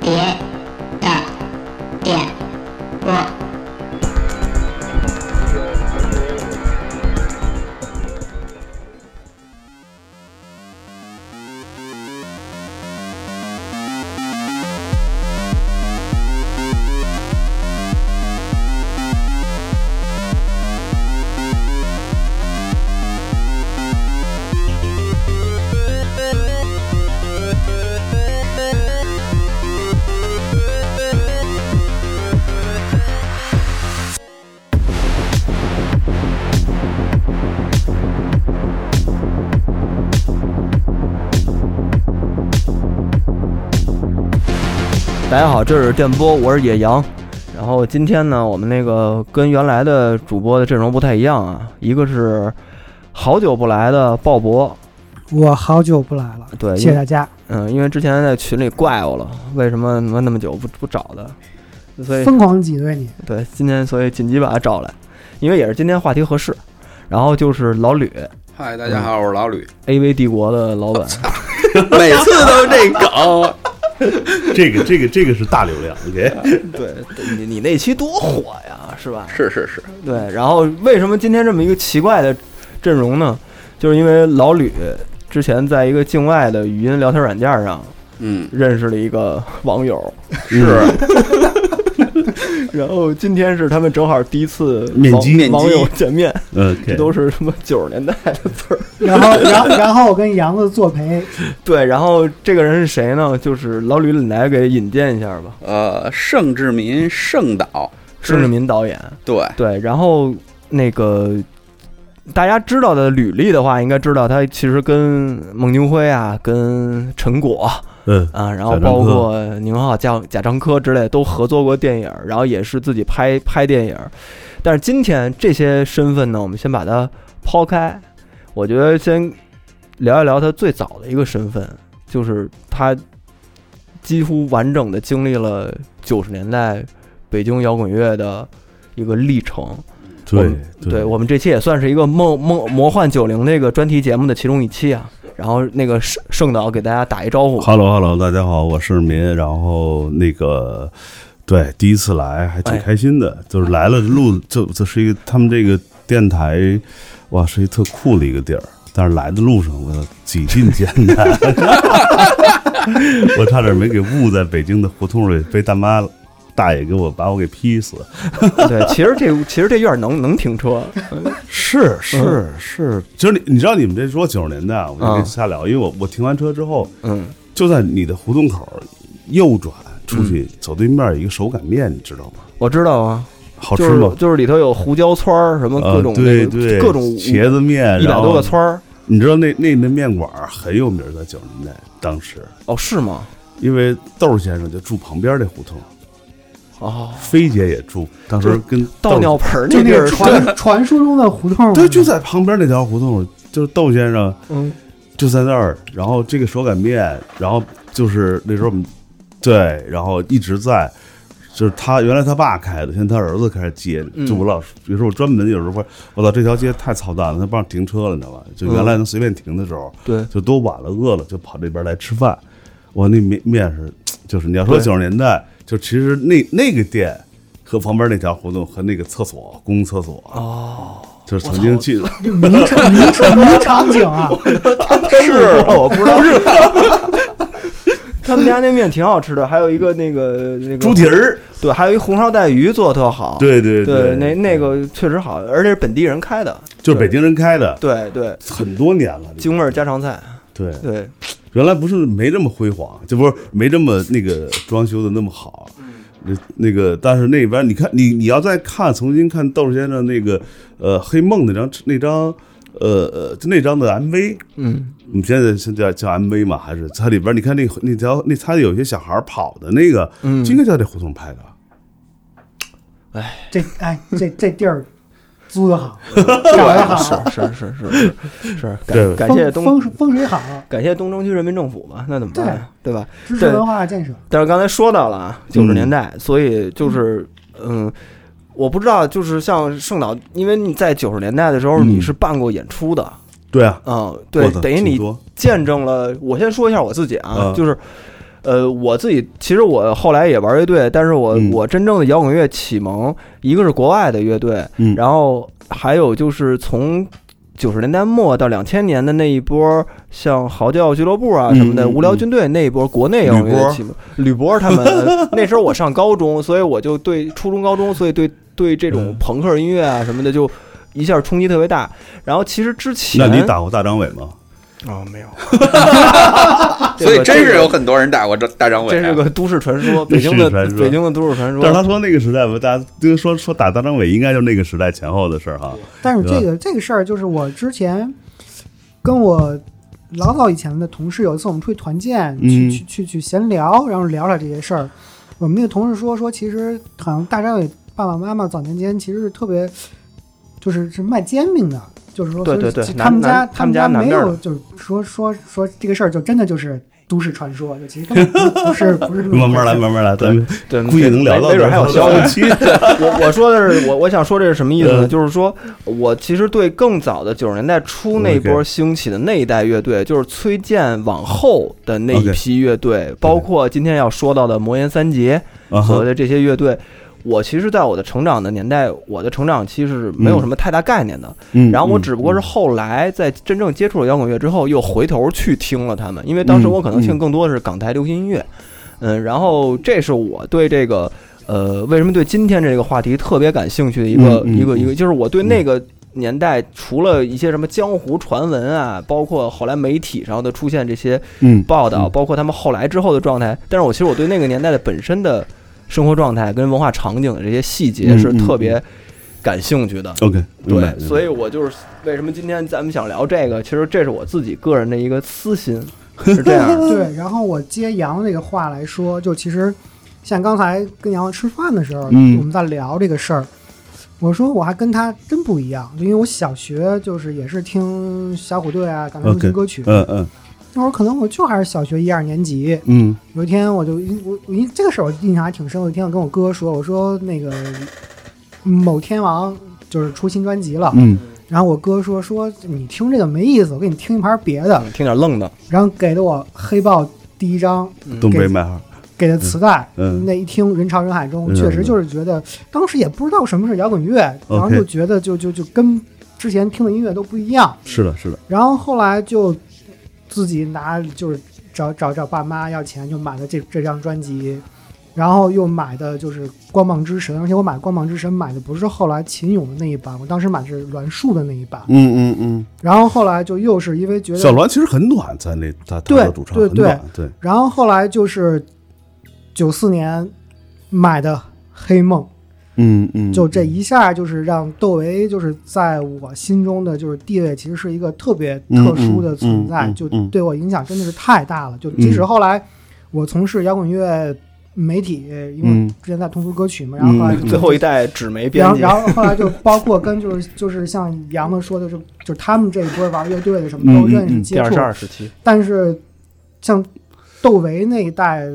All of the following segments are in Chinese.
别的点播。大家好，这是电波，我是野羊。然后今天呢，我们那个跟原来的主播的阵容不太一样啊，一个是好久不来的鲍勃，我好久不来了，对谢谢大家，嗯，因为之前在群里怪我了，为什么他妈那么久不不找他，所 以疯狂挤兑你，对今天所以紧急把他找来，因为也是今天话题合适。然后就是老吕嗨，大家好，我是老吕。 ，AV 帝国的老板，每次都这梗，这个这个这个是大流量，OK？ 对你你那期多火呀，是吧？ 是是是，对，然后为什么今天这么一个奇怪的阵容呢？就是因为老吕之前在一个境外的语音聊天软件上嗯，认识了一个网友，是然后今天是他们正好第一次面网基网 友见面，嗯这，OK，都是什么九十年代的词儿。然 后，然后，然后我跟杨子作陪，对，然后这个人是谁呢？就是老吕，你来给引荐一下吧。呃，盛志民盛导，盛志民导演，对，对，然后那个大家知道的履历的话，应该知道他其实跟孟京辉啊、跟陈果嗯，啊，然后包括宁浩、贾贾樟柯之类都合作过电影，然后也是自己拍拍电影。但是今天这些身份呢，我们先把它抛开，我觉得先聊一聊他最早的一个身份，就是他几乎完整的经历了九十年代北京摇滚乐的一个历程。我对们我们这期也算是一个梦梦魔幻九零这个专题节目的其中一期啊。然后那个盛盛导给大家打一招呼， Hello Hello，大家好，我是民，然后那个。对，第一次来还哎挺开心的，就是来了录，这这是一个他们这个电台，哇，是一特酷的一个地儿。但是来的路上，我几近艰难， 我差点没给误在北京的胡同里，被大妈大爷给我把我给劈死。 对，其实这其实这院儿能能停车，是是是，嗯其实你你知道你们这说九十年代啊，我就啊跟瞎聊，因为我我停完车之后，嗯，就在你的胡同口右转出去，嗯走对面有一个手擀面，你知道吗？我知道啊，好就吃是吗？就是里头有胡椒串儿，什么各种啊那对个对，各种茄子面，一百多个村。村儿，你知道那那那面馆儿很有名儿，在九十年代当时，哦，是吗？因为豆儿先生就住旁边这胡同，哦，飞姐也住，当时跟倒豆尿盆儿就地那个儿， 传传说中的胡同，对，就在旁边那条胡同，就是窦先生嗯，就在那儿，然后这个手擀面，然后就是那时候我们对，然后一直在，就是他原来他爸开的，现在他儿子开始接嗯，就我老有时候我专门有时候会，我操这条街太操蛋了，他不让停车了，你知道吧？就原来能随便停的时候，对，就多晚了饿了就跑这边来吃饭，我那面面是就是你要说对九十年代，就其实那那个店和旁边那条胡同和那个厕所公共厕所哦。就是曾经去，名场名场 名场景啊，是我不知道是。 他们家那面挺好吃的，还有一个那个那个猪蹄，儿，对，还有一红烧带鱼做的特好，对对对，那那个确实好，而且是本地人开的，就是北京人开的，对对，很多年了。京味儿家常菜，对， 对，原来不是没这么辉煌，就不是没这么那个装修的那么好。嗯那那个，但是那边你看，你你要再看重新看窦先生那个呃《黑梦》那张那张呃呃就那张的 MV，嗯，我们现在是叫叫 MV 嘛，还是它里边你看那那条那他有些小孩跑的那个，嗯就应该叫这胡同拍的。这哎这这地儿租的 好，找的啊好，是是是是是是，感对感谢风东风风水好，感谢东城区人民政府吧，那怎么办呀？对吧？支持对文化建设，但是刚才说到了啊，九嗯十年代，所以就是嗯，我不知道，就是像盛导，因为你在九十年代的时候嗯你是办过演出的，对啊，嗯，对我，操等于挺你多见证了。我先说一下我自己啊，嗯就是呃，我自己其实我后来也玩乐队，但是我、嗯我真正的摇滚乐启蒙，一个是国外的乐队，嗯然后还有就是从九十年代末到两千年的那一波，像嚎叫俱乐部啊嗯什么的，嗯无聊军队那一波国内摇滚乐的启蒙，吕波他们 那时候我上高中，所以我就对初中、高中，所以对对这嗯种朋克音乐啊什么的就一下冲击特别大。然后其实之前那你打过大张伟吗？哦没有，所以真是有有。很多人打过这大张伟这啊，是个都市传说，北京都的市传说北京的都市传说。但是他说那个时代吧，大家都说说打大张伟，应该就是那个时代前后的事儿哈。但是这个这个事儿，就是我之前跟我老早以前的同事，有一次我们出去团建，去嗯去去去闲聊，然后聊聊这些事儿。我们那个同事说说，其实好像大张伟爸爸妈妈早年间其实是特别，就是是卖煎饼的，就是说对所对以对其南他们家南他们他们家没南边有，就是说说说这个事儿，就真的就是都市传说，就其实根本不不是不是嗯那么慢慢来，回事儿慢慢来，咱们对，估计能聊到没没准还有消息。息。我我说的是我我想说这是什么意思呢？嗯就是说我其实对更早的九十年代初那 OK 波兴起的那一代乐队，就是崔健往后的那一批乐队，包括今天要说到的魔岩三杰 啊所谓哈的这些乐队。我其实，在我的成长的年代，我的成长期是没有什么太大概念的。嗯然后我只不过是后来在真正接触了摇滚乐之后，又回头去听了他们，因为嗯当时我可能听更多的是港台流行音乐，嗯，然后这是我对这个呃为什么对今天这个话题特别感兴趣的一个、嗯嗯一个嗯一个，就是我对那个。年代除了一些什么江湖传闻啊，包括后来媒体上的出现这些嗯报道，嗯包括他们后来之后的状态，但是我其实我对那个年代的本身的生活状态跟文化场景的这些细节嗯是嗯特嗯别感兴趣的。 OK，明白对，所以我就是为什么今天咱们想聊这个，其实这是我自己个人的一个私心，是这样的。对，然后我接杨那个话来说，就其实像刚才跟杨吃饭的时候，嗯我们在聊这个事儿，我说我还跟他真不一样，因为我小学就是也是听小虎队啊、港台流 OK，行歌曲嗯嗯那会儿可能我就还是小学一二年级，嗯有一天我就我我因这个事儿我印象还挺深，我有一天我跟我哥说，我说那个某天王就是出新专啊辑了，嗯然后我哥说说你听这个没意思，我给你听一盘别的， 听点愣的，然后给了我黑豹第一张。嗯，东北买号，给的磁带，嗯那一听人潮人海中，嗯确实就是觉得当时也不知道什么是摇滚乐， OK 然后就觉得就就就跟之前听的音乐都不一样，是的，是的，然后后来就自己拿就是找找找爸妈要钱，就买了这这张专辑。然后又买的就是《光芒之神》，而且我买《光芒之神》买的不是后来秦勇的那一版，我当时买的是栾树的那一版。嗯嗯然后后来就又是因为觉嗯。得小栾其实很暖，在那他他的主唱很暖，对，然后后来就是九四年买的《黑梦》，嗯嗯就这一下就是让窦唯就是在我心中的就是地位，其实是一个特别特殊的存在，嗯嗯嗯嗯就嗯对我影响真的是太大了。就即使后来我从事摇滚乐媒体，因为嗯之前在通俗歌曲嘛，然后后来就嗯最后一代纸媒编然后，辑然，后后来就包括跟就是就是像杨子说的，就就是他们这一波玩乐队的什么都嗯嗯认识嗯接第二触十，二时期，但是像窦唯那一代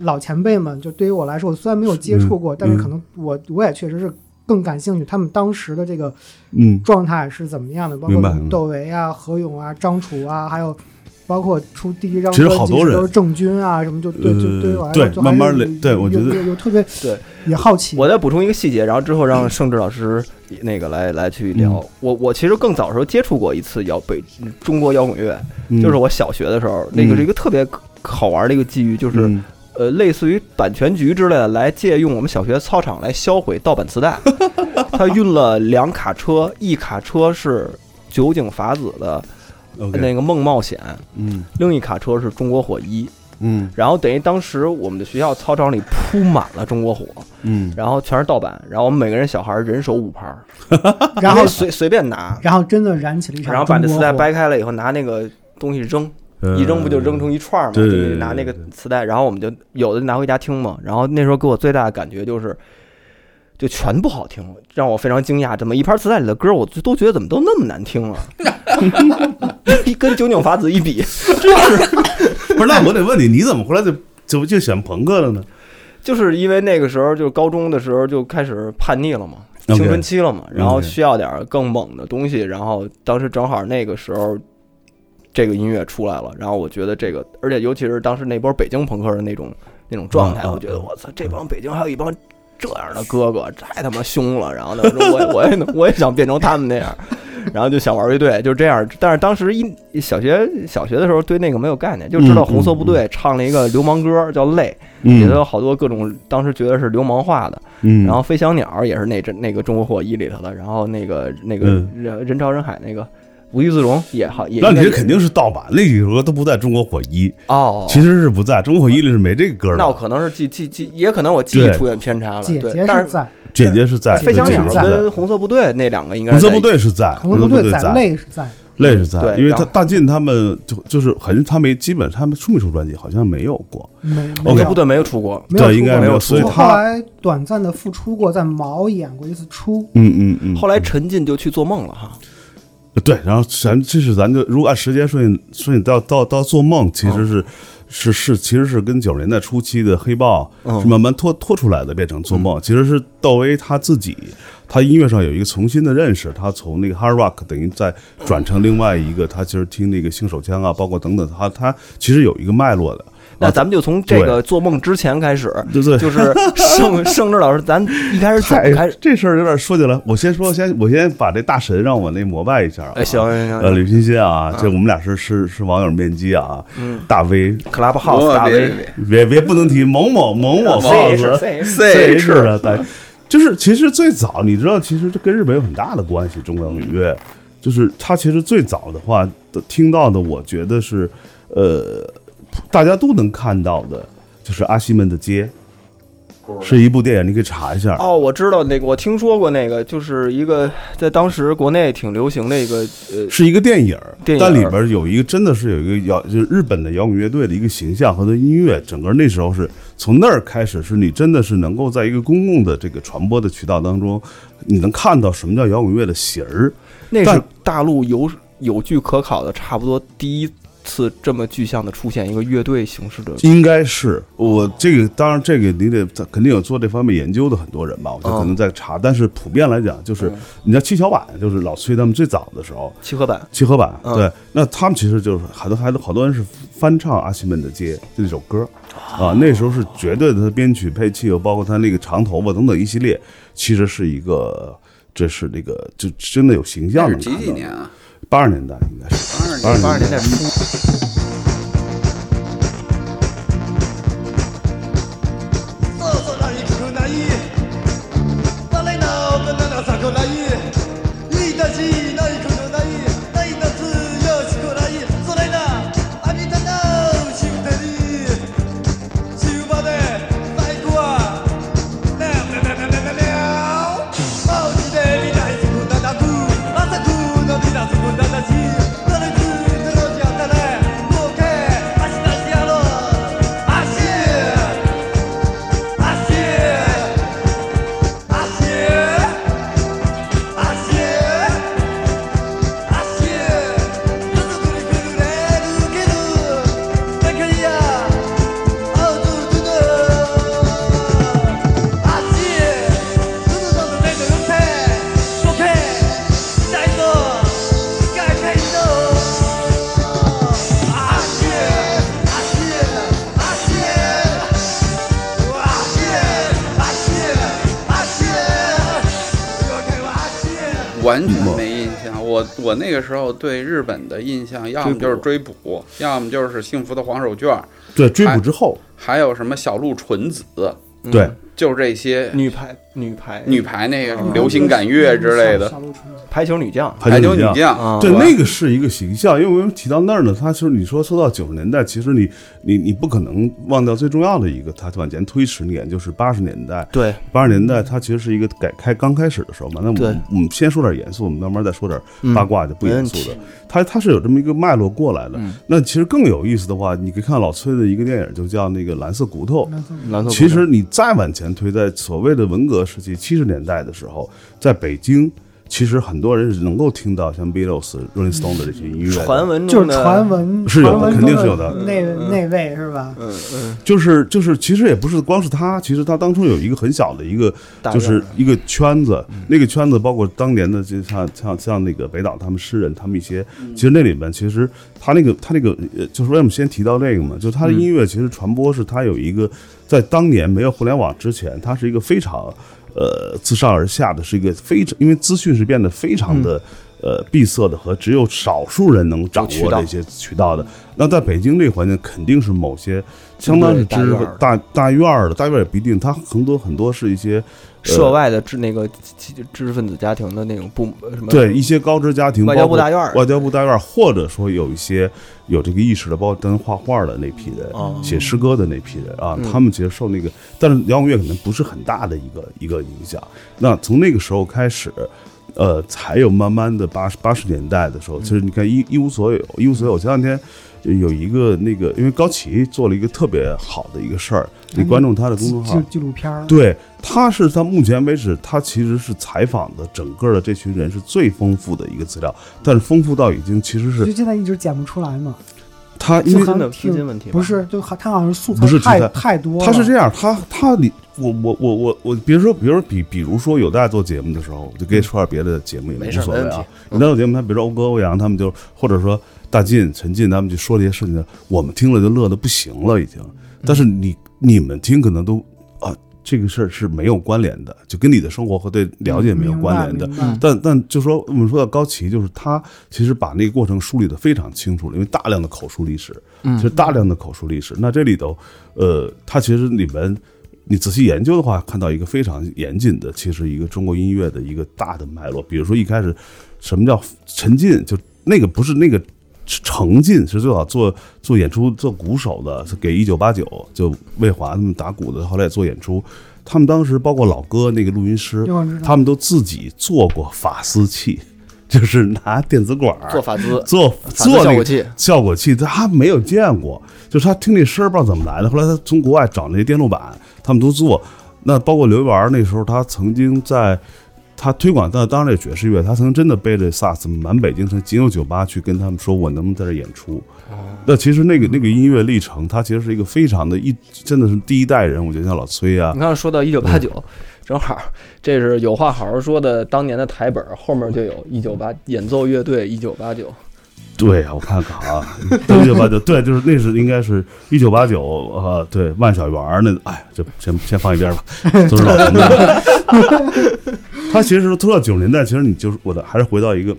老前辈们，就对于我来说，我虽然没有接触过，但是可能我我也确实是更感兴趣，他们当时的这个嗯状态是怎么样的，包明白括窦唯啊、何勇啊、张楚啊，还有。包括出第一张其实专好辑多人都是郑钧啊什么，就对，就对于我来说就呃还是对慢慢来对我觉得有有有特别对也好奇，我再补充一个细节，然后之后让盛志老师那个来来去聊。我我其实更早的时候接触过一次摇北中国摇滚乐，嗯就是我小学的时候，那个是一个特别好玩的一个机遇，就是是呃，类似于版权局之类的来借用我们小学操场来销毁盗版磁 带。他运了两卡车，一卡车是酒井法子的那 OK，个《梦冒险》，嗯另一卡车是中国火一。嗯然后等于当时我们的学校操场里铺满了中国火，嗯，然后全是盗版，然后我们每个人小孩人手五盘 儿，然后因为随随便拿，然后真的燃起了一场然后把那中磁国带火掰开了以后拿那个东西扔。一扔不就扔成一串儿嘛？嗯对就对是对拿那个对对磁带，然后我们就有的拿回家听嘛。然后那时候给我最大的感觉就是，就全不好听了，让我非常惊讶。怎么一盘磁带里的歌，我都觉得怎么都那么难听 啊？ 一跟九井法子一比，呃不是？那我得问你，你怎么后来就就就选朋克了呢？就是因为那个时候就高中的时候就开始叛逆了嘛。青 OK 春期了嘛，然后 OK 需要点儿更猛的东西，然后当时正好那个时候这个音乐出来了，然后我觉得这个，而且尤其是当时那波北京朋克的那种那种状态，嗯嗯我觉得我操，这帮北京还有一帮这样的哥哥，太他妈凶了。然后呢，我说我也我也能我也想变成他们那样，然后就想玩乐队，就这样。但是当时一一小学小学的时候对那个没有概念，就知道嗯红色嗯部队唱了一个流氓歌叫《累》，里头有嗯好多各种当时觉得是流氓化的。嗯，然后飞翔鸟也是那阵那个中国火一里头的，然后那个那个嗯人人潮人海那个无地自容也好也那应你该这也肯定是盗版，那几首歌都不在中国火一，哦，其实是不在中国火一里是没这个歌那我的。可能是记记记，也可能我记忆对出现偏差了。姐对，姐但是是在姐姐是在，对飞翔这几鸟首姐姐歌跟红色部队那两个应该红是色在部队是在，红嗯红色色部队部队在在，累是在，累是在，对因为然他后大进他们就就是很他没基本他们出没出专辑，好像没有过，没没红色有部队没有出国。没有对出应该过没有我所以后他来短暂的复出过，在毛演过一次出，嗯嗯嗯。啊后来陈进就去做梦了哈，对，然后咱这是咱就如果按时间顺序顺序到到到做梦，其实哦是、是是其实是跟九十年代初期的黑豹嗯是慢慢拖拖出来的，变成做梦，其实是窦唯他自己他音乐上有一个重新的认识，他从那个 hard rock 等于再转成另外一个，他其实听那个性手枪啊，包括等等，他他其实有一个脉络的。那咱们就从这个做梦之前开始，对对就是盛盛志老师，咱一开始怎太么开始？这事儿有点说起来，我先说，先我先把这大神让我那膜拜一下、啊。哎，行行行呃，吕欣欣啊，这我们俩是是是网友面基啊，嗯大 V ，Club 别 House 大别 V 别别别不能提某某某某帽啊 C 子 C H，这，C 是的，对，就是其实最早你知道，其实这跟日本有很大的关系，中岛美乐，就是他其实最早的话的听到的，我觉得是呃，大家都能看到的，就是阿西们的街，是一部电影，你可以查一下。哦，我知道那个，我听说过那个，就是一个在当时国内挺流行的一个呃，是一个电影儿，电影但里边儿有一个真的是有一个摇，就是日本的摇滚乐队的一个形象和它音乐，整个那时候是从那儿开始，是你真的是能够在一个公共的这个传播的渠道当中，你能看到什么叫摇滚乐的形儿。那是但大陆有有据可考的，差不多第一次这么具象的出现一个乐队形式的应该是我这个，当然这个你得肯定有做这方面研究的很多人吧，我嗯觉得可能在查，但是普遍来讲，就是你像七巧板，就是老崔他们最早的时候，契合版。七合版，嗯对，那他们其实就是很多还多好多人是翻唱《阿西们的街》这首歌哦啊，那时候是绝对的，他编曲配器，包括他那个长头发等等一系列，其实是一个，这是那个就真的有形那象是的。几几年？啊？八十年代应该是。八二八十年年代初，そうそう何くない誰なおとならさこないいいだしないことないないだつよしこないそれなあみたなうしうてに中まで最高はねえねえねえねえねえねえマウチで見ないすぐなだく浅く伸びだすぐなだし誰ずっとのじゃったね儲け足出してやろう足阿西，阿西，阿西，阿西，ずっとくるくるれるけど、だからや、アウトドゥアシー、ずっとの目の運転、ボケ、大道、外転道、アシー、アシー、アシー。完全没印象。我我那个时候对日本的印象，要么就是追捕，要么就是幸福的黄手绢，对，追捕之后，还有什么小鹿纯子，嗯对，就是这些嗯女排女排女排那个流行感乐之类的。小鹿纯子排球女将，排球女女将啊，对，那个是一个形象，因为我们提到那儿呢，他就是你说说到九十年代，其实你你你不可能忘掉最重要的一个，他往前推十年，就是八十年代，对八十年代它其实是一个改开刚开始的时候嘛，那我对们我们先说点严肃，我们慢慢再说点嗯八卦就不严肃没嗯的。它它是有这么一个脉络过来的。那其实更有意思的话，你可以看老崔的一个电影，就叫那个《蓝色骨头》。蓝色。其实你再往前推，在所谓的文革时期，七十年代的时候，在北京其实很多人是能够听到像 Beatles、Rolling Stone 的这些音乐的。传闻就中是的传，闻，是有的传闻肯定中是有的那那位是吧？嗯嗯，就是就是，其实也不是光是他，其实他当初有一个很小的一个，大就院嗯是一个圈子，那个圈子包括当年的，就像像像那个北岛他们诗人，他们一些，嗯其实那里面其实他那个他那个，呃就是为什么先提到这个嘛，就他的嗯音乐其实传播是他有一个，在当年没有互联网之前，他是一个非常，呃，自上而下的，是一个非常，因为资讯是变得非常的。呃，闭塞的和只有少数人能掌嗯渠握道这些渠道的，那在北京这个环境，肯定是某些相当是知识分大大院儿的，大院儿也不一定，它很多很多是一些呃涉外的知那个知知识分子家庭的那种部呃什么对一些高知家庭，外交部包括大院儿外交部大院儿，或者说有一些有这个意识的，包括咱画画的那批人，哦写诗歌的那批人啊，嗯他们其实受那个，但是摇滚乐可能不是很大的一个一个影响。那从那个时候开始。呃，才有慢慢的八十八十年代的时候，其实你看一一无所有，一无所有。前两天呃有一个那个，因为高旗做了一个特别好的一个事儿，你嗯关注他的公众号纪，纪录片儿，对，他是到目前为止，他其实是采访的整个的这群人是最丰富的一个资料，但是丰富到已经其实是就现在一直剪不出来嘛。他因资为金的好像挺资金问题吧不是，就好他好像素材不是太题材太多了。他是这样，他他里我我我我我，比如说比如说比比如说有大家做节目的时候，我就可以说点别的节目也没无事所没谓问题。啊有大家做节目，他比如说欧哥、欧阳他们就或者说大进、陈进他们就说这些事情，我们听了就乐的不行了已经。但是你你们听可能都啊，这个事儿是没有关联的，就跟你的生活和对了解没有嗯明白关联的。明白但但就说我们说到高旗，就是他其实把那个过程梳理的非常清楚了，因为大量的口述历史，其实大量的口述历史。那这里头，呃，它其实里面你仔细研究的话，看到一个非常严谨的，其实一个中国音乐的一个大的脉络。比如说一开始什么叫沉浸，就那个不是那个。程进是最早做做演出做鼓手的，是给一九八九就魏华他们打鼓的，后来也做演出。他们当时包括老哥那个录音师这我知道，他们都自己做过法丝器， 就是拿电子管儿做法资做法制做效那果个器效果器，他没有见过，就是他听那声儿不知道怎么来的。后来他从国外找那些电路板，他们都做。那包括刘源儿那时候，他曾经在他推广的当然这爵士乐，他曾经真的背着萨斯满北京城仅有酒吧去跟他们说，我能不能在这儿演出？哦那其实那个那个音乐历程，它其实是一个非常的一真的是第一代人，我觉得像老崔啊你，看，说到一九八九，正好这是有话好好说的。当年的台本后面就有一九八演奏乐队一九八九，对啊，我看看啊，一九八九，对，就是那是应该是一九八九，呃，对，万小园儿那，哎，这先先放一边吧，都是老陈的。他其实拖到九十年代，其实你就是我的，还是回到一个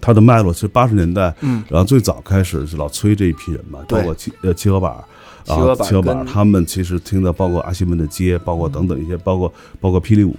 他的脉络是八十年代，嗯，然后最早开始是老崔这一批人嘛，包对括七呃七合板儿。七合板啊，七合板跟儿，他们其实听的包括阿西门的街，包括等等一些，包括包括霹雳舞，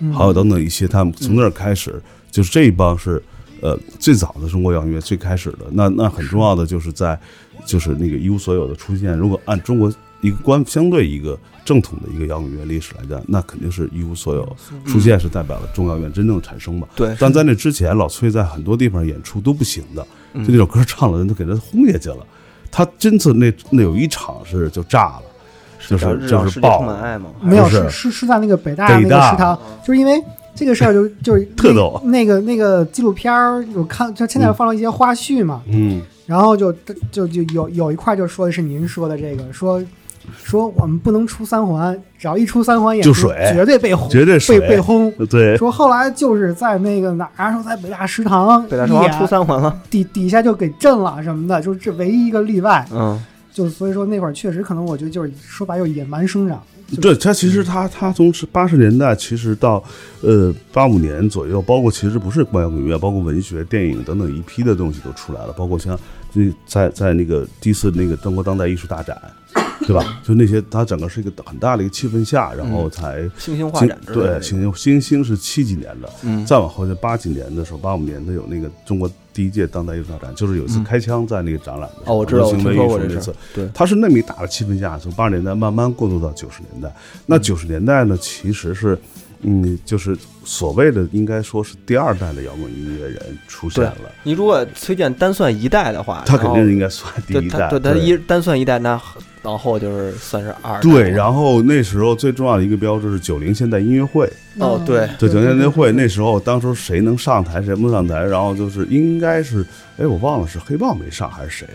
嗯还有等等一些，他们从那儿开始，就是这一帮是呃最早的中国摇滚乐最开始的。那那很重要的就是在就是那个一无所有的出现。如果按中国一个官相对一个正统的一个摇滚乐历史来讲，那肯定是一无所有出现是代表了中摇滚真正的产生嘛。对但在那之前，老崔在很多地方演出都不行的，就那首歌唱了，人都给他轰下去了。他真是那那有一场是就炸了，就是叫日就让世是界爆充满了，爱嘛。哎没有嗯不是是是是在那个北大北那个大食堂，就是因为这个事儿就就是 特逗那个那个纪录片儿有看，就现在放了一些花絮嘛，嗯，然后就就就有有一块就说的是您说的这个说。说我们不能出三环，只要一出三环演就出水绝对被轰，绝对被水被轰。对，说后来就是在那个哪儿，说在北大食堂北大双演方出三环了，底底下就给震了什么的，就是这唯一一个例外。嗯，就所以说那会儿确实可能我觉得就是说白就是野蛮生长，对他，其实他他从是八十年代，其实到呃八五年左右，包括其实不是光摇滚乐，包括文学、电影等等一批的东西都出来了，包括像这在在那个第一次那个中国当代艺术大展，对吧？就那些，它整个是一个很大的一个气氛下，然后才。星星画星展之类对，的。星星星星是七几年的，嗯再往后就八几年的时候，八五年的有那个中国第一届当代艺术大展，就是有一次开枪在那个展览的时候嗯哦我知道流行文艺我听说过术这那事儿次，对它是那么一大的气氛下，从八十年代慢慢过渡到九十年代。嗯那九十年代呢，其实是，嗯，就是所谓的应该说是第二代的摇滚音乐人出现对了，你如果崔健单算一代的话，他肯定然后应该算第对一他代，对他一单算一代，那然后就是算是二代了。对，然后那时候最重要的一个标志是九零现代音乐会，哦对对九零现代会那时候，当时谁能上台谁不能上台，然后就是应该是，哎，我忘了是黑豹没上还是谁，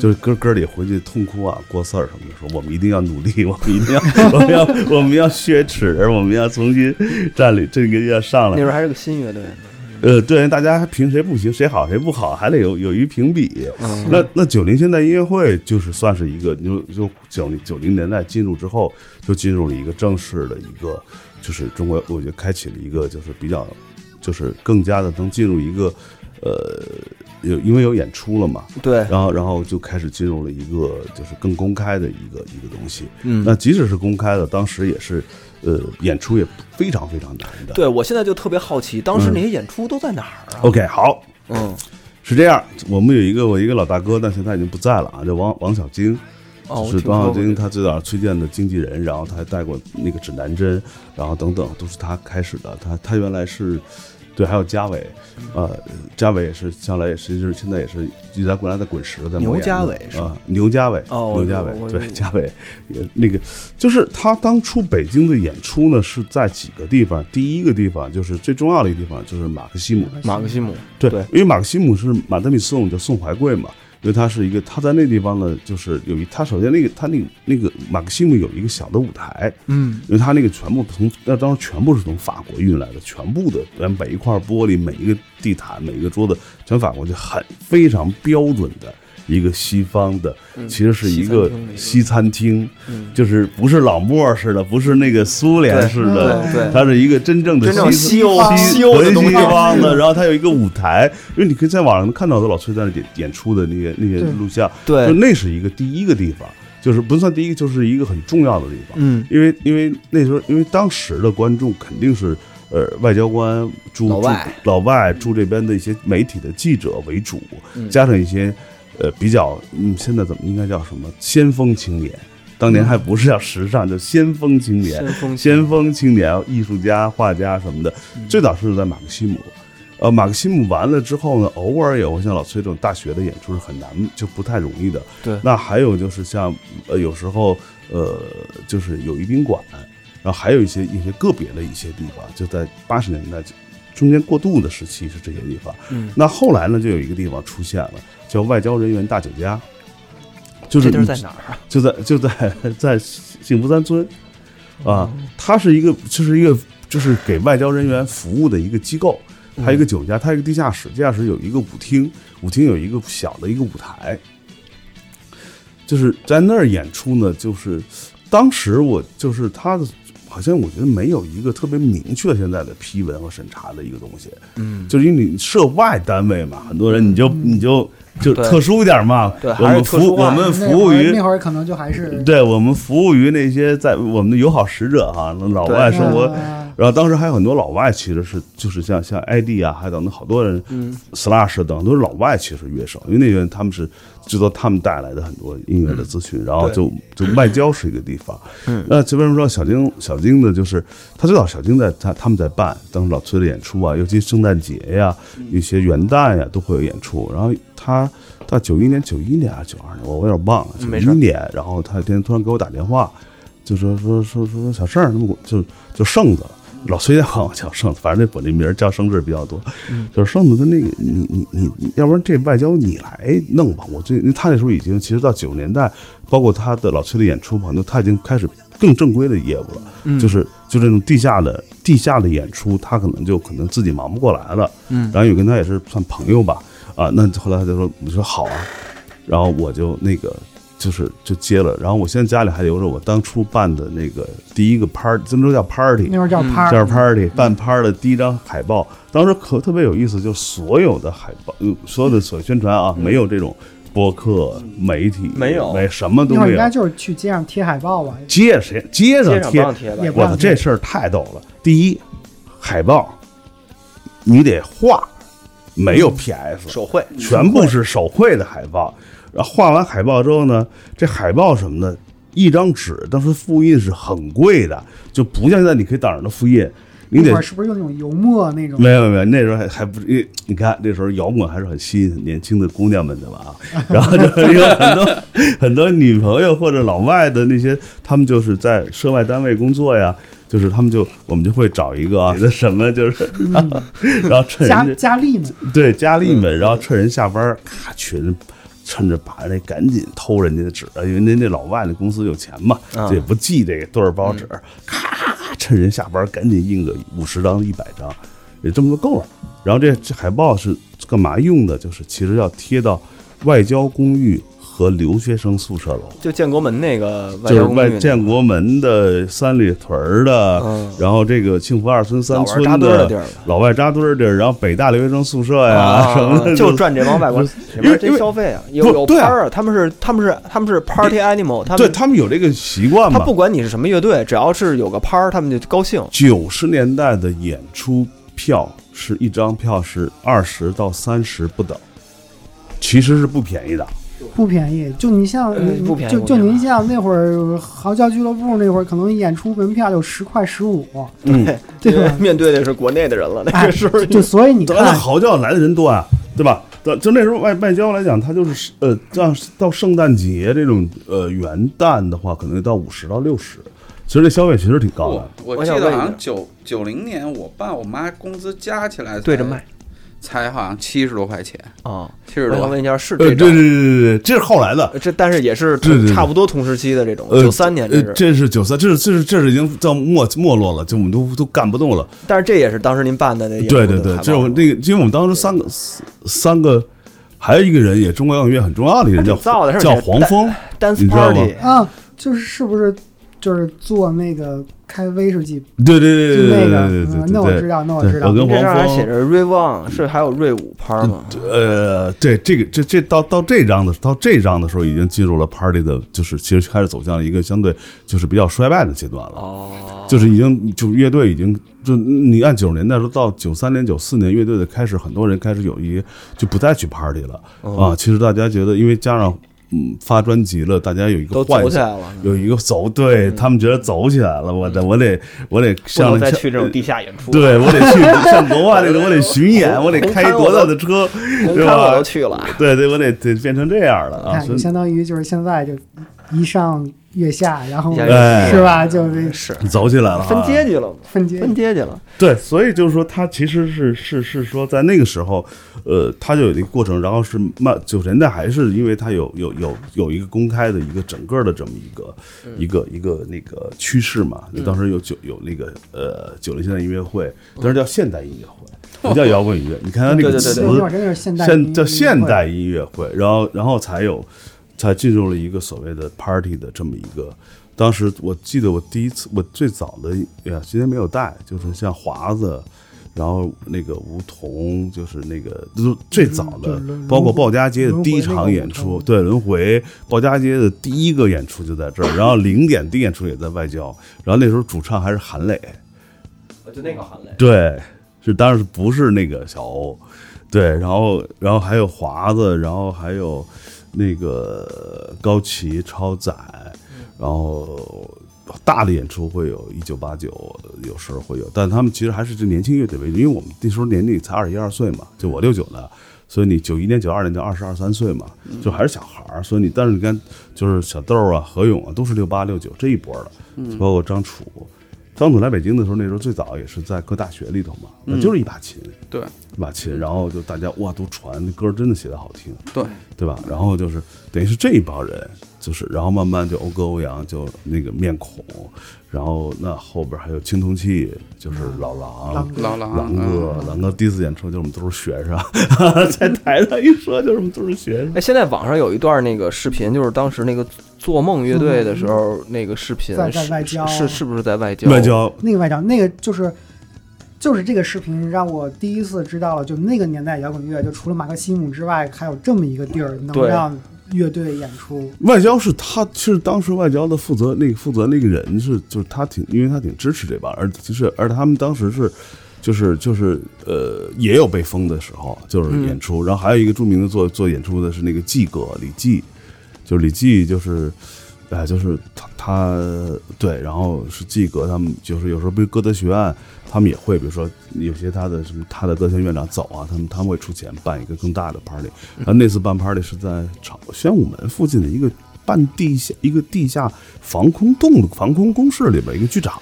就是哥哥里回去痛哭啊、过四儿什么的，说我们一定要努力，我们一定要， 我们要，我们要雪耻，我们要重新站立，这个要上那来时。候还是个新乐队，呃，对，大家评谁不行，谁好谁不好，还得有有一评比。嗯那那九零现代音乐会就是算是一个，就就九零九零年代进入之后，就进入了一个正式的一个，就是中国，我觉得开启了一个就是比较，就是更加的能进入一个，呃，有因为有演出了嘛，对，然后然后就开始进入了一个就是更公开的一个一个东西。嗯那即使是公开的，当时也是，呃，演出也非常非常难的。对我现在就特别好奇，当时那些演出都在哪儿啊？ ，OK，好，嗯，是这样，我们有一个我一个老大哥，但现在已经不在了啊，叫王王小晶，哦，就是王小晶，晶，他最早崔健的经纪人，然后他还带过那个指南针，然后等等都是他开始的。他他原来是，对，还有嘉伟，嗯呃，嘉伟也是将来也是就是现在也是一直在国内在滚石在牛磨嘉牙呢伟是吧啊，牛嘉伟，哦牛嘉伟我，对，嘉伟也那个就是他当初北京的演出呢是在几个地方，第一个地方就是最重要的一个地方就是马克西姆。马克西姆，嗯对，对因为马克西姆是马德米宋，叫宋怀贵嘛，因为他是一个他在那地方呢，就是有一他首先那个他那个那个马克西姆有一个小的舞台，嗯，因为他那个全部从那当时全部是从法国运来的，全部的呃每一块玻璃、每一个地毯、每一个桌子，全法国就很非常标准的。一个西方的，嗯其实是一个西餐厅，就是不是老莫似的，不是那个苏联对嗯式的，对对它是一个真正的真正西西欧西欧的文东西西，方的，然后它有一个舞台，因为你可以在网上看到的老崔在那演演出的那个那些对录像，对就那是一个第一个地方，就是不算第一个，就是一个很重要的地方，嗯，因为因为那时候因为当时的观众肯定是。呃，外交官驻老驻外老外驻这边的一些媒体的记者为主，嗯加上一些呃比较嗯，现在怎么应该叫什么先锋青年？当年还不是叫时尚，叫先锋青年。先锋先锋青年、艺术家、画家什么的，嗯最早是在马克西姆。呃，马克西姆完了之后呢，偶尔也会像老崔这种大学的演出是很难，就不太容易的。对那还有就是像呃，有时候呃，就是友谊宾馆，然后还有一些一些个别的一些地方，就在八十年代中间过渡的时期是这些地方。嗯那后来呢，就有一个地方出现了，叫外交人员大酒家，就是这地儿你在哪儿啊？就在就在 在幸福山村，啊，哦它是一个就是一个就是给外交人员服务的一个机构，还嗯有一个酒家，它有一个地下室，地下室有一个舞厅，舞厅有一个小的一个舞台，就是在那儿演出呢，就是当时我就是他的。好像我觉得没有一个特别明确现在的批文和审查的一个东西，嗯，就是因为你涉外单位嘛，很多人你就你就就嗯对特殊一点嘛，对我还是们特服殊化我们那服务会儿于那会儿可能就还是对我们服务于那些在我们的友好使者哈、老外对生活。呃然后当时还有很多老外，其实是就是像像 ID 啊，还有等等好多人、嗯 s l a s h 等都是老外，其实乐手，因为那边他们是知道他们带来的很多音乐的资讯，然后就就外交是一个地方。嗯那这边说小金小金呢，就是他最早小金在他他们在办，当时老崔的演出啊，尤其圣诞节呀、一些元旦呀、都会有演出。然后他到九一年、九一年还是九二年，我我有点忘了，九没一事儿年。然后他有一天突然给我打电话，就说说说说说小盛儿，那么就就盛子，老崔也管我叫盛子，反正那本这名儿叫盛志比较多。嗯就是盛子他那个你你你你，要不然这外交你来弄吧。我最因为他那时候已经其实到九十年代，包括他的老崔的演出嘛，那他已经开始更正规的业务了，就是就这种地下的地下的演出，他可能就可能自己忙不过来了。嗯然后有跟他也是算朋友吧，啊，那后来他就说我说好啊，然后我就那个就是就接了，然后我现在家里还留着我当初办的那个第一个 party，真都叫 party，那会儿叫趴嗯这是 party 办 party 的第一张海报，当时可特别有意思，就是所有的海报，呃所有的所宣传啊，没有这种播客媒体，没有没什么都那会儿没应该有。就是去街上贴海报啊吧，街谁街上街上不贴让贴吧也不我让操，贴这事儿太逗了。第一，海报你得画，没有嗯 PS，手绘，全部是手绘的海报。然后画完海报之后呢，这海报什么的，一张纸当时复印是很贵的，就不像现在你可以打上的复印。你那得会儿是不是用那种油墨那种没？有没有，那时候还还不是，你看那时候摇滚还是很吸引年轻的姑娘们的吧啊， 然后就是有很多 很多女朋友或者老外的那些，他们就是在涉外单位工作呀，就是他们就我们就会找一个啊什么就是， 然后然后趁佳人家佳丽们，对佳丽们，然后趁人下班，咔群。趁着把那赶紧偷人家的纸，因为那那老外那公司有钱嘛，啊这也不记这个多少包纸，咔，趁人下班赶紧印个五十张、一百张，也这么就够了。然后这这海报是干嘛用的？就是其实要贴到外交公寓和留学生宿舍楼。就建国门那个外就交是公外寓建国门的、三里屯儿的，嗯然后这个幸福二村、三村老外扎堆儿的地儿老外扎堆儿的地儿，然后北大留学生宿舍呀、啊 什么的，就赚这帮外国人，里因边为因真为消费啊，有不有对啊 par 啊，他们是他们是他们是 party animal，他对们他们有这个习惯他嘛。不管你是什么乐队，只要是有个 par，他们就高兴。九十年代的演出票是一张票是二十到三十不等，其实是不便宜的。不便宜，就你像呃你不便宜就不就便宜您像那会儿嚎叫俱乐部那会儿，可能演出门票就十块十五， 嗯，对因为吧？面对的是啊国内的人了，那哎个时候就所以你当然看，嚎叫来的人多啊，对吧？对，就那时候外外交来讲，它就是呃，像到圣诞节这种呃元旦的话，可能到五十到六十，其实这消费其实挺高我的。我我记想得问一好下像九九零年，我爸我妈工资加起来才对着卖，才好像七十多块钱，啊。七十我多想块问一下，是哎呃，这对对种对对对，这是后来的。呃这，但是也是对对对差不多同时期的这种，呃，九三年这呃是，这是九三，这是这是这是已经到没没落了，就我们都都干不动了。但是这也是当时您办的那演出对的对对，海报这是我那个，因为我们当时三个四三个，还有一个人也中国摇滚乐很重要的一个人他叫挺燥的是吧叫黄蜂， dance 你知道吗 party 啊，就是是不是就是做那个开威士忌，对对对就对那个，对对对嗯对，那我对知道，那我对知道我。跟这黄上还蜂写着 Ray Wang，是还有 Ray 五拍吗？呃，对这个这这到到这张的到这张的时候，已经进入了 party 的，就是其实开始走向一个相对就是比较衰败的阶段了。哦，就是已经就是乐队已经就你按九十年代说到九三年九四年乐队的开始，很多人开始有一就不再去 party 了、哦啊。其实大家觉得，因为加上嗯发专辑了，大家有一都个走幻起想，来了，嗯有一个走，对、他们觉得走起来了，我得我得我得不像能再像去这种地下演出。对我得去像国外那种，我得巡 演，我得红开勘我多都大的车，红对勘我吧哎都？去了，对对，我得得变成这样了啊！看，哎所就以相当于就是现在就一上月下，然后一下月下是吧？就是是走起来了啊，分阶级了嘛，分阶分阶级了。对，所以就是说，他其实是是是说，在那个时候，呃，他就有一个过程，然后是慢九十年代还是因为他有有有有一个公开的一个整个的这么一个、一个一个那个趋势嘛，就当时有九有那个呃九零现代音乐会，当时叫现代音乐会，不叫摇滚音乐，你看他对那对个对词对那会儿真的是现代音乐现叫会现代音乐会，然后然后才有才进入了一个所谓的 party 的这么一个。当时我记得我第一次，我最早的哎呀，今天没有带，就是像华子，然后那个梧桐，就是那个都最早就的是轮，包括鲍家街的第一轮回那场个演舞出，台对轮回鲍家街的第一个演出就在这儿，然后零点第一演出也在外交，然后那时候主唱还是韩磊，哦就那个韩磊，对，是当时不是那个小欧，对，然后然后还有华子，然后还有那个高旗、超载，然后大的演出会有一九八九，有时候会有，但他们其实还是这年轻乐队为主，因为我们那时候年纪才二十一二岁嘛，就我六九的。所以你九一年、九二年就二十二三岁嘛，就还是小孩儿。所以你，但是你看，就是小豆儿啊、何勇啊，都是六八、六九这一波的，包括张楚。张楚来北京的时候，那时候最早也是在各大学里头嘛，那就是一把琴，对一把琴，然后就大家哇都传，歌真的写得好听，对，对吧？然后就是等于是这一帮人，就是然后慢慢就欧歌欧阳就那个面孔，然后那后边还有青铜器，就是老狼。老狼狼嗯哥，狼哥第一次演出就是我们都是学生， 在台上一说就是我们都是学生。哎，现在网上有一段那个视频，就是当时那个做梦乐队的时候那个视频在，在是外交是是不是在外交？外交那个外长，那个就是就是这个视频让我第一次知道了，就那个年代摇滚乐，就除了马克西姆之外，还有这么一个地儿能对让乐队演出。外交是他是当时外交的负责那个负责那个人是就是他挺因为他挺支持这帮，而就是而他们当时是。就是就是呃，也有被封的时候，就是演出。然后还有一个著名的做做演出的是那个季哥李季，就是李季，就是哎，就是他他对，然后是季格他们，就是有时候不是歌德学院，他们也会，比如说有些他的什么他的歌厅院长走啊，他们他们会出钱办一个更大的 party。然后那次办 party 是在朝宣武门附近的一个半地下一个地下防空洞防空工事里边一个剧场。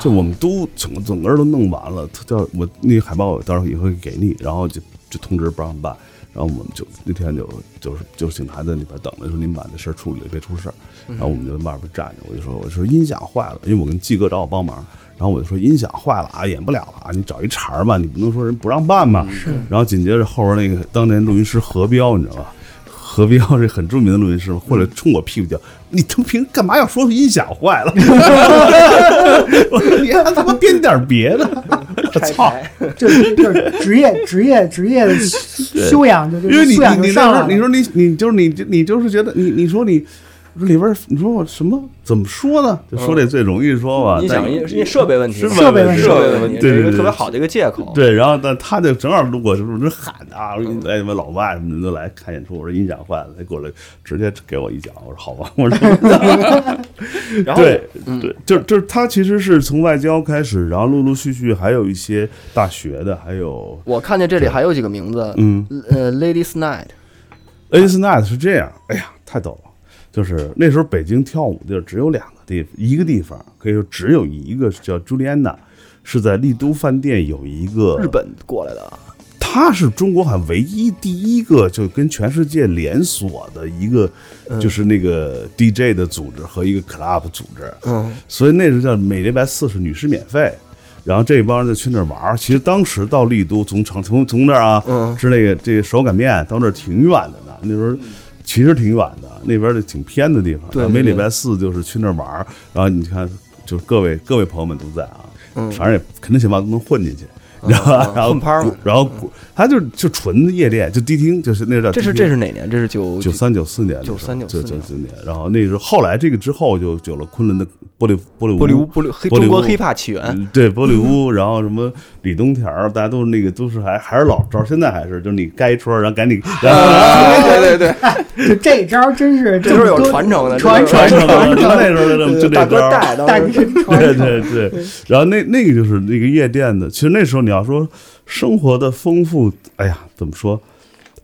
就我们都整个整个都弄完了，他叫我那海报，到时候也会给你，然后就就通知不让办，然后我们就那天就就是就是警察在里边等着，说您把这事儿处理了，别出事儿，然后我们就在外边站着，我就说我说音响坏了，因为我跟季哥找我帮忙，然后我就说音响坏了啊，演不了了啊，你找一茬儿吧，你不能说人不让办吧，是，然后紧接着后边那个当年录音师何彪，你知道吧？何必要是很著名的录音师嘛，或者冲我屁股叫你他妈平时干嘛要说音响坏了？ 我说你还他妈编点别的，我操！这这职业职业职业的修养就就因为你素养你就你上那时候来你了。说你你就是你你就是觉得你你说你里边儿你说我什么怎么说呢？就说这最容易说吧，音响但音因为设备问题是嘛，设备问题设备问题，对这是一对个对特别好的一个借口。对，然后但他就正好路过，就是就喊啊，我说你哎，你们老外什么的都来看演出，我说音响坏了，他过来直接给我一脚，我说好吧， 我说然后对嗯对，就就是他其实是从外交开始，然后陆陆续续还有一些大学的，还有我看见这里还有几个名字，嗯，呃，Ladies Night， Ace Night 是这样，哎呀，太逗了，就是那时候北京跳舞地儿只有两个地，一个地方可以说只有一个叫朱丽安娜，是在丽都饭店有一个日本过来的啊，它是中国好像唯一第一个就跟全世界连锁的一个，嗯就是那个 DJ 的组织和一个 club 组织，嗯，所以那时候叫每礼拜四是女士免费。然后这帮人就去那儿玩儿。其实当时到丽都从长从从那儿啊，嗯吃那个这个手擀面到那儿挺远的呢。那时候其实挺远的，那边儿的挺偏的地方。对然后每对礼拜四就是去那儿玩儿。然后你看，就是各位各位朋友们都在啊，反正也肯定想法都能混进去，你知道吧？然嗯后混拍儿嘛鼓然后鼓，他就就纯夜店，就迪厅，就是那叫这是迪厅这是哪年？这是九九三九四年的时候， 93九94九四年。然后那时候后来这个之后就有了昆仑的玻璃玻璃屋玻璃屋玻璃黑嗯玻璃中国屋 hiphop 起源，嗯对玻璃屋，然后什么李东田儿，大家都是那个都是还还是老招儿，现在还是就是你该一桌，然后赶紧然后啊嗯对对对，就这招真是这时候有歌传承的，传这时候传有承了，就那时候就这么就大这哥招儿。带 的，大真传对承。 对对，然后那那个就是那个夜店的，其实那时候你要说生活的丰富，哎呀，怎么说，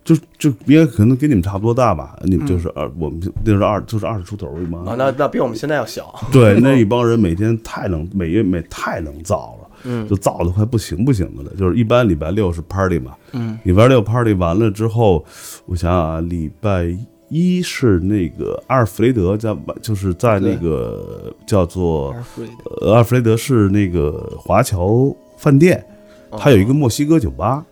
就就因为可能跟你们差不多大吧，你们就是二，我们就那时候二就是二十出头嘛，啊，那那比我们现在要小，对，那一帮人每天太能，每月每太能造了，嗯就造的快不行不行的了。就是一般礼拜六是 party 嘛，嗯，礼拜六 party 完了之后，我想想啊，礼拜一是那个阿尔弗雷德在，就是在那个叫做呃阿尔弗雷德是那个华侨饭店，哦它有一个墨西哥酒吧。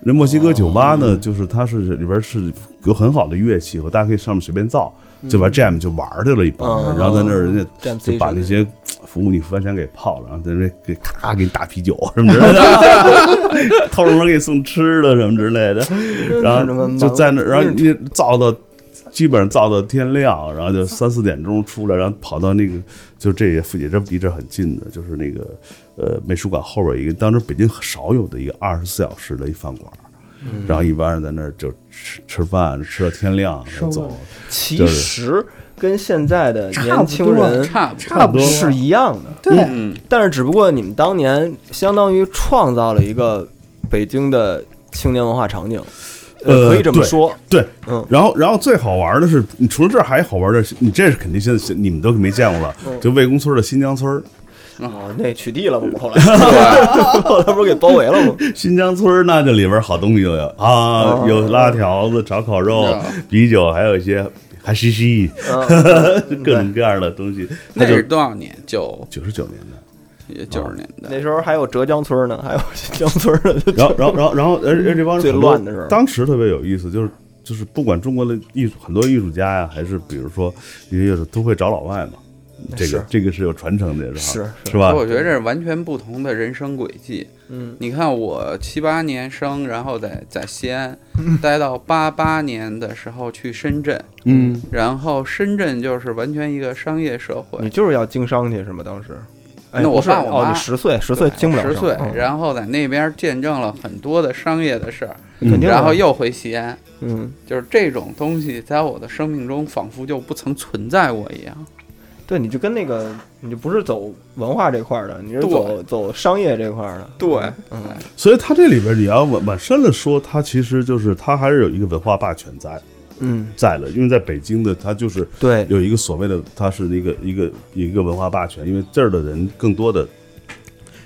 那墨西哥酒吧呢，就是它是里边是有很好的乐器和大家可以上面随便造，就玩 jam 就玩儿去了一帮人，嗯然后在那儿人家 Jam 就把 station 那些服务你服务员给泡了，然后在那给咔给你打啤酒什么之类 的，偷着摸给你送吃的什么之类的，然后就在那，然后你造到基本上造到天亮，然后就三四点钟出来，然后跑到那个就这也也这离这很近的，就是那个呃美术馆后边一个当时北京很少有的一个二十四小时的一饭馆。然后一般人在那儿就吃吃饭，吃到天亮才收走了。其实跟现在的年轻人差不多。差不多是一样的，对，嗯，但是只不过你们当年相当于创造了一个北京的青年文化场景，呃可以这么 对说，啊对，嗯然后然后最好玩的是，你除了这儿还好玩的是，你这是肯定现在你们都没见过了，就魏公村的新疆村儿，哦，那取缔了吗？后 来后来不是给包围了吗？ 新疆村儿那这里边好东西都有哦啊，有拉条子、炒烤肉、嗯啤酒，还有一些还西西，嗯 各种各样的东西。那就是多少年？九九十九年代。也九十年代那。时候还有浙江村呢，还有新疆村呢，然后，然后，然后，然后，而而这帮人最很多乱的时候当时特别有意思，就是就是不管中国的艺术，很多艺术家呀，还是比如说一些艺术，都会找老外嘛。这个是这个是有传承的，是吧是是吧？我觉得这是完全不同的人生轨迹。嗯，你看我七八年生，然后在在西安待到八八年的时候去深圳，嗯，然后深圳就是完全一个商业社会你。就是要经商去是吗？当时哎那我不是爸我哦妈你十岁，十岁经不了十生岁，嗯然后在那边见证了很多的商业的事儿，肯嗯定的然后又回西安，嗯，就是这种东西在我的生命中仿佛就不曾存在过一样。对，你就跟那个，你就不是走文化这块儿的，你是对走走商业这块儿的。嗯对，所以他这里边你要往往深了说，他其实就是他还是有一个文化霸权在嗯，在了，因为在北京的他就是对，有一个所谓的，他是一个一个一个文化霸权，因为这儿的人更多的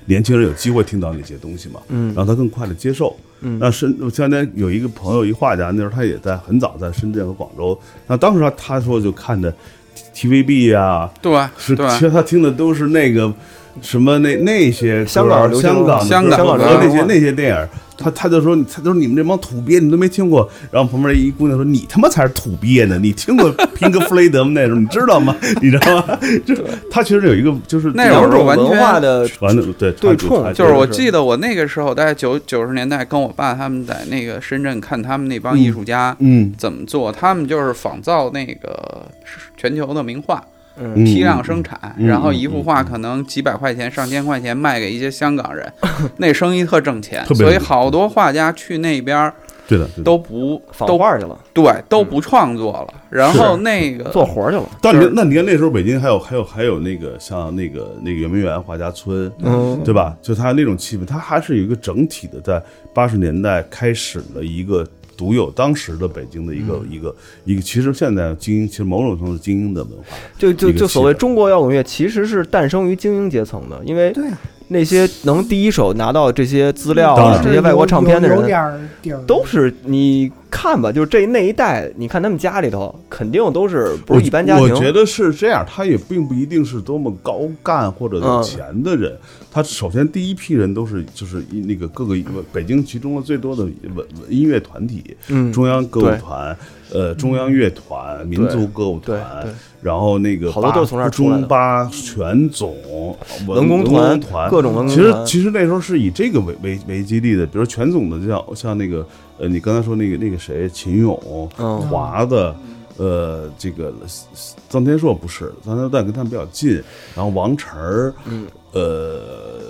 年轻人有机会听到那些东西嘛，嗯让他更快的接受。嗯那深，我前两天有一个朋友，一画家，那时候他也在很早在深圳和广州，那当时他他说就看着 TVB 啊，对，是，对 其，实他听的都是那个什么那那些歌啊香港流行香港的香港歌和流行那些文化那些电影儿，他他就说他就说你们这帮土鳖你都没听过，然后旁边一姑娘说你他妈才是土鳖呢，你听过 Pink Floyd 吗？那时候你知道吗？你知道吗？就他其实有一个就是那会儿两是种完全文化的，完了对对差距冲差距就是我是记得我那个时候，大概九九十年代，跟我爸他们在那个深圳看他们那帮艺术家嗯怎么做，他们就是仿造那个全球的名画，嗯嗯批量生产，嗯然后一幅画可能几百块钱、上千块钱卖给一些香港 人，那生意特挣钱，特别所以好多画家去那边儿对的对的。都不仿都画去了，对都不创作了，然后那个做活儿去了。但就你是那你看那时候北京还有还有还有那个像那个那个圆明园画家村，嗯对吧？就它那种气氛，它还是有一个整体的，在八十年代开始了一个独有当时的北京的一个、一个一个，其实现在精英，其实某种程度是精英的文化，就就一个就所谓气氛中国摇滚乐，其实是诞生于精英阶层的，因为对啊，那些能第一手拿到这些资料嗯当啊、然这些外国唱片的有有人，有点儿底儿，都是你看吧，就是这那一代，你看他们家里头肯定都是不我是一般家我庭。觉得是这样，他也并不一定是多么高干或者有嗯钱的人，他首先第一批人都是就是一那个各个北京集中了最多的文文音乐团体，嗯，中央歌舞对团，呃，中央乐团、民族歌舞对团对，然后那个好多八都是从那儿出来的中八全总、文工团团、各种文工其实团其实那时候是以这个为为为基地的，比如全总的，就像像那个呃，你刚才说那个那个谁，秦勇、嗯华子。呃，这个臧天朔不是，臧天朔但跟他们比较近，然后王晨儿，嗯，呃，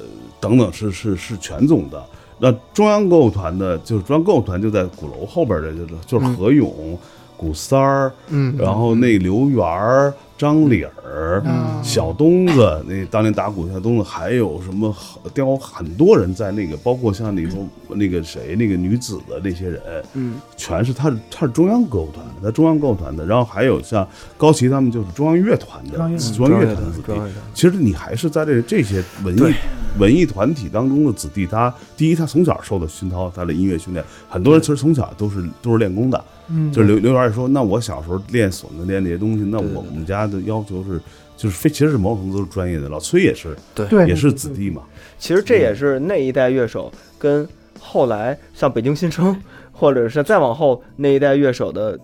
等等是是是全总的。那中央歌舞团的，就是中央歌舞团就在鼓楼后边儿的，就是就是嗯何勇、古三儿，嗯，然后那刘源儿、张理儿、嗯小东子，那当年打鼓的小东子，还有什么雕很多人在那个，包括像里头那个谁，那个女子的那些人，嗯，全是他是他是中央歌舞团的，他中央歌舞团的，然后还有像高奇他们就是中央乐团的，中央乐团中央乐中央乐团团子弟中央乐团。其实你还是在这这些文艺对文艺团体当中的子弟，他第一他从小受的熏陶，他的音乐训练，很多人其实从小都是都是练功的，嗯，就是刘刘源也说，那我小时候练唢呐练这些东西，那对对我我们家的要求是，就是非其实是某种程度都是专业的，老崔也是对，也是子弟嘛，其实这也是那一代乐手跟后来像北京新 生，或者是再往后那一代乐手的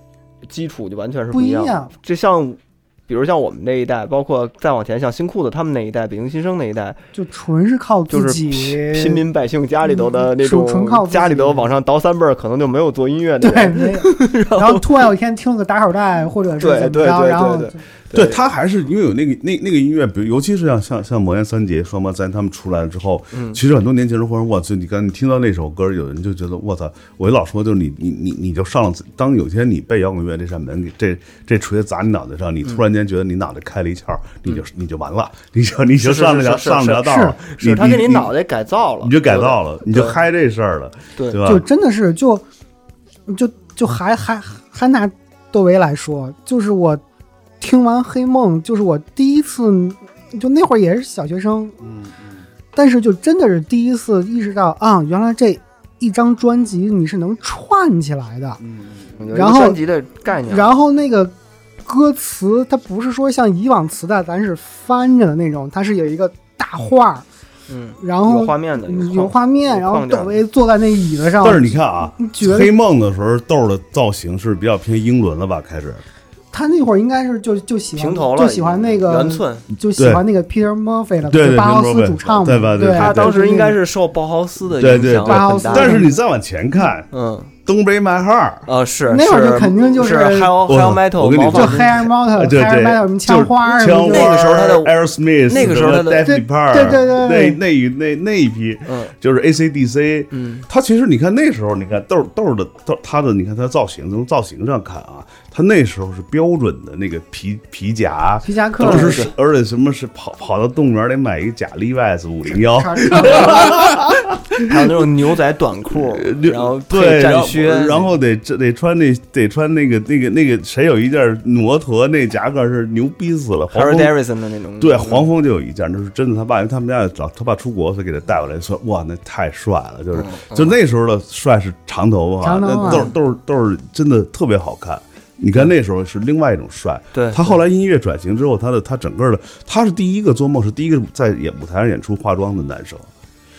基础就完全是不一一样的。样，就像，比如像我们那一代，包括再往前，像新裤子他们那一代，北京新生那一代，就纯是靠就自是己贫贫民百姓家里头的那嗯纯纯靠种，自己家里头往上倒三辈儿，可能就没有做音乐的对，人。没有。然后突然有一天听了个打口袋，或者是对怎么对着，对然后对对他还是因为有那个那那个音乐，比如尤其是像像像魔岩三杰、双八三他们出来了之后，嗯其实很多年轻人会说，我操，你刚你听到那首歌，有人就觉得我操，我老说就是你你你你就上了，当有一天你被摇滚乐这扇门给这这锤子砸你脑袋上，你突嗯然间觉得你脑袋开了一窍，你就你就完了，你就你就是上是了条是是上了条道了，是他你给你脑袋改造了，你就改造了，你就对嗨这事儿了，对对吧？就真的是就就就还还还拿窦唯来说，就是我听完《黑梦》，就是我第一次，就那会儿也是小学生，嗯但是就真的是第一次意识到啊，原来这一张专辑你是能串起来嗯有的，一个然后专辑的概念，然后那个。歌词它不是说像以往磁带咱是翻着的那种，它是有一个大画儿，嗯，然有后画面的，有画面，有然后框架窦唯坐在那椅子上，但是你看啊，觉得黑梦的时候豆儿的造型是比较偏英伦了吧？开始他那会儿应该是就就喜欢平头了，就喜欢那个圆寸。就喜欢那个 Peter Murphy 了，对对就巴豪 Peter 斯 Murphy，主唱嘛，对吧对对，哎对他对当时应该是受包豪斯的对影对响对很大，但是你再往前看，嗯，东北 my heart，呃，是那会儿是就肯定就是是 high high 我 metal，我跟你毛说就发这之黑 a i r 前 m o t o 对 l 对黑 a i r m o t o l 什么枪花儿什么枪那花个儿时候他的 Aerosmith，那个时候他的 d e 对 p a r 对对对对那那一那那一批，嗯，就是 ACDC，嗯，他其实你看那时候，你看豆豆的豆他的，你看他造型从造型上看啊，他那时候是标准的那个皮皮夹，皮夹克当时是是而且什么是跑跑到动物园得买一假 Levi's 五零幺， 还有那种牛仔短裤，然后呃对，配然战后靴，然后得这得穿那得穿那个那个那个谁有一件摩托那夹克是牛逼死了，还黄是蜂 Davidson 的那种，嗯对，黄蜂就有一件，那是真的。他爸，因为他们家老他爸出国，所以给他带过来，说哇，那太帅了，就是、嗯就那时候的帅是长头发，长头那发都是都是都是真的特别好看。你看那时候是另外一种帅，对他后来音乐转型之后，他的他整个的他是第一个做梦，是第一个在演舞台上演出化妆的男生，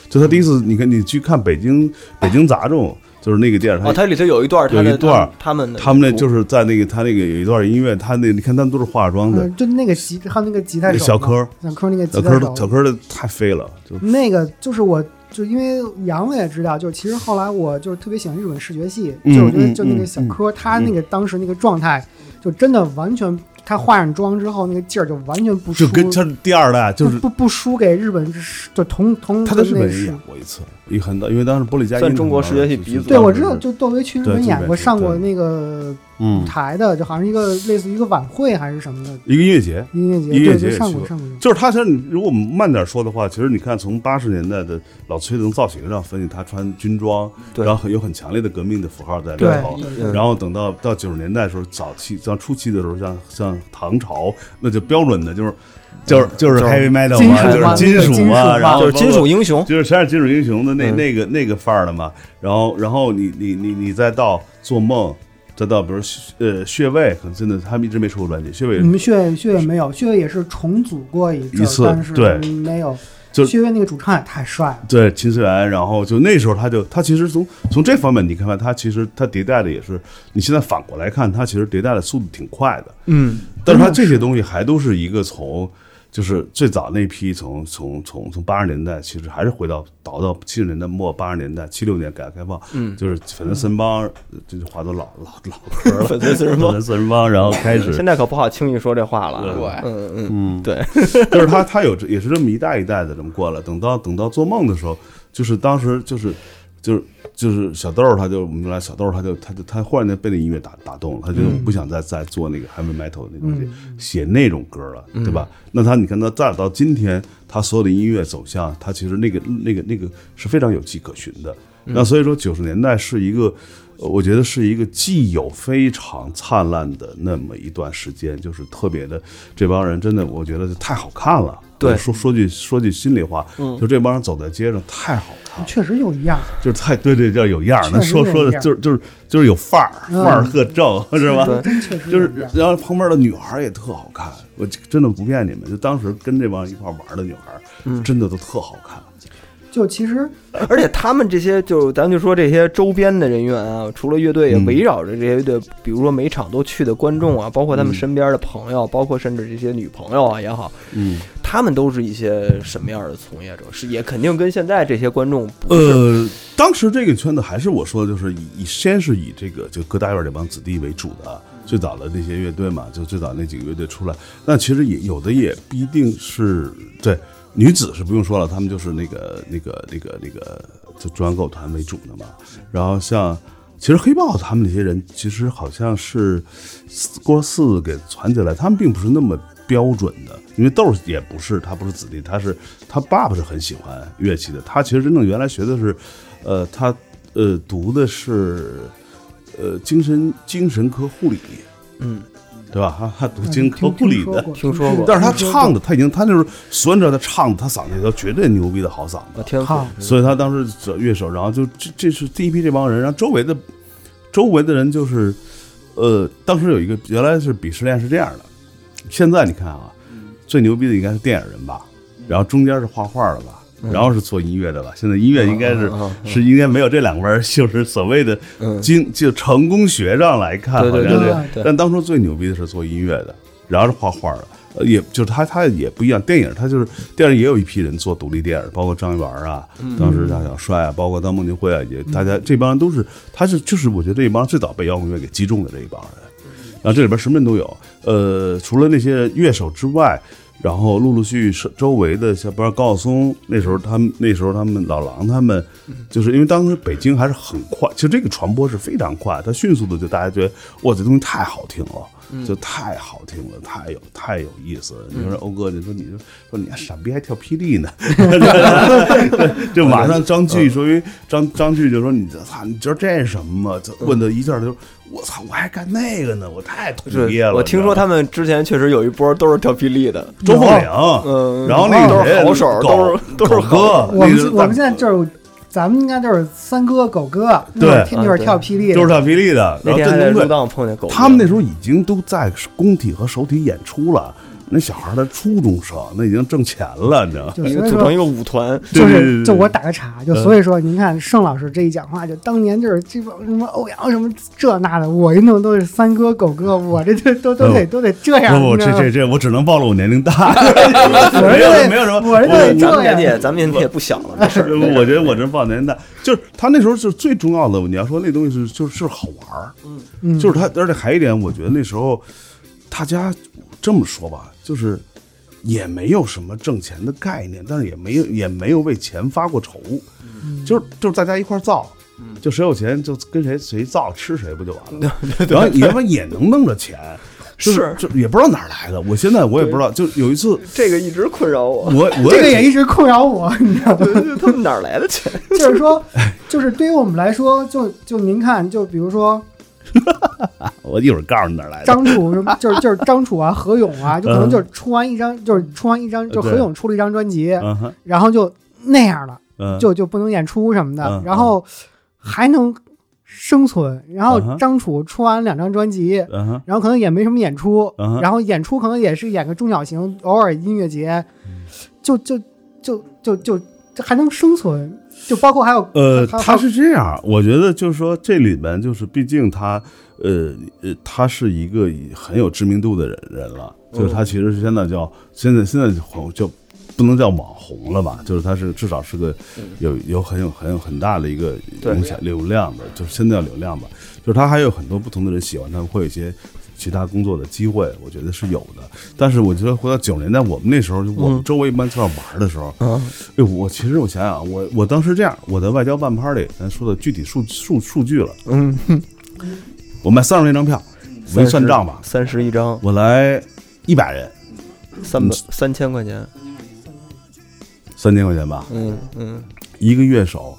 就他第一次，嗯你看你去看北京北京杂种，就是那个电视台哦，它里头有一段儿他的，有一段儿他们的他们那就是是在那个他那个有一段音乐，他那你看他们都是化妆的，嗯就那个吉还有那个吉他手嘛小柯儿小柯那个小吉柯他的手小柯的太飞了，就那个就是我，就因为杨子也知道，就是其实后来我就是特别喜欢日本视觉系，嗯就我觉得嗯就那个小柯，他那个当时那个状态，就真的完全，他化上妆之后那个劲儿就完全不输，就跟他是第二代，就不是不不输给日本之，就同同他在日那本个也时演过一次，也很大，因为当时玻璃佳音算中国世界系鼻祖对，当时我知道，就窦唯去日啊对本演基过，本是上过对那个舞嗯，台的，就好像一个类似于一个晚会还是什么的一个音乐节，音乐节，音乐节对，对也上过去上过。上过就是他。其实你如果我们慢点说的话，其实你看从八十年代的老崔从造型上分析，他穿军装，对然后很有很强烈的革命的符号在里对头。嗯然后等到到九十年代的时候，早期像初期的时候，像像唐朝，那就标准的就是就是就是 heavy metal 金属啊，就是嘛金对金属属啊，嘛然后嗯就是金包括属英雄，就是全是金属英雄的那、嗯那个那个范儿的嘛。然后然后你你你你再到做梦，再到比如呃穴位，可能真的他们一直没出过专辑，穴位你们血月血月没有，血月也是重组过一阵一儿次但是对没有。就血月那个主唱也太帅了，对秦思源，然后就那时候他就他其实从从这方面你看看他其实他迭代的也是，你现在反过来看他其实迭代的速度挺快的，嗯，但是它这些东西还都是一个从，就是最早那批从从从从八十年代，其实还是回到倒到七十年代末八十年代七六年改革开放，嗯，就是粉丝四人帮，呃这就划到老老老歌了， 粉丝四人帮粉丝四人帮，然后开 始现在可不好轻易说这话了，对嗯嗯嗯，对，就是他他有这也是这么一代一代的这么过来，等到等到做梦的时候，就是当时就是就是就是小豆儿，他就我们来小豆儿，他就他就他忽然间被那音乐打打动了，他就不想再再做那个 heavy metal 那东西，写那种歌了，对吧？那他你看他再到今天，他所有的音乐走向，他其实那个那个那个是非常有迹可循的。那所以说九十年代是一个。呃我觉得是一个既有非常灿烂的那么一段时间，就是特别的这帮人真的，我觉得就太好看了。对说说句说句心里话，就这帮人走在街上太好看了，确实有一样。就是太对对叫有样儿，那确实说有说的样儿就是就是就是有范儿，嗯范儿特 正是吧？真确实就有是这样，然后旁边的女孩儿也特好看，我真的不骗你们，就当时跟这帮人一块儿玩儿的女孩儿，嗯真的都特好看。就其实而且他们这些就咱就说这些周边的人员啊，除了乐队，也嗯围绕着这些乐队，比如说每场都去的观众啊，包括他们身边的朋友，包括甚至这些女朋友啊也好，嗯，他们都是一些什么样的从业者？是也肯定跟现在这些观众不是呃，当时这个圈子还是我说的，就是以以先是以这个就歌大院这帮子弟为主的，最早的那些乐队嘛，就最早那几个乐队出来，但其实也有的也不一定是对女子是不用说了，他们就是那个那个那个那个就中央歌舞团为主的嘛，然后像。其实黑豹他们那些人，其实好像是四郭四给攒起来，他们并不是那么标准的，因为豆儿也不是，他不是子弟，他是他爸爸是很喜欢乐器的，他其实真正原来学的是，呃，他呃读的是呃精神精神科护理，嗯，对吧？他他读精神科嗯听护理听说的，过，听说过但是他唱的他已经他就是所有人知道他唱的他嗓子也都绝对牛逼的好嗓子啊，天赋好，所以他当时找乐手，然后就这这是第一批这帮人，然后周围的周围的人就是，呃，当时有一个原来是鄙视链是这样的，现在你看啊，嗯最牛逼的应该是电影人吧，然后中间是画画的吧，然后是做音乐的吧，现在音乐应该是嗯嗯嗯是应该没有这两门，就是所谓的嗯经就成功学上来看，好对对像这对个对，但当初最牛逼的是做音乐的，然后是画画的，呃也就是他他也不一样，电影他就是电影也有一批人做独立电影，包括张一元啊，当时大小帅啊，包括当孟京辉啊，也大家这帮人都是，他是就是我觉得这一帮最早被摇滚乐给击中的这一帮人。然后这里边什么人都有，呃，除了那些乐手之外，然后陆陆续续是周围的，像不知道高晓松那时候他们那时候他们老狼他们，就是因为当时北京还是很快，其实这个传播是非常快，它迅速的就大家觉得哇这东西太好听嗯了，就太好听了，太有太有意思了。你说欧哥，你说你说说你还傻逼还跳霹 雳呢， 就马上张嗯炬说，因为张张炬就说你这操，你知道这是什么吗？就问的一下就。我操！我还干那个呢，我太就统一是了。我听说他们之前确实有一波都是跳霹雳的，周凤岭，嗯 然后那个都是谁好手狗都是都是狗哥，我那个们我们现在这儿，咱们应该就是三哥、狗哥，那对会儿跳那会儿嗯跳霹雳，就是跳霹雳的，那然后天还在振入东队，档碰见狗哥，他们那时候已经都在工体和首体演出了。那小孩儿他初中生，那已经挣钱了，你知道吗？就一所个以组成说一。个舞团，对就对对对嗯是，就对我打个岔，啊就所以说，您看盛老师这一讲话，就当年就是这帮什么欧阳什么这那的，我一弄都是三哥狗哥，我这这都都得都得这样。嗯不不，你知这道吗这这，我只能暴露我年 龄大，我没这有得没有什么，我这我得咱这们年纪样。也咱们年纪也不小 了，没事儿。我觉得我这放年代，就是他那时候是最重要的。你要说那东西是就是是好玩儿，嗯就是他，而且还有一点，我觉得那时候大家这么说吧，就是也没有什么挣钱的概念，但是也没有也没有为钱发过愁，就是就是大家一块儿造。嗯就谁有钱就跟谁谁造，吃谁不就 完了？然后你要不然也能弄着钱，就是就也不知道哪儿来的。我现在我也不知道，就有一次这个一直困扰 我，我我这个也也一直困扰我，你知道吗？他们哪儿来的钱？就是 说，哎就是对于我们来说，就就您看，就比如说我一会儿告诉你哪儿来的。张楚什么，就是就是张楚啊、何勇啊，就可能嗯呃就是出完一张，就是出完一张，就对何勇出了一张专辑，嗯哼然后就那样了，嗯，就就不能演出什么的嗯，然后还能生存。然嗯后哼张楚出完两张专辑，嗯哼然后可能也没什么演出嗯，哼然后演出可能也是演个中小型，偶尔音乐节，嗯就就就就就就还能生存，就包括还有呃，还有他是这样，我觉得就是说这里面就是，毕竟他，呃呃，他是一个很有知名度的人人了，就是他其实是现在叫现在现在红就不能叫网红了吧，就是他是至少是个有有很有很有很大的一个对影响流量的，就是现在叫流量吧，就是他还有很多不同的人喜欢他，会有一些。其他工作的机会，我觉得是有的。但是我觉得回到九十年代，我们那时候，就我们周围一帮小伙伴儿的时候，啊哎，我其实我想想，我我当时这样，我在外交办 party，咱说的具体数数数据了，嗯，我卖三十那张票，没嗯算账吧，三十一张，我来一百人，三嗯百三千块钱，三千块钱吧，嗯嗯，一个乐手，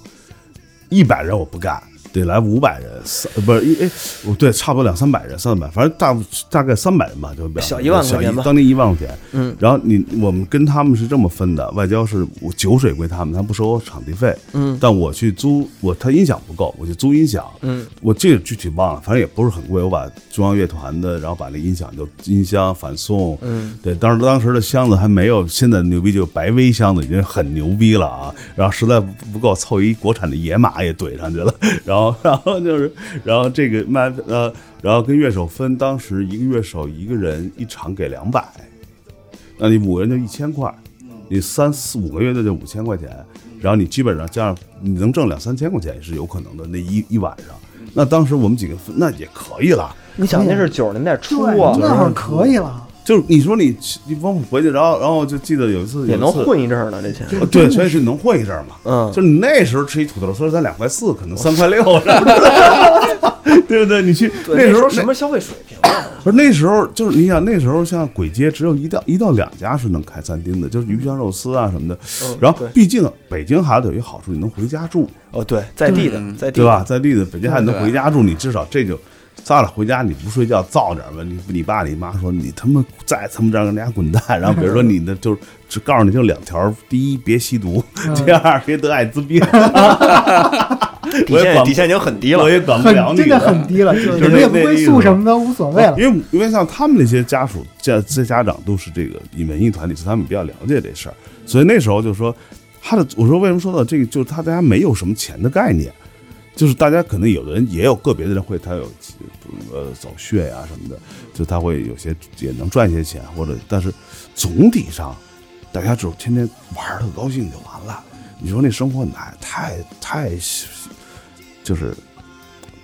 一百人我不干，得来五百人，三不是一哎，我对，差不多两三百人，三百，反正大大概三百人吧，就比较小一万块钱吧小一当地一万块钱。嗯，然后你我们跟他们是这么分的，外交是我酒水归他们，他不收我场地费。嗯但我去租我他音响不够，我去租音响。嗯，我这个具体忘了，反正也不是很贵，我把中央乐团的，然后把那音响就音箱反送。嗯，对，当时当时的箱子还没有现在牛逼，就白威箱子已经很牛逼了啊。然后实在不不够，凑一国产的野马也怼上去了。 然后然后就是，然后这个卖呃，然后跟乐手分，当时一个乐手一个人一场给两百，那你五个人就一千块，你三四五个月的就五千块钱，然后你基本上加上你能挣两三千块钱也是有可能的，那一一晚上。那当时我们几个分那也可以了，你想那是九十年代初对啊，那会儿可以了。就是你说你你帮我回去，然后然后就记得有一次也能，有一混一阵儿呢，这钱。次对，所以是能混一阵儿嘛。嗯就是你那时候吃一土豆丝儿才两块四，可能三块 六，是不是 对不对？你去那时候什那么消费水平？不是那时候，就是你想那时候像簋街只有一到一到两家是能开餐厅的，就是鱼香肉丝啊什么的。然后哦对毕竟北京孩子有一好处，你能回家住，哦，对，在地的，在地啊嗯的对吧？？在地的北京孩子能对回家住，你至少这就。咱俩回家你不睡觉造点儿吧，你你爸你妈说你他妈再他妈这样跟人家滚蛋，然后比如说你的就是只告诉你就两条，第一别吸毒，嗯第二别得艾 滋病，底我也线管底线已经很低了我。也管不很了你真的很低 了，就就是是也那不那归意宿思什么的，无所谓 了。因为因为像他们那些家属家这家长都是这个文艺团体，所以他们比较了解这事儿，所以那时候就说他的我说为什么说到这个，就是他大家没有什么钱的概念。就是大家可能有的人也有个别的人会他有呃走穴呀、什么的，就他会有些也能赚一些钱，或者但是总体上，大家只有天天玩儿的高兴就完了。你说那生活哪太太就是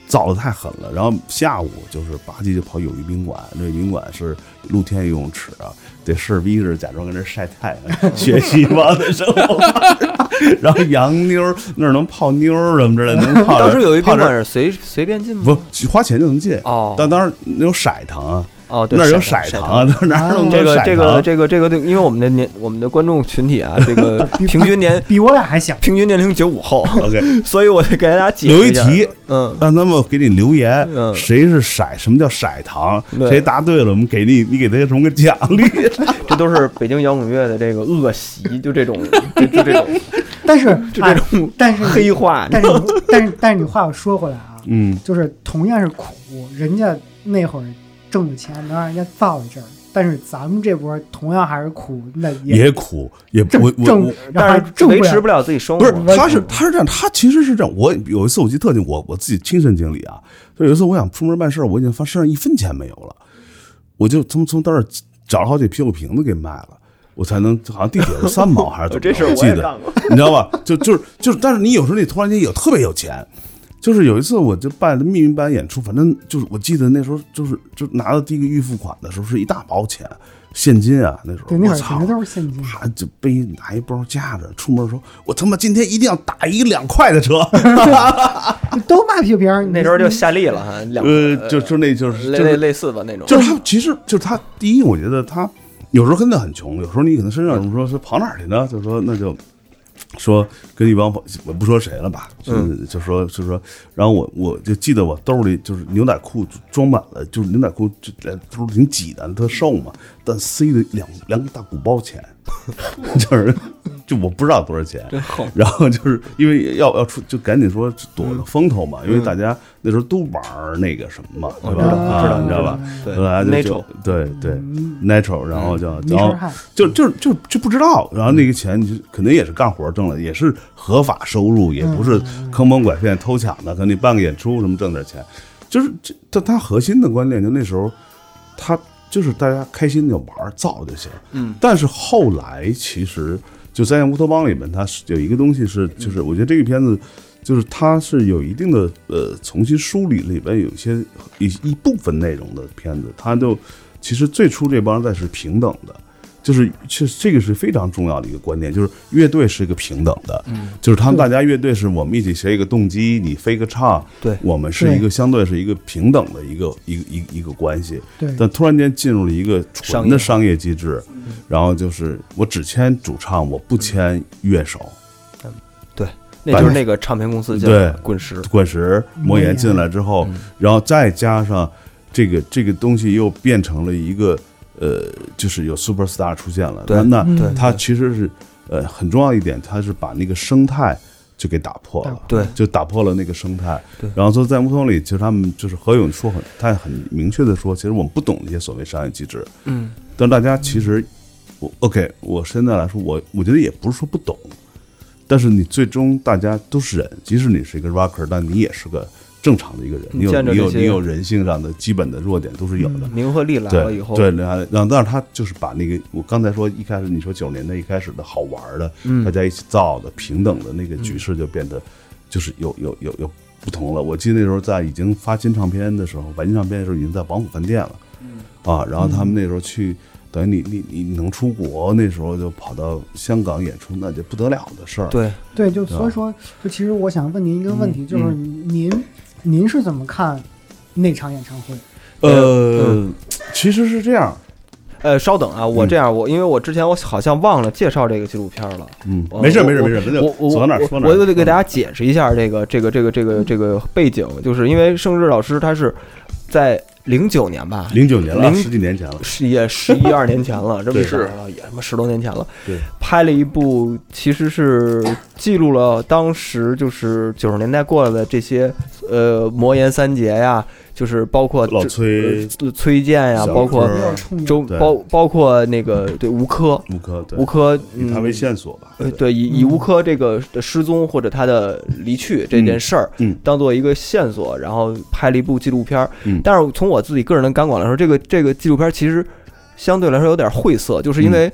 造的太狠了，然后下午就是吧唧就跑友谊宾馆，那宾馆是露天游泳池啊，得是逼着假装跟那晒太阳，学习吧的生活方式。 然后洋妞儿那儿能泡妞儿什么之类的，能泡着。当时有一宾泡着馆是随随便进吗？不花钱就能进哦但当然那有色糖啊，哦，对，那儿有色糖啊，哪儿弄这个这个个这个这个，因为我们的年我们的观众群体啊，这 个平均年比我俩还小。平均年龄九五后， OK，所以我得给大家解留释一下。题，嗯，让他们给你留言，嗯谁是色，什么叫色糖，对谁答对了，我们给你你给他什么个奖励？ 这都是北京摇滚乐的这个恶习，就这种，就就这种，但 是就这哎种但是你黑啊化。但是你但是但是你话又说回来啊，嗯，就是同样是苦，人家那会儿挣的钱能让人家造一阵儿，但是咱们这波同样还是苦，那也苦，也挣我我挣我，然后还但是挣维持了不了自己生不活，是，他嗯是他是这样，他其实是这样。我有一次我记得特清，我我自己亲身经历啊，就有一次我想出门办事儿，我已经发身上一分钱没有了，我就从从当儿找了好几啤酒瓶子给卖了。我才能好像地铁是三毛还是怎么着？这事儿我我记也得干过，你知道吧？就就是就是，但是你有时候你突然间有特别有钱，就是有一次我就办密云班演出，反正就是我记得那时候就是就拿到第一个预付款的时候是一大包钱，现金啊那时候。对，那会我儿操肯定都是现金。啪就背拿一包夹着，出门说：“我他妈今天一定要打一个两块的车。都卖皮皮儿，你那时候就夏利了哈，”两呃，就就那就是类就类是类似吧那种，就是他其实就是他第一，我觉得他有时候真的很穷，有时候你可能身上怎么说是跑哪儿去呢？就说那就说跟一帮朋我不说谁了吧，就是嗯就说就说，然后我我就记得我兜里就是牛仔裤装满了，就是牛仔裤就兜儿挺挤的，特瘦嘛，但塞的两两个大鼓包钱， 就是就我不知道多少钱，然后就是因为要要出就赶紧说躲嗯着风头嘛，因为大家那时候都玩儿那个什么嘛，对哦知吧？道啊知道你知道吧？对后来就 Natural 就对对 natural，然后就没然事后儿干就就就就不知道，然后那个钱你就可能也是干活挣了，也是合法收入，也不是坑蒙拐骗偷抢的，可能你办个演出什么挣点钱，就是这但他核心的观念就那时候他就是大家开心就玩儿造就行，嗯，但是后来其实就在《乌托邦》里面，它是有一个东西是就是嗯我觉得这个片子。就是它是有一定的呃重新梳理里边有一些一一部分内容的片子，它就其实最初这帮人在是平等的，就是这这个是非常重要的一个观念，就是乐队是一个平等的，就是他们大家乐队是我们一起学一个动机，你飞个唱，对我们是一个相对是一个平等的一个一个一个一个关系，对但突然间进入了一个纯的商商业机制，然后就是我只签主唱，我不签乐手。对，那就是那个唱片公司叫对滚石，滚石、魔岩进来之后，然后再加上这个这个东西又变成了一个呃，就是有 super star 出现了。对嗯那对那它其实是呃很重要一点，它是把那个生态就给打破了。对就打破了那个生态对。然后说在乌托邦里，其实他们就是何勇说很，他很明确的说，其实我们不懂那些所谓商业机制。嗯，但大家其实，我 OK，我现在来说，我我觉得也不是说不懂，但是你最终大家都是人，即使你是一个 rocker，但你也是个正常的一个人，你你有见着你有这些你有人性上的基本的弱点都是有的。名和利来了对以后，对，然后然后但是他就是把那个我刚才说一开始你说九十年代一开始的好玩的，嗯大家一起造的平等的那个局势就变得就是有有有有不同了。我记得那时候在已经发新唱片的时候，晚金唱片的时候已经在王府饭店了，嗯啊，然后他们那时候去。等于你你你能出国，那时候就跑到香港演出，那就不得了的事儿。，对，对，就所以说，就其实我想问您一个问嗯题，就是您、您是怎么看那场演唱会？嗯呃，其实是这样，呃，稍等啊，我嗯这样，我因为我之前我好像忘了介绍这个纪录片了。嗯，我没事哦我没事我没事，咱我我就走到哪儿说哪儿。嗯我我得给大家解释一下这个这个这个这个这个背景，就是因为盛智老师他是在零九年吧，零九年了，零十几年前了，是也十一二年前了，这么对想了也他妈十多年前了。对，拍了一部其实是记录了当时就是九十年代过来的这些呃魔岩三杰呀，就是包括老这崔、呃崔健呀，小包括柯没有冲周对包包括那个对吴科，吴科，对吴科以嗯他为线索吧。呃，对，以以嗯吴科这个的失踪或者他的离去这件事儿，嗯嗯当做一个线索，然后拍了一部纪录片儿。嗯但是从我自己个人的感广来说，这个这个纪录片儿其实相对来说有点晦涩，就是因为，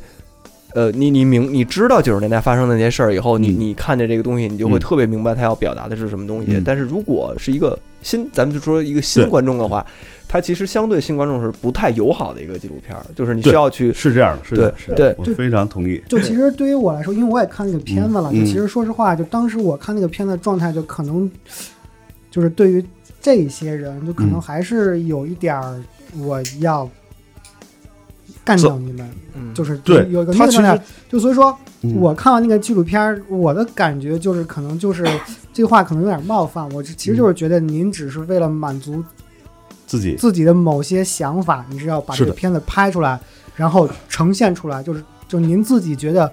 呃，你你明你知道九十年代发生的那些事儿以后，你嗯你看见这个东西，你就会嗯特别明白他要表达的是什么东西。嗯但是如果是一个新，咱们就说一个新对观众的话，他其实相对新观众是不太友好的一个纪录片儿，就是你需对要去是这样的，是这样的是这样的我对非常同意。就其实对于我来说，因为我也看那个片子了，嗯就其实说实话，就当时我看那个片子的状态，就可能就是对于这些人，就可能嗯还是有一点儿我要干掉你们，嗯就是对有一个他那个其实状态就所以说嗯我看完那个纪录片儿，我的感觉就是可能就是这话可能有点冒犯，我就其实就是觉得您只是为了满足自己自己的某些想法，你是要把是这的个片子拍出来，然后呈现出来，就是就您自己觉得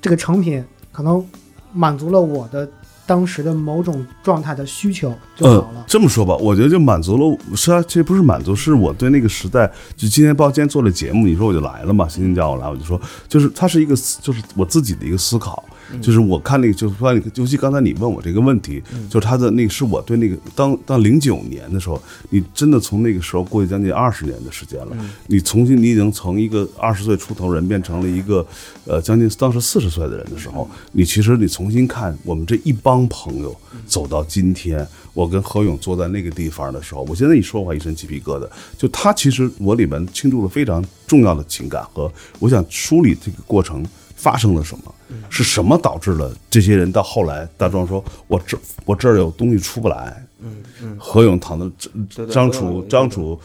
这个成品可能满足了我的当时的某种状态的需求就好嗯了，。这么说吧，我觉得就满足了我。是啊，这不是满足，是我对那个时代。就今天包今天做了节目，你说我就来了嘛，星星叫我来，我就说，就是它是一个思，就是我自己的一个思考。就是我看那个，就是说你，尤其刚才你问我这个问题，就是他的那个是我对那个当当零九年的时候，你真的从那个时候过去将近二十年的时间了，你重新你已经从一个二十岁出头人变成了一个呃将近当时四十岁的人的时候，你其实你重新看我们这一帮朋友走到今天，我跟何勇坐在那个地方的时候，我现在一说话一身鸡皮疙瘩。就他其实我里面倾注了非常重要的情感和我想梳理这个过程发生了什么。嗯是什么导致了这些人到后来大壮说：“我这我这儿有东西出不来。”嗯嗯，何勇躺在对对张何勇有楚一个张楚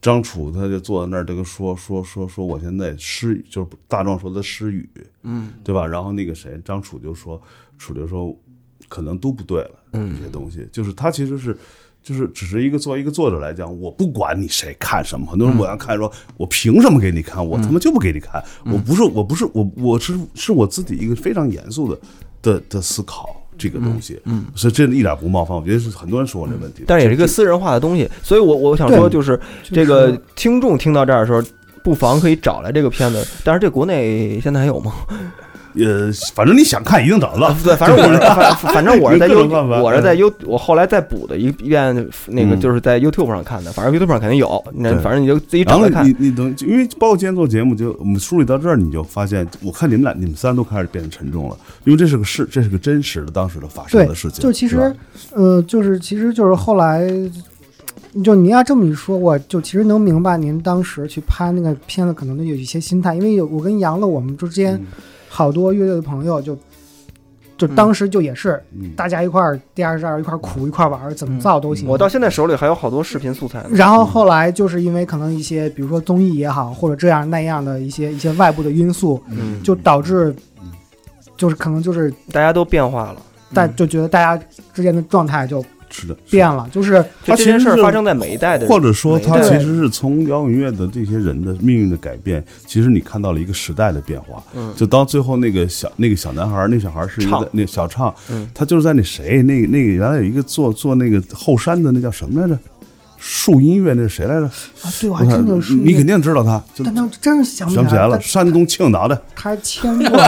张楚他就坐在那儿，这个说说说说我现在失就是大壮说的失语，嗯，对吧？然后那个谁张楚就说楚就说可能都不对了，嗯，这些东西就是他其实是。就是只是一个作为一个作者来讲，我不管你谁看什么，很多人我要看说，嗯我凭什么给你看？我他妈就不给你看！我不是我不是我我是是我自己一个非常严肃的的的思考这个东西，嗯，所以真的一点不冒犯，我觉得是很多人说我这问题，但是也是一个私人化的东西，所以我我想说，对就是就是这个听众听到这儿的时候，不妨可以找来这个片子。但是这国内现在还有吗？呃，反正你想看一定找得到，啊 对，反正我是反反正我是在 有各 U，种办法我是在 U，我后来再补的一遍，那个嗯就是在 YouTube 上看的，反正 YouTube 上肯定有，那对反正你就自己然找后来看你。你等，因为包括今天做节目就，我们梳理到这儿，你就发现，我看你们俩、你们仨都开始变得沉重了，因为这是个事，这是个真实的当时的发生对的事，情。就其是实吧，呃，就是其实就是后来，就您要这么一说，我就其实能明白您当时去拍那个片子可能有一些心态，因为有我跟杨乐我们之间嗯好多乐队的朋友就。就当时就也是嗯大家一块儿，第二十二一块儿苦，一块儿玩儿，怎么造都行。我到现在手里还有好多视频素材呢。然后后来就是因为可能一些，比如说综艺也好，或者这样那样的一些一些外部的因素，嗯，就导致，就是可能就是大家都变化了。大嗯就觉得大家之间的状态就是的，变了，就是啊就这它其件实事儿是发生在每一代的人，或者说，它每一代其实是从摇滚乐的这些人的命运的改变，其实你看到了一个时代的变化。嗯就当最后那个小那个小男孩儿，那小孩儿是一唱个那小唱，嗯他就是在那谁那个那个原来有一个做做那个后山的那叫什么来着？树音乐那是谁来着？啊，对我我还真看的是，你肯定知道他，就但当时真是想想不起起来了。啊他山东青岛的，他签 过，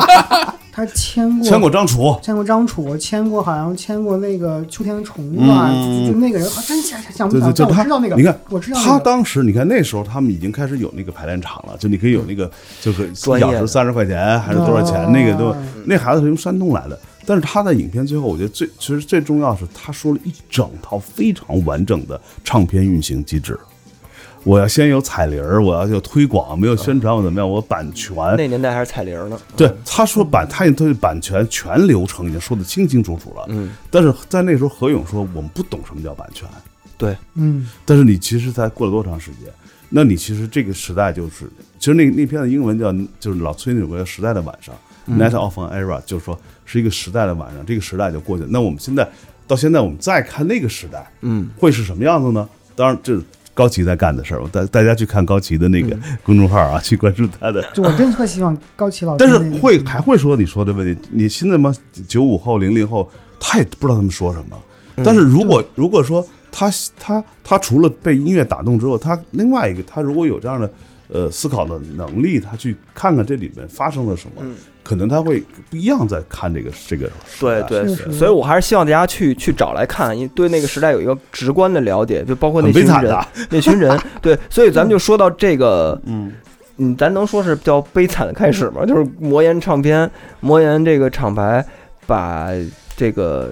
他签过，签过张楚，签过张楚，签过好像签过那个秋天的宠物啊，嗯就就那个人，啊，真想想不对起来对，，就但他，我知道那个，你看，我知道那他个当时，你看那时候他们已经开始有那个排练场了，就你可以有那嗯个，就是专一业小时三十块钱还是多少钱，那个都，哦那孩子是从山东来的。但是他在影片最后，我觉得最其实最重要是他说了一整套非常完整的唱片运行机制。我要先有彩铃儿，我要有推广，没有宣传我怎么样？我版权，那年代还是彩铃呢。对，他说版，他也对版权全流程已经说的清清楚楚了。嗯，但是在那时候，何勇说我们不懂什么叫版权，对，嗯，但是你其实才过了多长时间？那你其实这个时代就是，其实那那篇的英文叫就是老崔那首歌叫《时代的晚上》（Night 嗯 of an Era），就是说是一个时代的晚上，这个时代就过去了。那我们现在到现在，我们再看那个时代，嗯，会是什么样子呢？当然，这是高旗在干的事儿。我带大家去看高旗的那个嗯公众号啊，去关注 他的就我真特希望高旗老师但那是个，嗯会还会说你说的问题，你现在嘛九五后零零后，他也不知道他们说什么。嗯但是如果如果说他他他除了被音乐打动之后，他另外一个他如果有这样的呃思考的能力，他去看看这里面发生了什么，嗯嗯可能他会不一样在看这个这个时对代。对，是所是所以我还是希望大家去去找来看，因为对那个时代有一个直观的了解，就包括那很悲群惨人的，啊那群 人，对，所以咱们就说到这个，嗯。嗯，咱能说是叫悲惨的开始吗？就是魔岩唱片，魔岩这个厂牌把这个，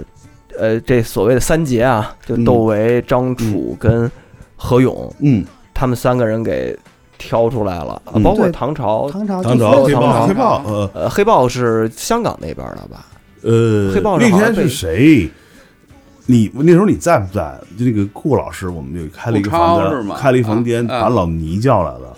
呃，这所谓的三杰啊，就嗯窦唯、张楚跟何勇，嗯，他们三个人给挑出来了，啊嗯包括对唐朝，唐朝啊唐就朝黑黑豹豹黑黑豹豹呃呃，黑豹是香港那边的吧？呃，黑豹那是好像天被是谁？你那时候你在不在？就那个顾老师，我们就开了一个顾超房是间，吗开了一房间，啊啊把老倪叫来了。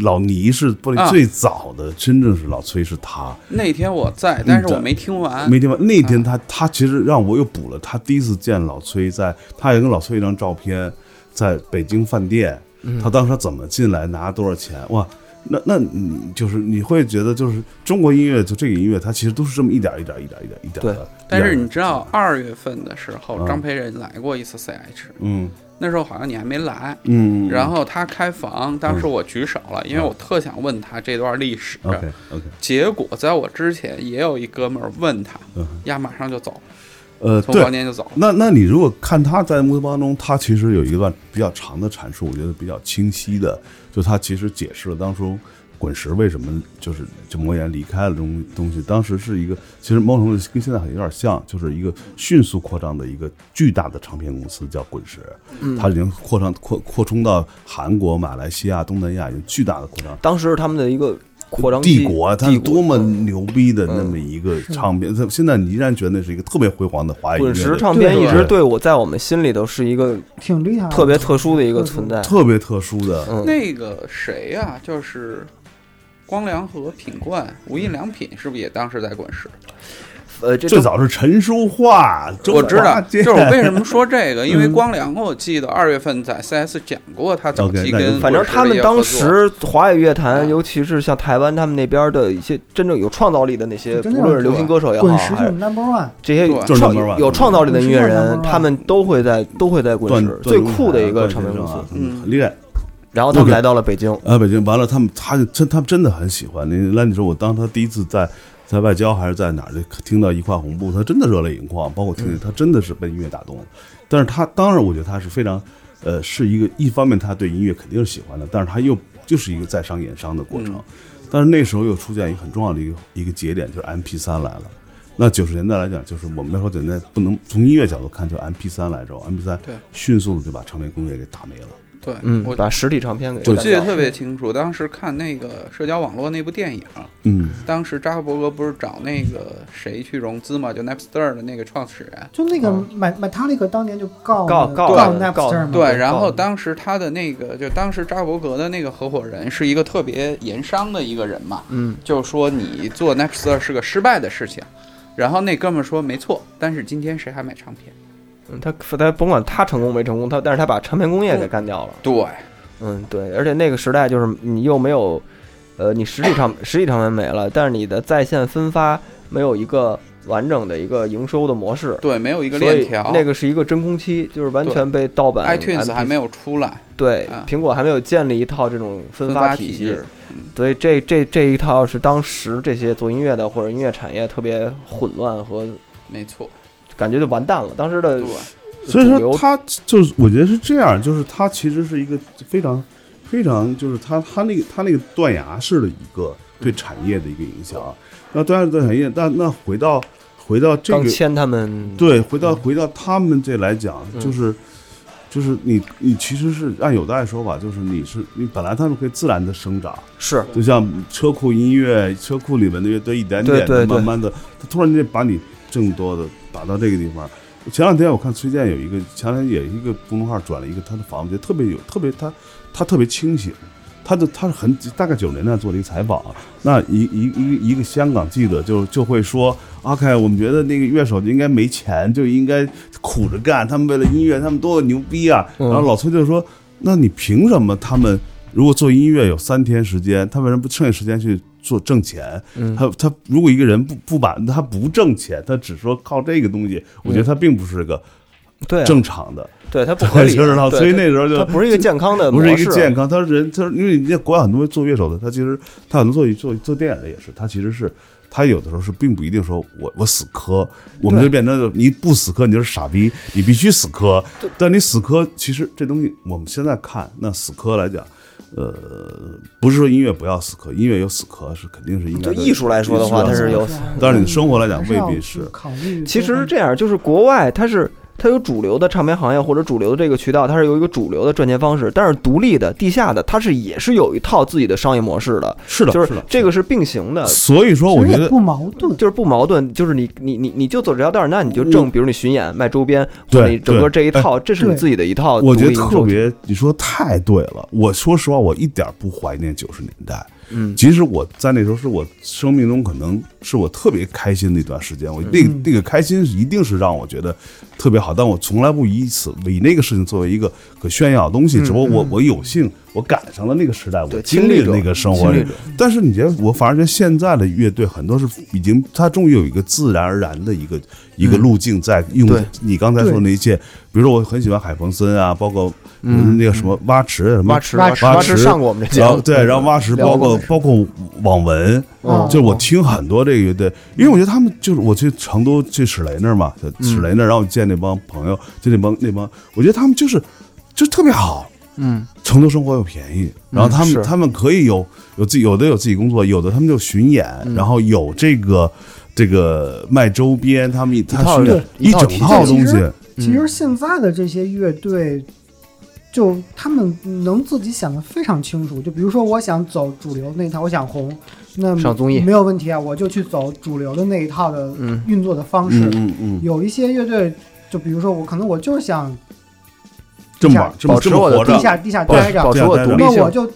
老倪是玻璃啊最早的，真正是老崔是他。那天我在，但是我没听完。嗯没听完那啊天他他其实让我又补了，他第一次见老崔在，他也跟老崔一张照片，在北京饭店，他当时怎么进来，拿多少钱，哇，那那你就是你会觉得就是中国音乐就这个音乐，它其实都是这么一点儿一点儿一点儿一点儿一点儿的。但一点儿是一点儿你知道，二月份的时候，嗯张培仁来过一次 CH，嗯那时候好像你还没来。嗯，然后他开房，当时我举手了，因为我特想问他这段历史。嗯 OK OK，结果在我之前也有一哥们儿问他嗯，呀，马上就走，呃，从房对，间就走。那那你如果看他在乌托邦中，他其实有一段比较长的阐述，我觉得比较清晰的，就他其实解释了当初滚石为什么就是就魔岩离开了东东西，当时是一个其实某种程度跟现在有点像，就是一个迅速扩张的一个巨大的唱片公司叫滚石，它已经扩张扩扩充到韩国、马来西亚、东南亚，已经巨大的扩张。当时是他们的一个扩张期帝国啊，它帝是国多么牛逼的那么一个唱片，它现在你依然觉得那是一个特别辉煌的华语音嗯乐滚的啊石唱片对一直对我在我们心里头是一个挺厉害的，特别特殊的一个存在。啊特别特殊的，嗯，那个谁呀、就是光良和品冠、无印良品，是不是也当时在滚石？呃，这最早是陈淑桦，周我知华道，健就是我为什 么说这个，因嗯为光良我记得二月份在 CS 讲过，他早期 OK，那就跟反正他们当滚石也有合作时华语乐坛，嗯尤其是像台湾他们那边的一些真正有创造力的那些，真正无论是流行歌手也好，哎滚石就还是是 number one，这些对就是创 number one 有创造力的音乐滚石就是人， number one 他们都会在都会在滚段石最酷的一个唱片片公司。嗯啊很厉害。然后他们 OK 来到了北京，啊，北京完了，他们他就真他们真的很喜欢。你那你说我当他第一次在在外交还是在哪儿就听到一块红布，他真的热泪盈眶，包括听见他真的是被音乐打动了。但是他当然，我觉得他是非常呃，是一个一方面他对音乐肯定是喜欢的，但是他又就是一个在商言商的嗯过程。但是那时候又出现一个很重要的一个一个节点，就是 M P 三来了。那九十年代来讲，就是我们来说简单，不能从音乐角度看，就 M P 三来着，M P 三对迅速的就把唱片工业给打没了。对，嗯，我把实体唱片给就我记得干掉特别清楚，当时看那个社交网络那部电影，嗯，当时扎克伯格不是找那个谁去融资嘛，就 Napster 的那个创始人。就那个 Met Metallica 当年就告嗯告告告告 Napster 嘛，嗯对，然告后当时他的那个，就当时扎克伯格的那个合伙人是一个特别盐商的一个人嘛，嗯，就说你做 Napster 是个失败的事情，然后那哥们儿说没错，但是今天谁还买唱片？嗯他他甭管他成功没成功，他但是他把唱片工业给干掉了。对，嗯，对，而且那个时代就是你又没有，呃，你实体唱 实体唱片没了，但是你的在线分发没有一个完整的一个营收的模式，对，没有一个所链以条，那个是一个真空期，就是完全被盗版 iTunes 还没有有出来，对啊苹果还没有建立一套这种分分发体系制，，所以这这这一套是当时这些做音乐的或者音乐产业特别混乱和没错，感觉就完蛋了，当时的对，所以主流说他就是，我觉得是这样，就是他其实是一个非常非常，就是他他那个他那个断崖式的一个对嗯产业的一个影响。那断崖式的产业，那那回到回到这刚个签他们对，回嗯到回到他们这来讲，就是就是你你其实是按有的说法，就是你是你本来他们可以自然的生长，是就像车库音乐、车库里面的乐队，一点点对对的、对慢慢的，他突然间把你更多的打到这个地方。前两天我看崔健有一个，前两天也一个公众号转了一个他的访问，我觉得特别有，特别他他特别清醒，他的他是很大概九十年代做的一个采访，那一一一个一个香港记者就就会说，OK，我们觉得那个乐手就应该没钱，就应该苦着干，他们为了音乐，他们多牛逼啊！嗯然后老崔就说，那你凭什么他们如果做音乐有三天时间，他为什么不剩下时间去做挣钱？嗯他他如果一个人不不把他不挣钱，他只说靠这个东西，我觉得他并不是个。对啊正常的，对它不合对，理啊，就是他，对所以那时候它就它不是一个健康的呃模不式，是一个健康，他人他因为人家国外很多做乐手的，他其实他很多做做做电影的也是，他其实是他有的时候是并不一定说我我死磕，我们对就变成你不死磕你就是傻逼，你必须死磕。但你死磕，其实这东西我们现在看那死磕来讲。呃，不是说音乐不要死磕，音乐有死磕是肯定是应该就的。艺术来说的话艺它术来是说有但是你生活来讲还要未必去是考虑。其实是这样，就是国外它是它有主流的唱片行业或者主流的这个渠道，它是有一个主流的赚钱方式，但是独立的、地下的，它是也是有一套自己的商业模式的，是的，就是的。嗯这个是并行的。所以说，其我实觉也得不矛盾。就是不矛盾，就是你你你你就走这条道儿，那你就挣，比如你巡演卖周边，嗯对或者你整个对这一套，这是你对自己的一套独我觉得立营收体。特别，你说太对了。我说实话，我一点儿不怀念九十年代。嗯其实我在那时候是我生命中可能是我特别开心的一段时间，嗯我那个那个开心一定是让我觉得特别好，但我从来不以此以那个事情作为一个可炫耀的东西，只不过我我有幸我赶上了那个时代，我嗯对经历亲历者了那个生活亲历者，但是你觉得我反而觉得现在的乐队很多是已经它终于有一个自然而然的一个一个路径在用对你刚才说的那一切，比如说我很喜欢海鹏森啊，包括嗯那个什么蛙池什么挖池挖挖池挖池池上过我们这节然后目，对，然后挖石，聊包过括包括网文，嗯就是我听很多这个乐队，因为我觉得他们就是我去成都去史雷那儿嘛，就史雷那儿，然后见那帮朋友，就那帮那帮，我觉得他们就是就特别好。嗯，成都生活又便宜，然后他们、是他们可以有有自己有的有自己工作，有的他们就巡演，嗯然后有这个这个卖周边，他们一他套巡演对一一套整体系套东其西实，其实现在的这些乐队，就他们能自己想的非常清楚。就比如说，我想走主流那一套，我想红，那上综艺没有问题啊，我就去走主流的那一套的嗯运作的方式。嗯嗯嗯，有一些乐队，就比如说我可能我就是想这么玩这么保持这么我的活地着，下地下保待着，保持我独立那性我。就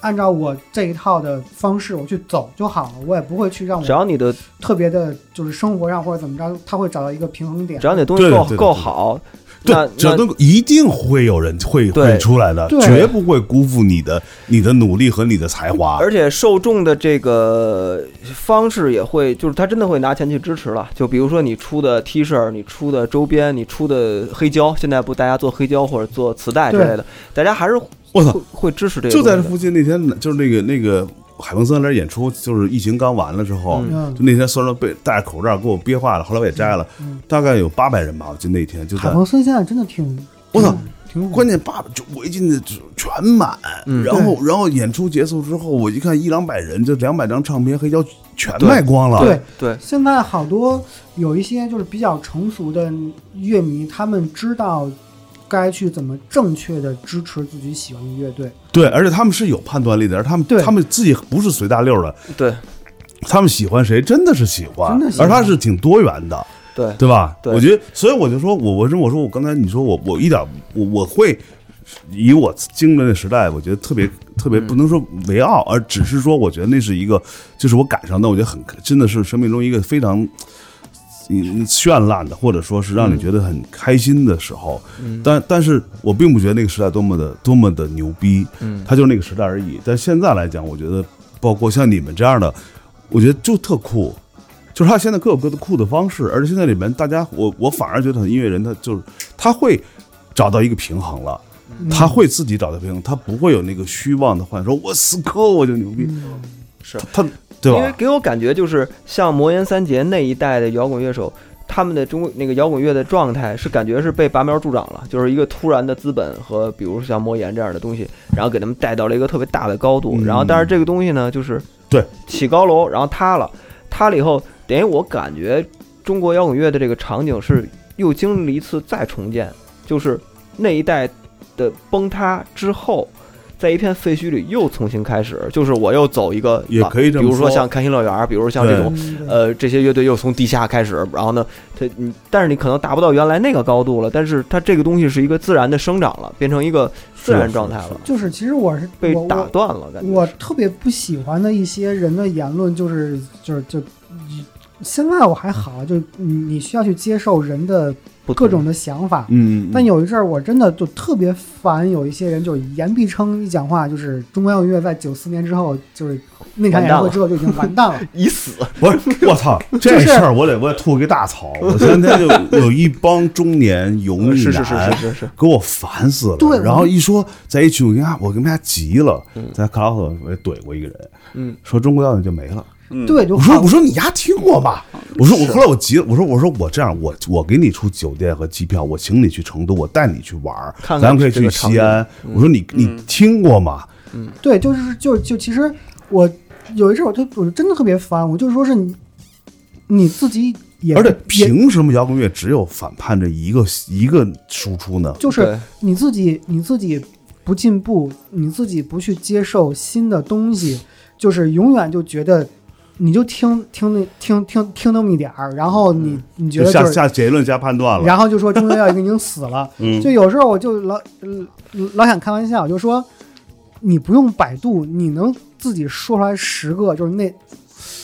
按照我这一套的方式我去走就好了，我也不会去让只我要你的特别的，就是生活上或者怎么着，他会找到一个平衡点只。要你的东西对对够对对够对好，对那，只要那能够一定会有人会对会出来的，对绝不会辜负你的你的努力和你的才华。而且受众的这个方式也会，就是他真的会拿钱去支持了。就比如说你出的 T 恤儿，你出的周边，你出的黑胶，现在不大家做黑胶或者做磁带之类的，大家还是会我操会，会支持这个就东西在的。这附近那天，就是那个那个海鹏森来演出，就是疫情刚完了之后，嗯嗯就，那天虽然被戴着口罩给我憋坏了，后来我也摘了，嗯大概有八百人吧，我记得那天就海在。鹏森现在真的挺，我操挺，挺关键八百就我一进去就全满，然后然后演出结束之后，我一看一两百人，就两百张唱片黑胶全卖光啊了。对，对，现在好多有一些就是比较成熟的乐迷，他们知道该去怎么正确的支持自己喜欢的乐队。对而且他们是有判断力的，而他们对他们自己不是随大溜的，对他们喜欢谁真的是喜欢，真的喜欢而他是挺多元的。对对吧？对我觉得，所以我就说我我是我说我刚才你说我我一点我我会以我经历的时代，我觉得特别特嗯别不能说为傲，而只是说我觉得那是一个，就是我赶上的，我觉得很真的是生命中一个非常。嗯，绚烂的，或者说是让嗯你觉得很开心的时候，但但是我并不觉得那个时代多么的多么的牛逼，嗯它就是那个时代而已。但现在来讲，我觉得包括像你们这样的，我觉得就特酷，就是他现在各有各的酷的方式，而且现在里面大家，我我反而觉得很音乐人他就是他会找到一个平衡了，嗯他会自己找到平衡，他不会有那个虚妄的幻想，说我死磕我就牛逼，嗯是他他对因为吧？给我感觉就是像魔岩三杰那一代的摇滚乐手，他们的中国那个摇滚乐的状态是感觉是被拔苗助长了，就是一个突然的资本和比如像魔岩这样的东西，然后给他们带到了一个特别大的高度。嗯然后但是这个东西呢，就是对起高楼，然后塌了，塌了以后，等于我感觉中国摇滚乐的这个场景是又经历了一次再重建，就是那一代的崩塌之后。在一片废墟里又重新开始，就是我又走一个，也可以这么比如说说像开心乐园，比如像这对种嗯呃，这些乐队又从地下开始，然后呢，它你但是你可能达不到原来那个高度了，但是它这个东西是一个自然的生长了，变成一个自然状态了，就是其实我是被我我打断了，感觉我是特别不喜欢的一些人的言论，就是就是就现在我还好，就你你需要去接受人的嗯不各种的想法。嗯，嗯但有一阵儿，我真的就特别烦，有一些人就是言必称一讲话，就是中国摇滚乐在九四年之后，就是那场演唱会之后就已经完蛋 了。已死，不 是，我操，这事儿我得我得吐个大槽。我前天 就有一帮中年油腻男，呃是是是是是是，给我烦死了。对然后一说在一群，我跟他我跟他急了，在克拉克我也怼过一个人，嗯，说中国摇滚就没了。对，就我说好我说你丫听过吧？嗯我说我后来我急了，我说我说我这样，我我给你出酒店和机票，我请你去成都，我带你去玩儿，看看咱们可以这个去场西安。我说嗯你你听过吗？对，就是就就其实我有一阵儿我就我真的特别烦，我就说是你你自己也而且也凭什么摇滚乐只有反叛这一个一个输出呢？就是对你自己你自己不进步，你自己不去接受新的东西，就是永远就觉得你就听听那听听听那么一点儿，然后你你觉嗯就得下就是。下结论加判断了。然后就说中国要已经死了， 嗯就有时候我就老呃老想开玩笑，我就说你不用百度，你能自己说出来十个，就是那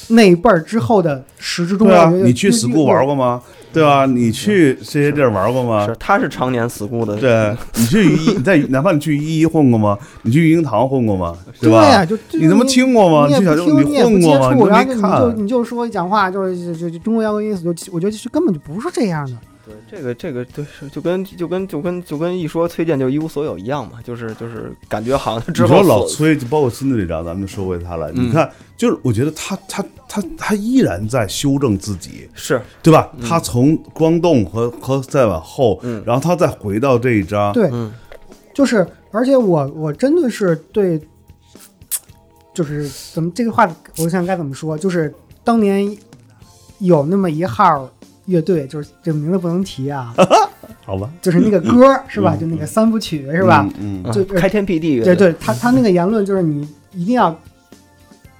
那一辈儿之后的十只中对国啊，摇滚乐你去 school 玩过？过吗？对吧？你去这些地儿玩过啊吗是？他是常年死固的，对，啊你去一你在哪怕你去一一混过吗？你去育婴堂混过吗？对啊吧？呀，就就你他妈听过吗？你也去小不舅听，你你也不混接过吗？触，都然后没你就看。你就说讲话就是就就中国摇滚乐死，就我觉得就根本就不是这样的。对，这个这个对，是就跟就跟就跟就跟一说崔健就一无所有一样嘛，就是就是感觉好像之你后说老所崔，就包括新的这张，咱们就说回他来。嗯你看，就是我觉得他他他他依然在修正自己，是啊对吧？嗯他从光动和和再往后，然后他再回到这一张，对，嗯就是，而且我我真的是对，就是怎么这个话，我想该怎么说？就是当年有那么一号乐队，就是这名字不能提啊，好吧，就是那个歌儿是吧？就那个三部曲是吧？嗯？啊就开天辟地，对，对，他他那个言论就是你一定要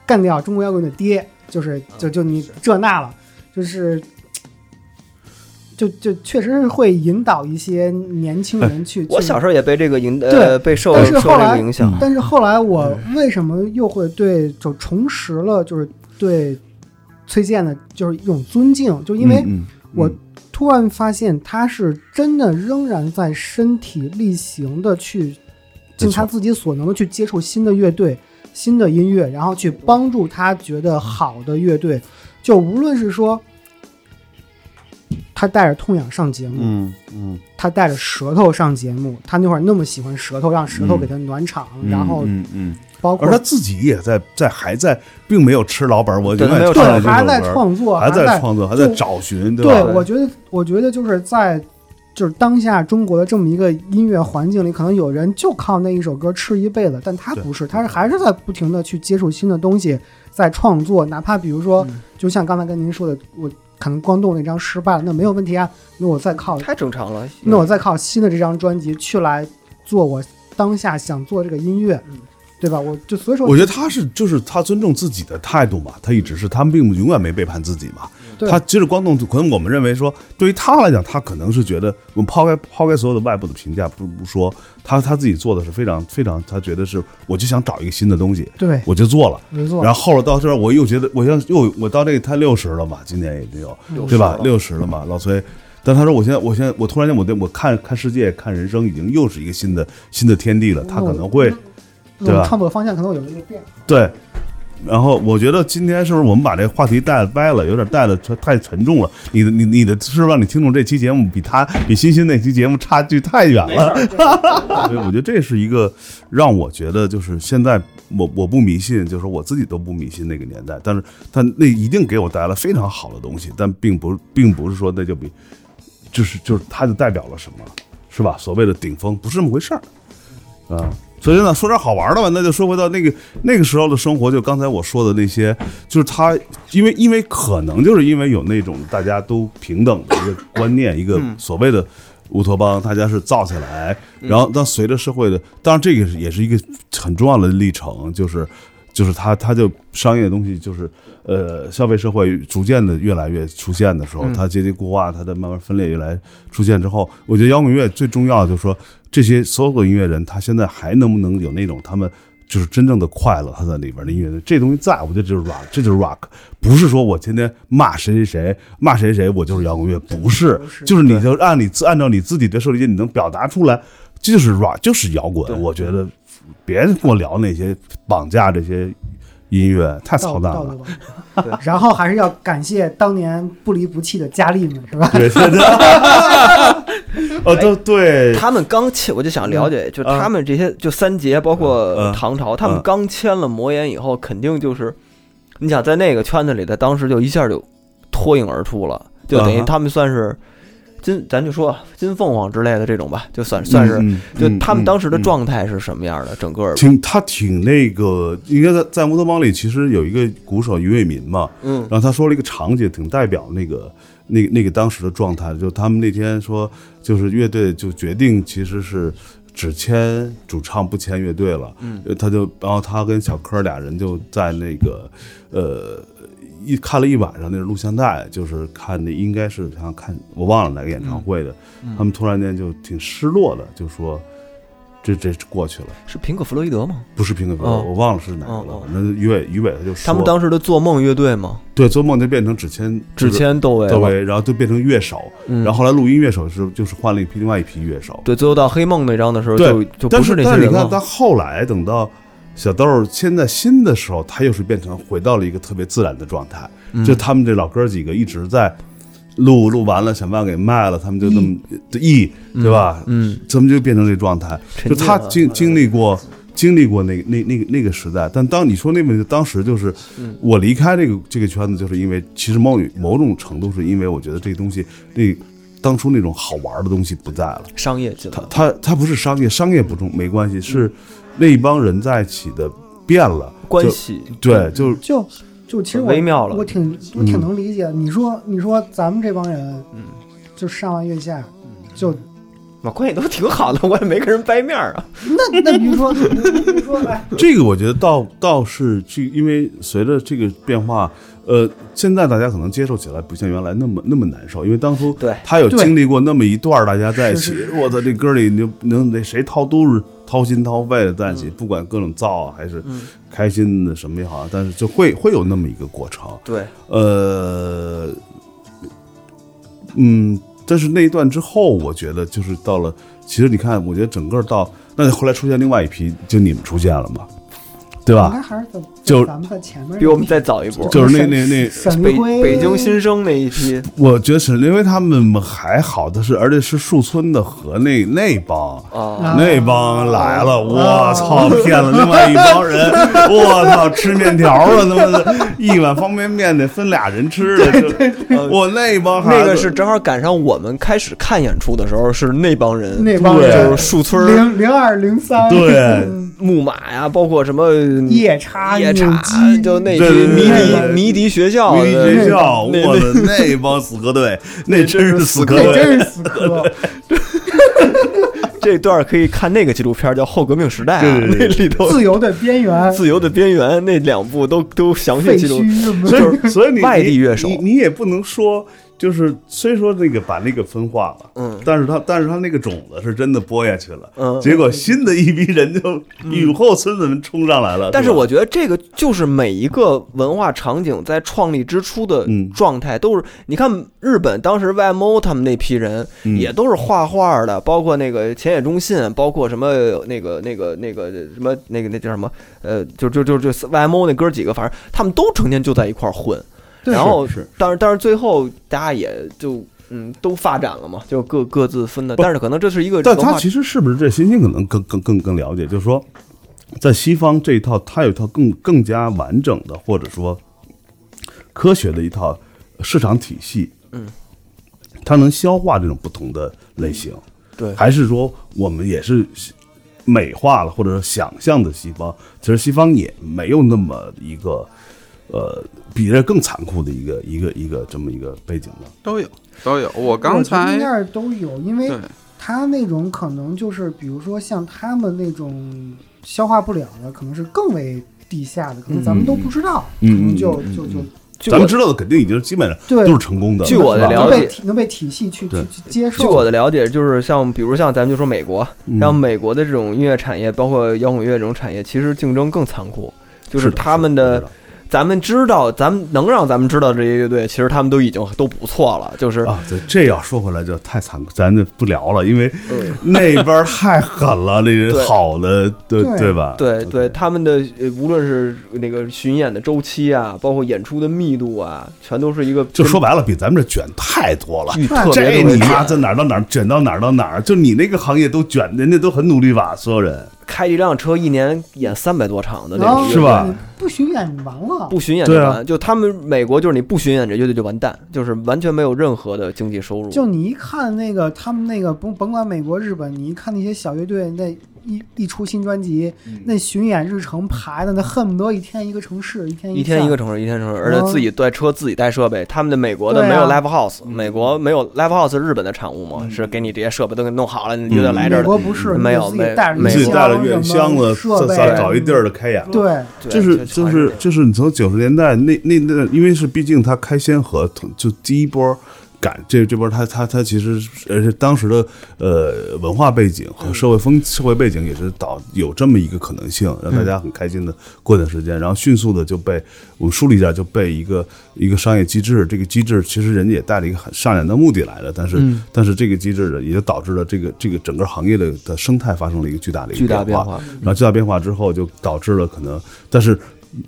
干掉中国摇滚的爹，嗯就是就就你这那了，就是。就就确实是会引导一些年轻人去。 我去小时候也被这个影对呃被受但是受后这个来嗯影响，但是后来我嗯为什么又会对就重拾了，就是对崔健的，就是一种尊敬，就因为嗯嗯我突然发现他是真的仍然在身体力行的去尽他自己所能的去接触新的乐队、新的音乐，然后去帮助他觉嗯得好的乐队，就无论是说他带着痛痒上节目，嗯嗯，他带着舌头上节目，他那会儿那么喜欢舌头，让舌头给他暖场，嗯然后嗯嗯，包括而他自己也在在还在，并没有吃老本儿，我对永他没有远吃老唱本对这还首在歌，创作，还在在创作，还在就找寻，对吧？我觉得，我觉得就是在就是当下中国的这么一个音乐环境里，可能有人就靠那一首歌吃一辈子，但他对不是，他是还是在不停的去接触新的东西，在创作，嗯哪怕比如说，就像刚才跟您说的，我可能光动那张失败了，那没有问题啊，那我再靠太正常了。那我再靠新的这张专辑去来做我当下想做这个音乐，对吧？我就所以说，嗯我觉得他是就是他尊重自己的态度嘛，他一直是他们并不永远没背叛自己嘛。对他其实光动，可能我们认为说，对于他来讲，他可能是觉得我们抛开抛开所有的外部的评价不不说，他他自己做的是非常非常，他觉得是我就想找一个新的东西，对，我就做了。没错。然后后来到这儿，我又觉得，我像又我到这个他六十了嘛，今年也有对吧？六十了嘛，老崔。但他说我现在，我现在，我突然间，我对我看看世界、看人生，已经又是一个新的新的天地了。他可能会那对吧种创作方向可能有一个变化。对，然后我觉得今天是不是我们把这话题带歪了，有点带的太沉重了？你的你你的是不是让你听众这期节目比他比欣欣那期节目差距太远了？ 所以我觉得这是一个让我觉得就是现在我我不迷信，就是我自己都不迷信那个年代，但是但那一定给我带来非常好的东西，但并不并不是说那就比就是就是它就代表了什么，是吧？所谓的顶峰不是这么回事儿。啊。所以呢，说点好玩的吧，那就说回到那个那个时候的生活，就刚才我说的那些，就是他，因为因为可能就是因为有那种大家都平等的一个观念，一个所谓的乌托邦，大家是造起来，然后但随着社会的，当然这个是也是一个很重要的历程，就是就是它它就商业的东西就是呃消费社会逐渐的越来越出现的时候，它阶级固化，它的慢慢分裂越来出现之后，我觉得摇滚乐最重要的就是说这些所有的音乐人，他现在还能不能有那种他们就是真正的快乐，它在里边的音乐，这东西在，我觉得这就是 rock，这就是 rock，不是说我天天骂谁谁谁，骂谁谁，我就是摇滚乐，不是，就是你就按你自按照你自己的受理解，你能表达出来，这就是 rock，就是摇滚。我觉得别跟我聊那些绑架这些音乐，太道操蛋道了德。 吧。然后还是要感谢当年不离不弃的佳丽们，是吧？ 对，真的， 哦，都对，他们刚签，我就想了嗯解，就啊他们这些，就三杰，包括嗯唐朝，他们嗯刚签了魔岩以后，肯定就是，你想在那个圈子里，在当时就一下就脱颖而出了，就嗯等于啊哈他们算是金，咱就说金凤凰之类的这种吧，就算算是，嗯就他们当时的。嗯嗯嗯状态是什么样的？整个，挺他挺那个，应该在在乌托邦里，其实有一个鼓手于伟民嘛，嗯然后他说了一个场景，挺代表那个那那个当时的状态，就他们那天说，就是乐队就决定其实是只签主唱不签乐队了，嗯，他就然后他跟小柯俩人就在那个呃一看了一晚上那个录像带，就是看的应该是好像看我忘了哪个演唱会的，他们突然间就挺失落的，就说这这过去了。是平克·弗洛伊德吗？不是平克·弗洛伊德哦我忘了是哪个了。哦哦反正于伟，于伟他就说，他们当时的做梦乐队吗？对做梦就变成只签只签窦唯了，窦唯，然后就变成乐手，嗯然后后来录音乐手是就是换了一批另外一批乐手。对，最后到黑梦那张的时候，就对，就但不那些但是人你看他了。后来等到小豆儿现在新的时候，他又是变成回到了一个特别自然的状态。嗯就他们这老哥几个一直在录录完了，想办法给卖了，他们就那么意对吧？嗯，他们就变成这状态。沉就浸他了嗯经经历过经历过那个那那个那个时代，但当你说那个当时就是嗯我离开这个这个圈子，就是因为其实某某种程度是因为我觉得这东西那当初那种好玩的东西不在了。商业进来他了，他他不是商业，商业不重没关系，是那一帮人在一起的变了关就系对，就是就就其实我微妙了嗯我挺我挺能理解。你说你说咱们这帮人，嗯，就上完月下，嗯就嘛关系都挺好的，我也没跟人掰面儿 啊。那那比如说比如说哎，这个我觉得倒倒是这，因为随着这个变化，呃，现在大家可能接受起来不像原来那么那么难受，因为当初对他有对经历过那么一段儿大家在一起是是，我操，这歌里你就能那谁掏都是掏心掏肺的在一起，嗯不管各种燥啊还是开心的什么也好，但是就会会有那么一个过程，对，呃，嗯，但是那一段之后，我觉得就是到了，其实你看，我觉得整个到那后来出现另外一批，就你们出现了嘛，对应该吧？还是在就咱们在前面，比我们再早一波。就是那那那沈北立辉北京新生那一批，我觉得是因为他们还好，但是而且是树村的和那那帮。啊，啊那帮来了，我啊操！骗了另外一帮人，我操！吃面条了，他妈的，一碗方便面得分俩人吃的。就我那帮孩子那个是正好赶上我们开始看演出的时候，是那帮人，那帮人就是树村儿、零零二零三，对木马呀，包括什么夜叉夜扭叉，机就那批对对对迷对笛对迷笛学校的，迷笛学校， 那我的那帮死 磕队，那真是死磕那 队。真是死磕。这段儿可以看那个纪录片儿叫《后革命时代》啊，对对 那对里头自由的边缘，自由的边缘那两部都都详细废记录。墟什么所的，以，所以你外地乐手你你你也不能说，就是虽说那个把那个分化了，嗯但是他但是他那个种子是真的播下去了，嗯结果新的一批人就雨后孙子们冲上来了。但是对吧我觉得这个就是每一个文化场景在创立之初的嗯状态，都是你看日本当时 YMO 他们那批人嗯也都是画画的，包括那个前野忠信，包括什么那个那个那个什么那个那叫什么呃，就就就就 YMO 那哥几个，反正他们都成天就在一块儿混，对然后是是但是但是最后大家也就。嗯，都发展了嘛，就各各自分的，但是可能这是一个但文他化其实是不是这星星可能更更更更了解，就是说，在西方这一套，它有一套更更加完整的，或者说科学的一套市场体系。嗯，它能消化这种不同的类型，对还是说我们也是美化了，或者说想象的西方，其实西方也没有那么一个。呃，比这更残酷的一个一个一个这么一个背景的，都有都有。我我刚觉得才应该是都有，因为对他那种可能就是，比如说像他们那种消化不了的，可能是更为地下的，可能咱们都不知道，可嗯嗯能就嗯嗯就就据咱我们知道的肯定已经基本上对都是成功的。据我的是吧了能解被体能被体系去去对去接受。据我的了解，就是像比如像咱们就说美国，嗯像美国的这种音乐产业，包括摇滚乐这种产业，其实竞争更残酷。就是是他们的，的，咱们知道，咱们能让咱们知道这些乐队，其实他们都已经都不错了。就是是的啊，对，这要说回来就太残酷，咱就不聊了，因为嗯那边太狠了，那 对人好的，对对对吧？对对，他们的呃无论是那个巡演的周期啊，包括演出的密度啊，全都是一个就说白了，比咱们这卷太多了。巨特别这哎特别你卷妈在哪儿到哪儿卷到哪儿到哪儿，就你那个行业都卷，人家都很努力吧，所有人。开一辆车一年演三百多场的那然后种，是吧？不巡演完了，不巡演就对啊完，就他们美国就是你不巡演这乐队就完蛋，就是完全没有任何的经济收入。就你一看那个他们那个甭甭管美国、日本，你一看那些小乐队那一一出新专辑，嗯那巡演日程排的那恨不得一天一个城市，一天一天天一个城市，一天城市，而且自己带车，自己带设备。他们的美国的对啊没有 live house，美嗯国没有 live house，日本的产物嘛，是给你这些设备都给弄好了，你嗯就得来这美儿国了。不是，没有你得自没己带着你没有音了自己带了乐器箱子，设再备，啊再找一地儿的开演。对，对就是就全是这就是你从九十年代那那那，因为是毕竟他开先河，从就第一波赶这这波他他他其实而且当时的呃文化背景嗯和社会风社会背景也是导有这么一个可能性，让大家嗯很开心的过段时间，然后迅速的就被我们梳理一下，就被一个一个商业机制，这个机制其实人家也带了一个很上扬的目的来的，但是、嗯但是这个机制也就导致了这个这个整个行业的的生态发生了一个巨大的一巨个大变变化，化然后巨大变化之后，就导致了可能，但是，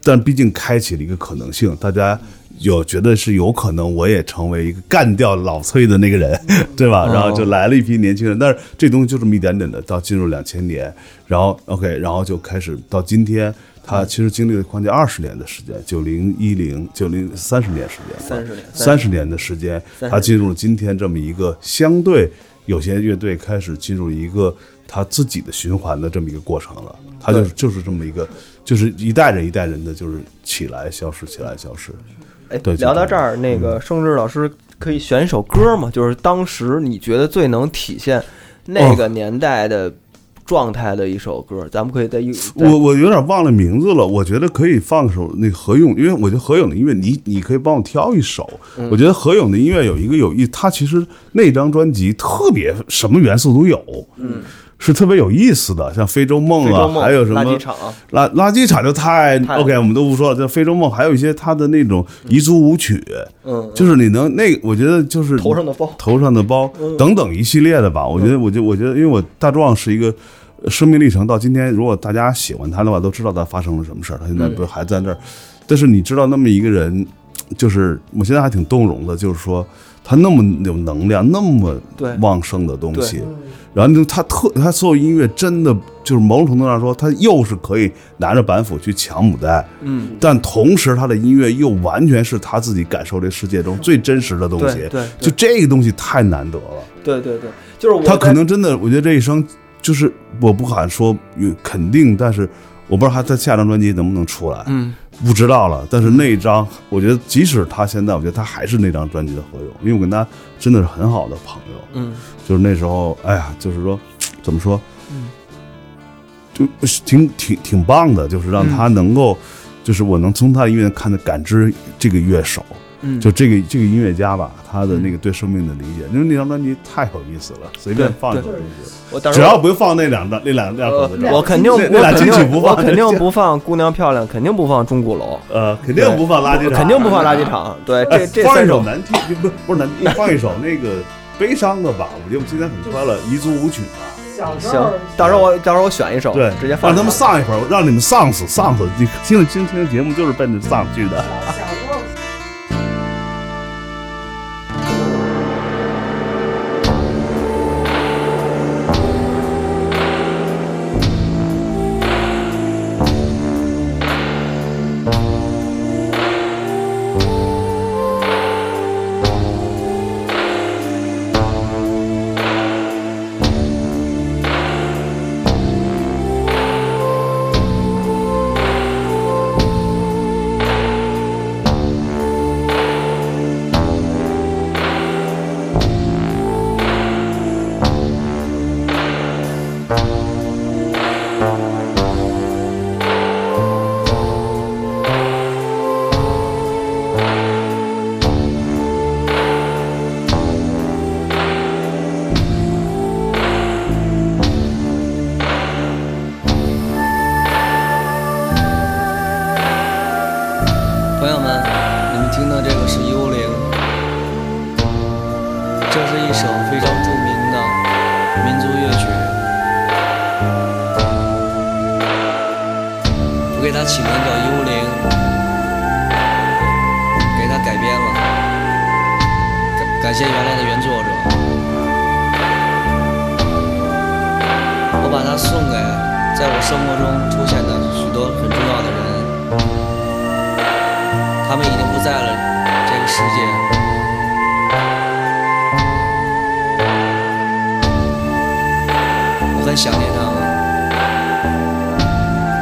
但毕竟开启了一个可能性，大家有觉得是有可能我也成为一个干掉老崔的那个人， 对吧？然后就来了一批年轻人，但是这东西就这么一点点的，到进入两千年，然后 OK，然后就开始到今天，他其实经历了将近二十年的时间，九零一零九零三十年时间， 30年三十年的时间， 30他进入了今天这么一个相对有些乐队开始进入一个他自己的循环的这么一个过程了。他就是就是这么一个，就是一代人一代人的，就是起来消失，起来消失。哎对，聊到这儿，那个嗯盛志老师可以选一首歌嘛？就是当时你觉得最能体现哦那个年代的状态的一首歌，咱们可以在一在我我有点忘了名字了，我觉得可以放首那个何勇，因为我觉得何勇的音乐，你你可以帮我挑一首。嗯我觉得何勇的音乐有一个有意，他其实那张专辑特别什么元素都有，嗯，是特别有意思的，像非洲梦非啊，洲梦还有什么垃圾场啊垃垃圾场就太太 OK，我们都不说了。就非洲梦，还有一些他的那种彝族舞曲，嗯，就是你能那，我觉得就是头上的包嗯头上的包等等一系列的吧。我觉得，我觉得，我觉得，因为我大壮是一个呃生命历程到今天，如果大家喜欢他的话，都知道他发生了什么事儿。他现在嗯不是还在那儿，但是你知道那么一个人，就是我现在还挺动容的，就是说他那么有能量，那么对旺盛的东西对，然后就他特他所有音乐真的就是某种程度上说，他又是可以拿着板斧去抢母带，嗯，但同时他的音乐又完全是他自己感受这世界中最真实的东西对，对对就这个东西太难得了。对对对，就是我他可在能真的，我觉得这一生就是我不敢说有肯定，但是我不知道他在下张专辑能不能出来，嗯，不知道了。但是那一张，我觉得即使他现在，我觉得他还是那张专辑的合影，因为我跟他真的是很好的朋友，嗯，就是那时候，哎呀，就是说怎么说，嗯就挺挺挺棒的，就是让嗯他能够，就是我能从他的音乐看的感知这个乐手。嗯就这个这个音乐家吧，他的那个对生命的理解，因为那张专辑太有意思了，随嗯便对放一对首就行。我当时只要不放那两张，那两两口子呃，我肯定，那那我俩肯金曲定，不我放，肯定不放《姑娘漂亮》，肯定不放《钟鼓楼呃，肯定不放垃》，圾场，肯定不放《垃圾场》。对，哎。这这放三一首首，难听，不是不是难听，放一首那个悲伤的吧，我觉得我们今天很快乐，彝族舞曲吧。小时行候，到时候我到时候我选一首，对，哦直接放让他们上。丧一会儿，让你们丧死丧死。你听了今天的节目就是奔着丧去的。我这是一首非常著名的民族乐曲，我给它起名叫《幽灵》，给它改编了，感感谢原来的原作者，我把它送给在我生活中出现的许多很重要的人，他们已经不在了这个世界。我很想念他们。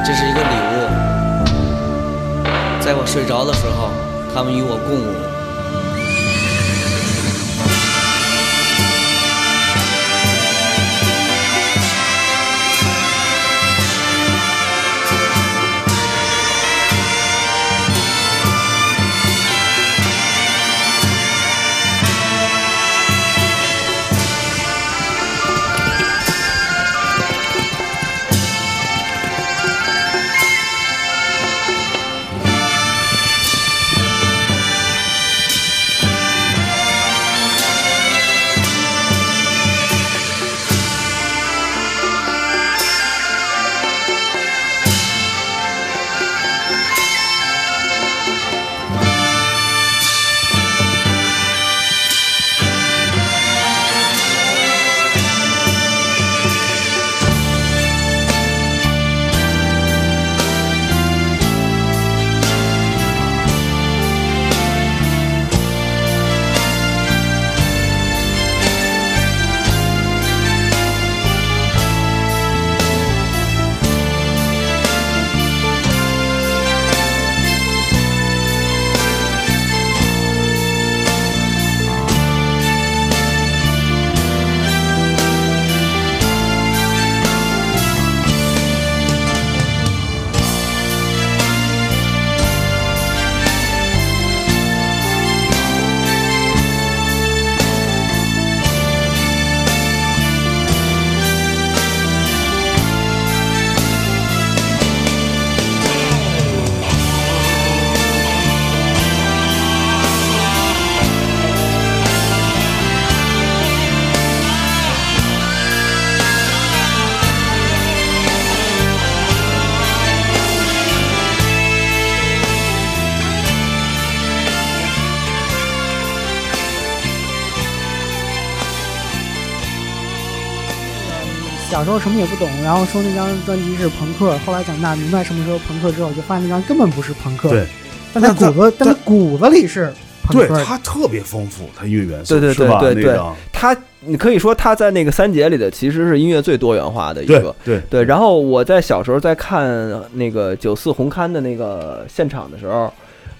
这是一个礼物，在我睡着的时候，他们与我共舞。小时候什么也不懂，然后说那张专辑是朋克，后来长大明白什么时候朋克之后，就发现那张根本不是朋克。对，但它但骨子，但它骨子里是朋对克的。它特别丰富，它音乐元素对对是吧？对对对那张他，你可以说他在那个三杰里的其实是音乐最多元化的一对个。对对，然后我在小时候在看那个九四红勘的那个现场的时候，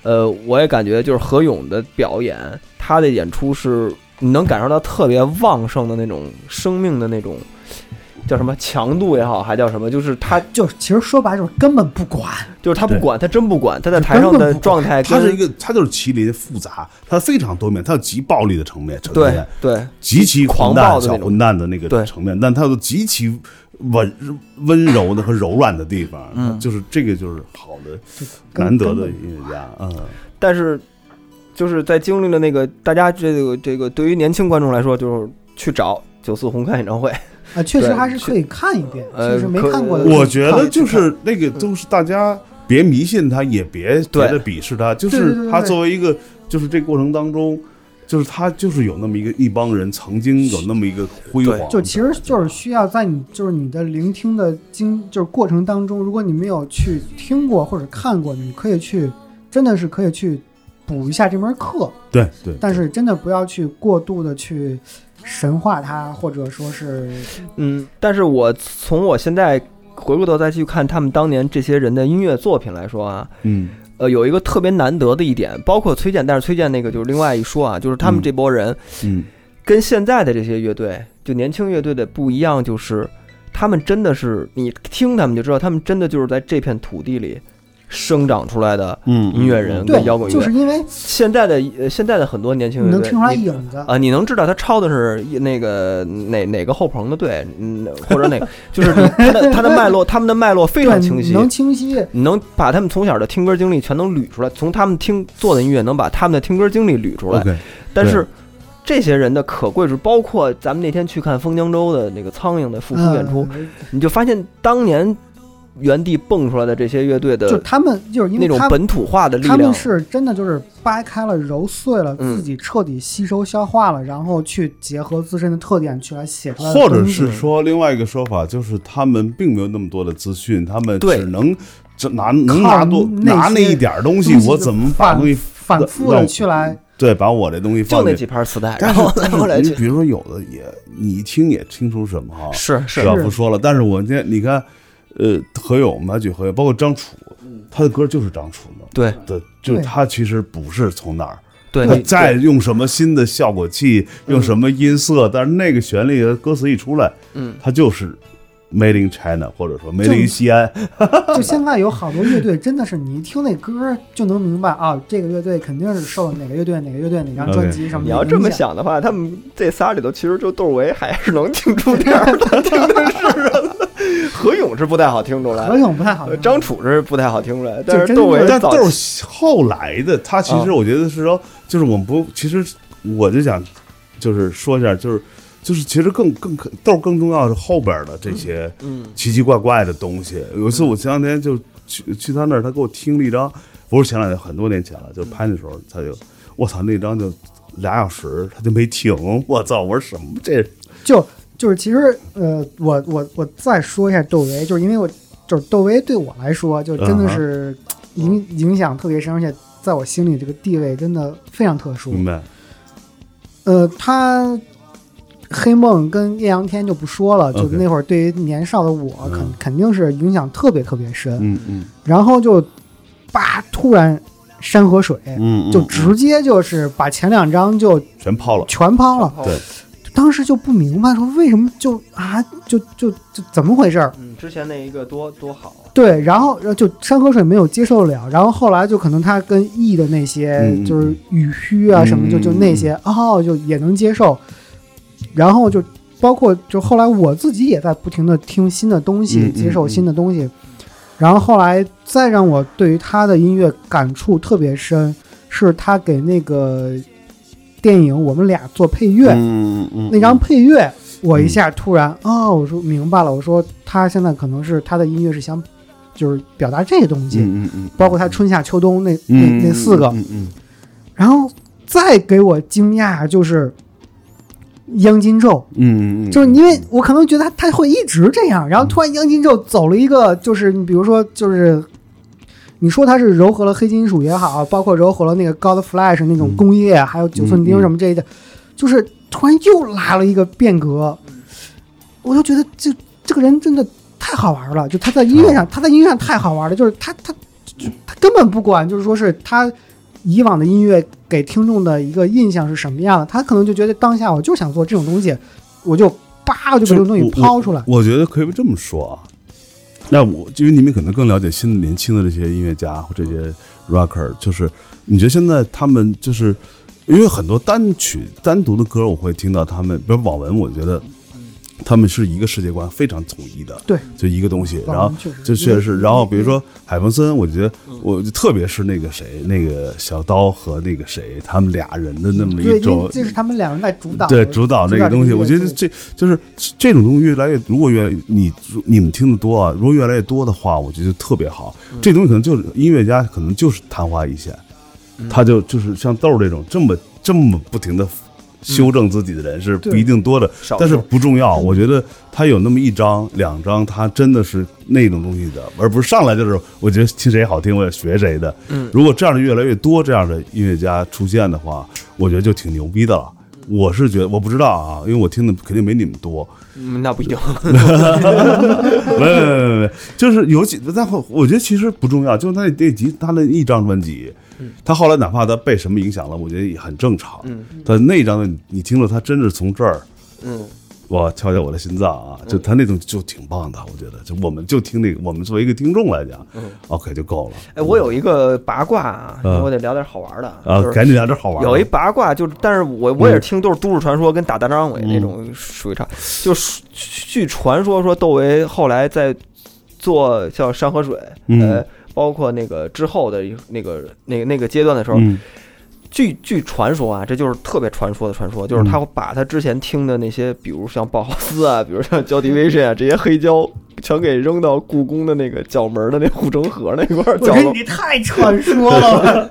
呃，我也感觉就是何勇的表演，他的演出是你能感受到特别旺盛的那种生命的那种叫什么强度也好，还叫什么，就是他就是其实说白了就是根本不管，就是他不对管，他真不管，他在台上根本的不管状态它是一跟个，它就是麒麟复杂，它非常多面，它有极暴力的层面，呈对现对极其狂混暴的蛋小那种混蛋的那个对层面，但它有极其温温柔的和柔软的地方，嗯它就是这个就是好的根难得根的本音乐家，嗯，但是就是在经历了那个大家这个这个，对于年轻观众来说，就是去找九四红勘演唱会，啊，确实对还是可以看一遍，呃其实没可看过的。我觉得就是那个都是大家别迷信他，也别觉得鄙视他，就对对是对他对作为一个，就是这过程当中，就是他就是有那么一个一帮人曾经有那么一个辉煌的，就其实就是需要在你就是你的聆听的经就是过程当中，如果你没有去听过或者看过，你可以去真的是可以去补一下这门课，对对，但是真的不要去过度的去神化它，或者说是 嗯，但是我从我现在回过头再去看他们当年这些人的音乐作品来说啊，嗯，呃，有一个特别难得的一点，包括崔健，但是崔健那个就是另外一说啊，就是他们嗯这波人嗯，跟现在的这些乐队，就年轻乐队的不一样，就是他们真的是你听他们就知道，他们真的就是在这片土地里生长出来的。嗯音乐人对跟摇滚，乐就是因为现在的呃现在的很多年轻你乐能队，听出来你影子啊、。你能知道他抄的是一那个哪哪个后棚的队，嗯，或者哪个，就是你他的他的脉络，他们的脉络非对，常清你晰，能清晰，你能把他们从小的听歌经历全都捋出来，从他们听做的音乐能把他们的听歌经历捋出来。 ，OK，但是这些人的可贵是，包括咱们那天去看封江州的那个苍蝇的复出演出，嗯你就发现当年原地蹦出来的这些乐队就的他们就是因那为种他本土化的力他们量，是真的就是掰开了揉碎了，嗯自己彻底吸收消化了，然后去结合自身的特点去来写出来的或者东西是说另外一个说法，就是他们并没有那么多的资讯，他们对只能只拿能靠拿多那拿些那一点儿东西，东西我就怎么把反东西反复的去 来，对把我这东西就放那进几去？盘磁带，但然是后来但后是来你去比如说有的也你一听也听出什么哈，是是要是不说了。但是我今天你看，呃，何勇，我们还举何勇，包括张楚，嗯他的歌就是张楚的，对对，就是对他其实不是从哪儿。对，嗯他你再用什么新的效果器，用什么音色，但是那个旋律和歌词一出来，嗯，它就是 Made in China，或者说 Made 就 in 西安，就现在有好多乐队真的是你一听那歌就能明白啊，这个乐队肯定是受哪个乐队哪个乐队哪张专辑什么的你要这么影响，想的话，他们这仨里头，其实就窦唯还是能听出点儿的，听的是人的。何勇是不太好听出来何，勇不太好呃听。张楚是不太好听出来，但是真窦唯对但早都期是后来的。他其实啊我觉得是说，就是我们不，其实我就想，就是说一下，就是就是其实更更豆更重要的是后边的这些嗯奇奇怪怪的东西。有一次我前两天就去去他那儿，他给我听了一张，不是前两天，很多年前嗯了，就拍的时候他就，我操，那张就俩小时他就没停， 我操，我说什么这就就是其实呃，我我我再说一下窦唯，就是因为我就是窦唯对我来说，就嗯真的是影影响特别深，而且在我心里这个地位真的非常特殊。明白？呃，他黑梦跟艳阳天就不说了，就 OK 那会儿对于年少的我，肯嗯肯定是影响特别特别深。嗯嗯然后就叭，突然山河水，嗯，就嗯直接就是把前两张就全抛了。全抛啊了。对，当时就不明白说为什么就啊就就就怎么回事儿？嗯，之前那一个多多好啊，对，然后呃就山河水没有接受了，然后后来就可能他跟 E 的那些嗯就是雨虚啊什么，就就那些哦就也能接受，然后就包括就后来我自己也在不停的听新的东西，嗯嗯接受新的东西，然后后来再让我对于他的音乐感触特别深，是他给那个电影我们俩做配乐，嗯嗯嗯，嗯那张配乐，我一下突然哦，我说明白了，我说他现在可能是他的音乐是想就是表达这个东西，嗯嗯嗯，包括他春夏秋冬那、嗯那那四个，嗯嗯然后再给我惊讶就是央金咒，嗯嗯嗯，就是因为我可能觉得他他会一直这样，然后突然央金咒走了一个，就是你比如说就是。你说他是柔合了黑金属也好，包括柔合了那个 God Flash 那嗯种工业，还有九寸钉什么这一的，就是突然又拉了一个变革，我就觉得这这个人真的太好玩了，就他在音乐上，他在音乐上太好玩了，就是他他就他根本不管，就是说是他以往的音乐给听众的一个印象是什么样的，他可能就觉得当下我就想做这种东西，我就叭我就把这个东西抛出来，我觉得可以这么说啊。那我因为你们可能更了解新的年轻的这些音乐家或这些嗯 rocker，就是你觉得现在他们就是因为很多单曲单独的歌，我会听到他们，比如网文，我觉得他们是一个世界观非常统一的，嗯对，就一个东西，网然文后确实这确实是，然后比如说嗯海鹏森，我觉得我就特别是那个谁，那个小刀和那个谁，他们俩人的那么对，一因为种这是他们两个人在主导，对主导那个东西，这我觉得对这就是这种东西越来越，如果越你你们听的多啊，如果越来越多的话，我觉得就特别好。这东西可能就是音乐家可能就是昙花一现，他就就是像豆儿这种这么这么不停的修正自己的人是不一定多的，少但是数嗯不重要。我觉得他有那么一张两张，他真的是那种东西的，而不是上来就是我觉得听谁好听我也学谁的。嗯如果这样的越来越多这样的音乐家出现的话，我觉得就挺牛逼的了。我是觉得我不知道啊，因为我听的肯定没你们 多。嗯，那不一定。没没没没，就是有几，但后我觉得其实不重要，就是那那集他那一张专辑，他后来哪怕他被什么影响了，我觉得也很正常。嗯，但那一张的你听了，他真是从这儿，嗯，哇，敲敲我的心脏啊！就他那种就挺棒的，我觉得，就我们就听那个，我们作为一个听众来讲、o k 就够了。嗯哎，我有一个八卦啊，嗯我得聊点好玩的啊就，是赶紧聊点好玩的。嗯有一八卦，就是，但是我我也是听都是都市传说跟打大张伟那种属于差，就是据传说说窦唯后来在做叫山河水，嗯呃，包括那个之后的一那个那个那个阶段的时候，嗯据据传说啊，这就是特别传说的传说，就是他会把他之前听的那些，比如像鲍豪斯啊，比如像 Joy Division 啊，这些黑胶全给扔到故宫的那个角门的那护城河那块儿我角说落。你 太传说了吧，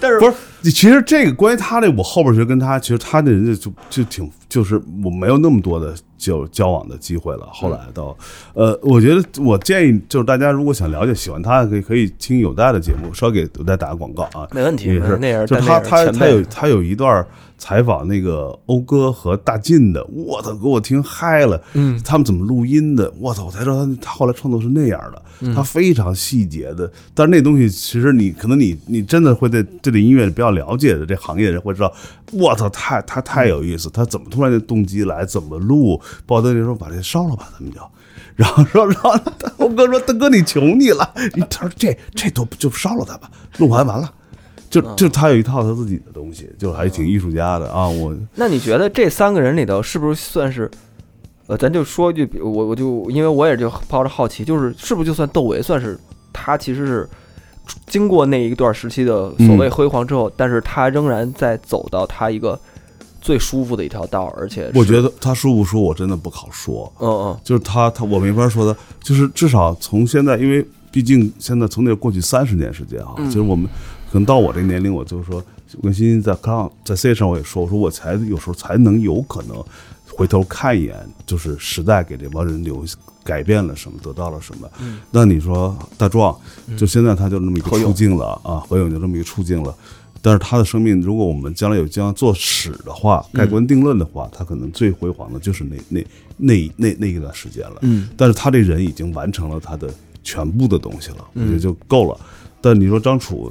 但是不是，你其实这个关于他这，我后边其实跟他，其实他这人家就就挺，就是我没有那么多的交交往的机会嗯了。后来到，呃，我觉得我建议就是大家如果想了解喜欢他，可以可以听有代的节目，稍给有代打个广告啊，没问题也是那也是就但那他也是前他辈他有他有一段采访那个欧哥和大进的，我操，给我听嗨了，嗯，他们怎么录音的，我操，我才知道他他后来创作是那样的，嗯他非常细节的，但是那东西其实你可能你你真的会对对这音乐比较了解的这行业的人会知道，我操，太他太有意思，他怎么突然就动机来，怎么录，包括那时候把这烧了吧，咱们就。然后说，然后欧哥说：“大哥，你求你了。”你他说：“这这都就烧了他吧，录完完了。”就就他有一套他自己的东西，就还挺艺术家的啊。我那你觉得这三个人里头，是不是算是，呃，咱就说句比，我我就因为我也就抱着好奇，就是是不是就算窦唯算是他其实是经过那一段时期的所嗯谓辉煌之后，但是他仍然在走到他一个最舒服的一条道，而且我得，觉得他舒不舒服，我真的不好说。嗯嗯，就是他他我没法说他，就是至少从现在，因为毕竟现在从那过去三十年时间啊，其实我们可能到我这年龄，我就说，我跟欣欣在刚在 C 上我也说，我说我才有时候才能有可能回头看一眼，就是时代给这帮人留下改变了什么，得到了什么。那你说大壮，就现在他就那么一个处境了啊，何勇就这么一个处境了。但是他的生命，如果我们将来有将做史的话，盖棺定论的话，他可能最辉煌的就是那那那那那一段时间了。嗯，但是他这人已经完成了他的全部的东西了，嗯我觉得就够了。但你说张楚，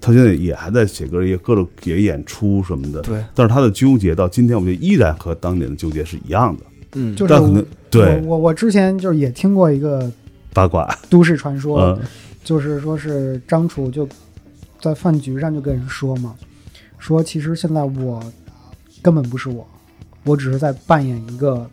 他现在也还在写歌，也各种也演出什么的。对，但是他的纠结到今天，我觉得依然和当年的纠结是一样的。就是但可能我对我我之前就是也听过一个八卦，都市传说，嗯就是说是张楚就在饭局上就跟人说嘛，说其实现在我根本不是我，我只是在扮演一个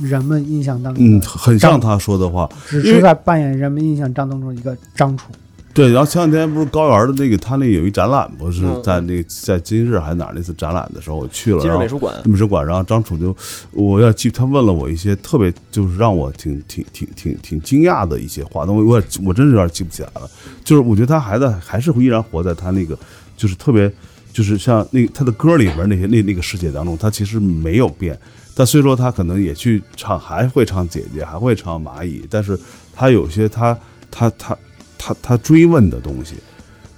人们印象当中嗯，的，很像他说的话。只因为是在扮演人们印象当中的一个张楚。对，然后前两天不是高原的那个，他那有一展览，不是在那个在金日还是哪儿那次展览的时候，我去了，嗯今日然后美术馆，美术馆，然后张楚就，我要记，他问了我一些特别，就是让我挺挺挺挺挺惊讶的一些话，但我我我真是有点记不起来了。就是我觉得他还在，还是依然活在他那个，就是特别，就是像那他的歌里边那些那那个世界当中，他其实没有变。但虽说他可能也去唱，还会唱姐姐，还会唱蚂蚁，但是他有些他他他他他追问的东西，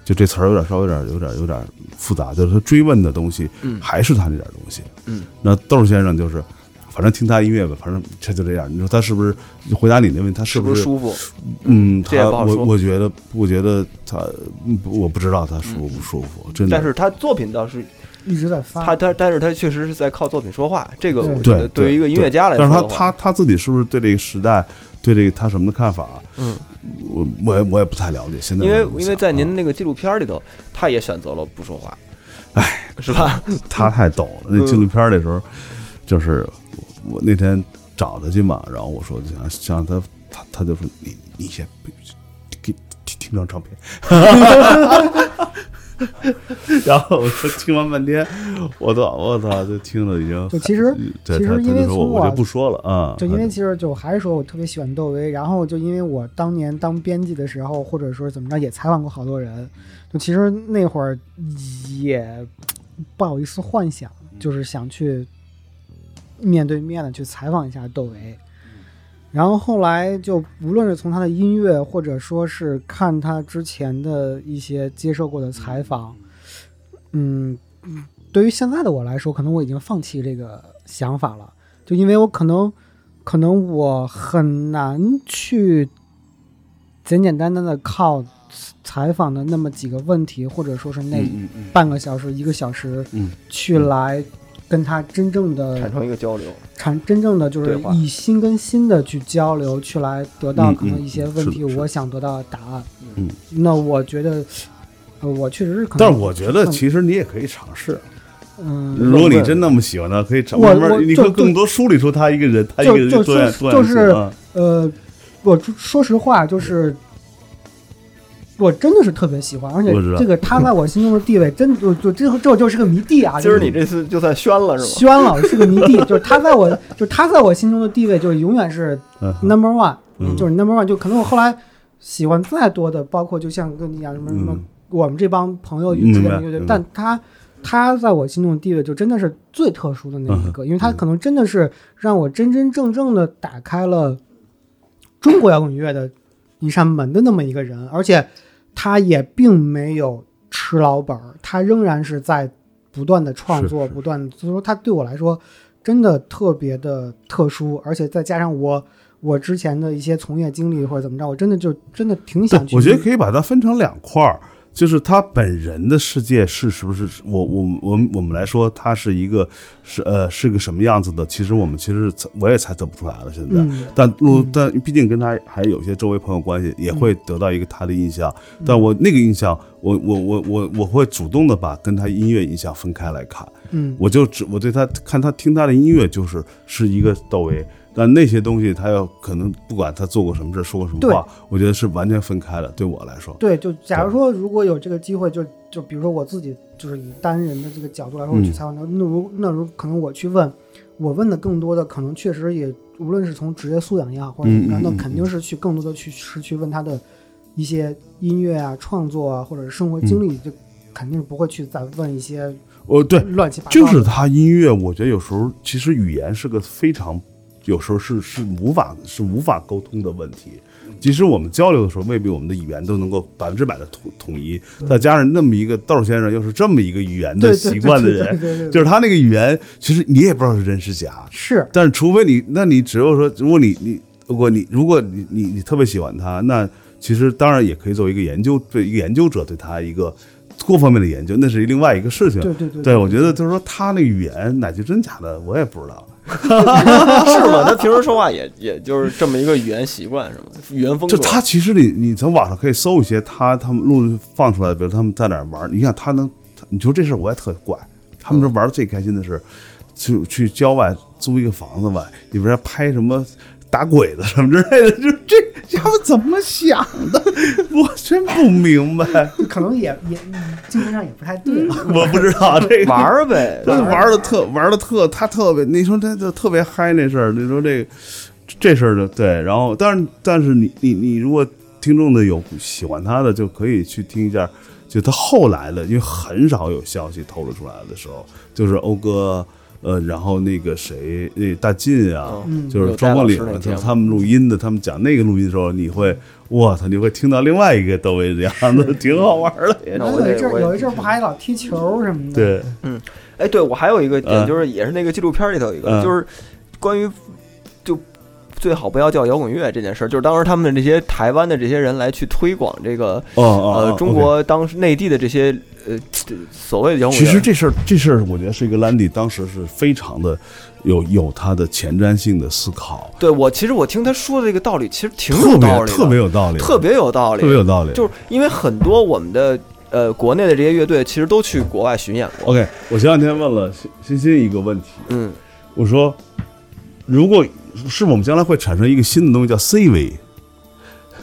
就这词儿有点稍微有点有点有点复杂，就是他追问的东西，还是他那点东西。嗯，那豆先生就是，反正听他音乐吧，反正这就这样。你说他是不是回答你那问题？他是是不是是舒服？嗯，这也他不好我说我觉得，我觉得他，嗯不我不知道他舒不舒服，真嗯的。但是他作品倒是一直在发，他他，但是他确实是在靠作品说话，这个我觉对得，对于一个音乐家来对说但的是话，他他他自己是不是对这个时代，对这个他什么的看法？嗯，我我也我也不太了解。现在因为我不因为想在您啊那个纪录片里头，他也选择了不说话，哎，是吧？他太懂了，那纪录片的时候，就是我我那天找他去嘛，然后我说就想想让他他他就说你你先给听听张唱片。 然后我就听完半天，我操，我操，就听了已经。就其实对其实他因他为就说我从我我就不说了啊，就因为其实就还是说我特别喜欢窦唯，然后就因为我当年当编辑的时候，或者说怎么着也采访过好多人，就其实那会儿也不好意思幻想，就是想去面对面的去采访一下窦唯。然后后来就无论是从他的音乐，或者说是看他之前的一些接受过的采访，嗯，对于现在的我来说，可能我已经放弃这个想法了，就因为我可能可能我很难去简简单单的靠采访的那么几个问题，或者说是那嗯嗯半个小时、一个小时，嗯去来跟他真正的产生一个交流，产真正的就是对话以心跟心的去交流，去来得到嗯可能嗯一些嗯问是题的是的我想得到的答案。嗯，那我觉得，呃，我确实是可能，但是我觉得其实你也可以尝试，嗯。如果你真那么喜欢他，可以尝，我慢慢我你就会更就多梳理出他一个人，他一就个人就多样就多样就性是啊呃，我说实话，就是我真的是特别喜欢，而且我知道这个他在我心中的地位真就就这这就是个谜底啊！今就儿是你这次就算宣了是吗？宣老师是个谜底，就是他 在我就是他在我心中的地位就是永远是嗯 number one，、嗯就是 number one。就可能我后来喜欢再多的，包括就像跟你讲什么什么，嗯我们这帮朋友明之白间的乐队明，白但他他在我心中的地位就真的是最特殊的那一个，因为他可能真的是让我真真正正的打开了中国摇滚乐的一扇门的那么一个人，而且他也并没有吃老本儿，他仍然是在不断的创作，是是不断地，所以说他对我来说真的特别的特殊，而且再加上我我之前的一些从业经历或者怎么着，我真的就真的挺对想，去。我觉得可以把它分成两块儿，就是他本人的世界是是不是我我我们我们来说，他是一个是呃是个什么样子的？其实我们其实我也猜测不出来了，现在。嗯但路，但毕竟跟他还有些周围朋友关系，也会得到一个他的印象。嗯但我那个印象，我我我我我会主动的把跟他音乐印象分开来看。嗯，我就只我对他看他听他的音乐就是是一个窦唯，但那些东西他要可能不管他做过什么事说过什么对话，我觉得是完全分开的。对我来说，对，就假如说如果有这个机会，就就比如说我自己就是以单人的这个角度来说，我去嗯采访他，那如那如可能我去问，我问的更多的可能确实也无论是从职业素养也好或者怎么着，嗯嗯嗯那肯定是去更多的去是去问他的一些音乐啊、创作啊，或者是生活嗯经历，就肯定是不会去再问一些哦对，乱七八糟就的。是他音乐，我觉得有时候其实语言是个非常，有时候是是无法是无法沟通的问题。即使我们交流的时候，未必我们的语言都能够百分之百的统统一。再加上那么一个窦先生又是这么一个语言对的对习惯的对对对对人，对就是他那个语言，其实你也不知道是真是假。是但是除非你，那你只有说，如果你你如果你如果你你你特别喜欢他，那其实当然也可以作为一个研究对一个研究者对他一个多方面的研究，那是另外一个事情。对对对对，我觉得就是说他那语言哪句真假的我也不知道，是吗？他平时说话也也就是这么一个语言习惯是吗？语言风格就他其实你你从网上可以搜一些他他们录放出来，比如他们在哪儿玩，你看他能，他你说这事儿我也特怪，他们这嗯玩的最开心的是，就去郊外租一个房子吧，里边拍什么。打鬼子什么之类的，就这家伙怎么想的， 我真不明白，可能也也精神上也不太 对吧。我不知道这个玩儿 呗，就是玩的特玩的特，他特别，你说他就特别嗨那事儿，你说这这事儿的对，然后但是但是你你你如果听众的有喜欢他的，就可以去听一下，就他后来的，因为很少有消息透露出来的时候，就是欧哥。呃，然后那个谁，那大进啊，嗯就是周梦岭有戴老师那，节他目他们录音的，他们讲那个录音的时候，你会，我操，你会听到另外一个窦唯的样 子，挺好玩的，也那然我后有得一阵我儿也有一阵儿不还老踢球什嗯么的。对，哎，对我还有一个点，嗯就是也是那个纪录片里头有一个，嗯就是关于就最好不要叫摇滚乐这件事儿，就是当时他们这些台湾的这些人来去推广这个哦哦，呃哦中 OK 国当时内地的这些呃这所谓的摇滚其乐，实这事儿，这事儿，我觉得是一个兰迪当时是非常的有有他的前瞻性的思考，对我其实我听他说的这个道理，其实挺特有道别理的，特别有道理，特别有道理，特别有道理。就是因为很多我们的呃国内的这些乐队其实都去国外巡演过， OK，我前两天问了欣欣欣一个问题，嗯，我说，如果是我们将来会产生一个新的东西叫 C 位，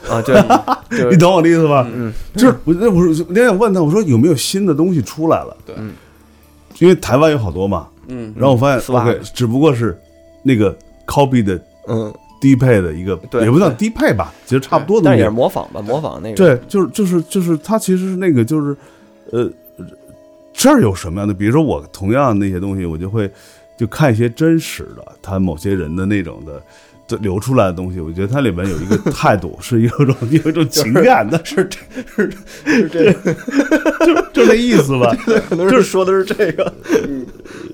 哦啊， 就就你是懂我的意思吧？嗯，就是我那我说，那天我问他，我说有没有新的东西出来了？对嗯因为台湾有好多嘛，嗯，然后我发现 Swag OK，只不过是那个 copy 的嗯，低配的一个，对也不算低配吧，其实差不多的但东是西也是。模仿吧，模仿那个，对，就是就是就是，它其实是那个就是，呃，这儿有什么样的？比如说我同样那些东西，我就会就看一些真实的，他某些人的那种的。就流出来的东西，我觉得它里面有一个态度，是有一种有一种情 感的，是是这个， 就就这意思吧， 可能是说的是这个，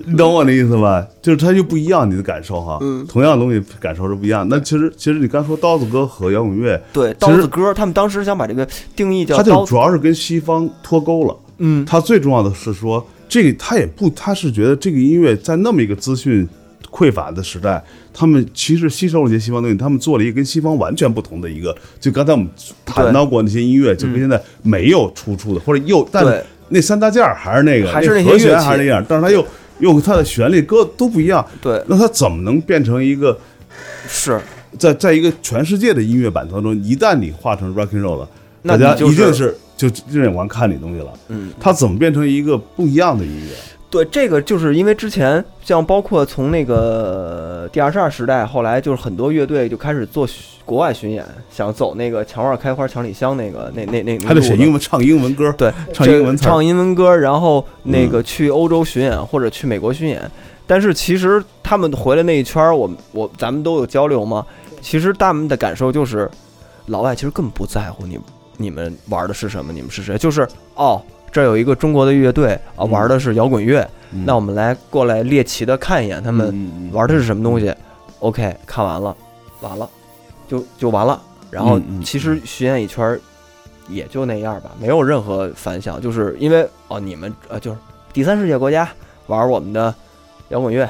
你懂我的意思吧？就是它就不一样，你的感受哈，嗯同样的东西感受是不一样。那其实其实你刚说刀子哥和摇滚乐，对，其刀实子哥，他们当时想把这个定义叫它就刀主，要是跟西方脱钩了。嗯，他最重要的是说，这个他也不，他是觉得这个音乐在那么一个资讯匮乏的时代，他们其实吸收了一些西方东西，他们做了一个跟西方完全不同的一个，就刚才我们谈到过那些音乐，就跟现在没有出处的，或者又，但嗯对那三大件儿还是那个，还是那那些和乐弦器还是那样，但是他又又它的旋律歌都不一样，对那他怎么能变成一个？是，在在一个全世界的音乐版当中，一旦你化成 rock and roll 了，那大你家就一定是就就眼光看你东西了。嗯，它怎么变成一个不一样的音乐？对，这个就是因为之前像包括从那个第二十二时代，后来就是很多乐队就开始做巡国外巡演，想走那个墙外开花墙里香那个那那那那还得写英文，文，唱英文歌，对，唱这英文词儿唱英文歌，然后那嗯个去欧洲巡演或者去美国巡演。但是其实他们回来那一圈儿，我们我咱们都有交流嘛。其实他们的感受就是，老外其实根本不在乎你你们玩的是什么，你们是谁，就是哦，这儿有一个中国的乐队啊，嗯玩的是摇滚乐，嗯那我们来过来猎奇的看一眼他们们玩的是什么东西。OK，看完了，完了，就就完了。然后嗯嗯其实巡演一圈儿也就那样吧，没有任何反响，就是因为哦，你们呃就是第三世界国家玩我们的摇滚乐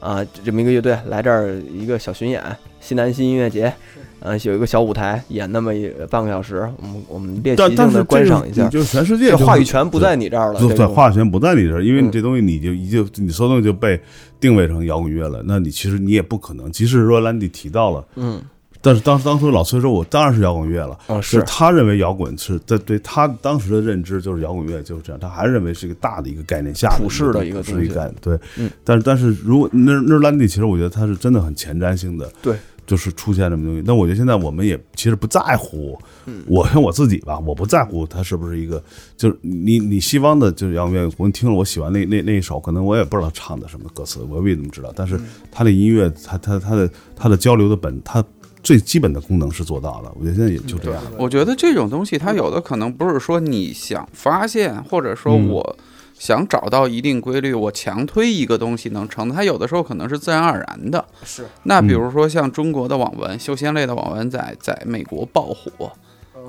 啊、这这么一个乐队来这儿一个小巡演，西南西音乐节。嗯、有一个小舞台演那么一半个小时，我们我们猎奇但但性是的观赏一下，就是全世界这就是话语权不在你这儿了。对这对，种话语权不在你这儿，因为你嗯这东西你就一就你说的东西就被定位成摇滚乐了，那你其实你也不可能。即使说兰迪提到了，嗯，但是当当初老崔说我当然是摇滚乐了，哦，就是他认为摇滚是在对他当时的认知就是摇滚乐就是这样，他还是认为是一个大的一个概念下普世的一个是东一西个概念对。嗯但是但是如果那那兰迪其实我觉得他是真的很前瞻性的，对，就是出现这么东西。但我觉得现在我们也其实不在乎，嗯我像我自己吧，我不在乎它是不是一个，就是你你西方的就是摇滚乐，我听了我喜欢那那那一首，可能我也不知道唱的什么歌词，我也不怎么知道，但嗯是它的音乐，它它它的它的交流的本，它最基本的功能是做到了。我觉得现在也就这样。我觉得这种东西，它有的可能不是说你想发现，或者说我想找到一定规律，我强推一个东西能成的，它有的时候可能是自然而然的。是，那比如说像中国的网文，修仙类的网文在在美国爆火，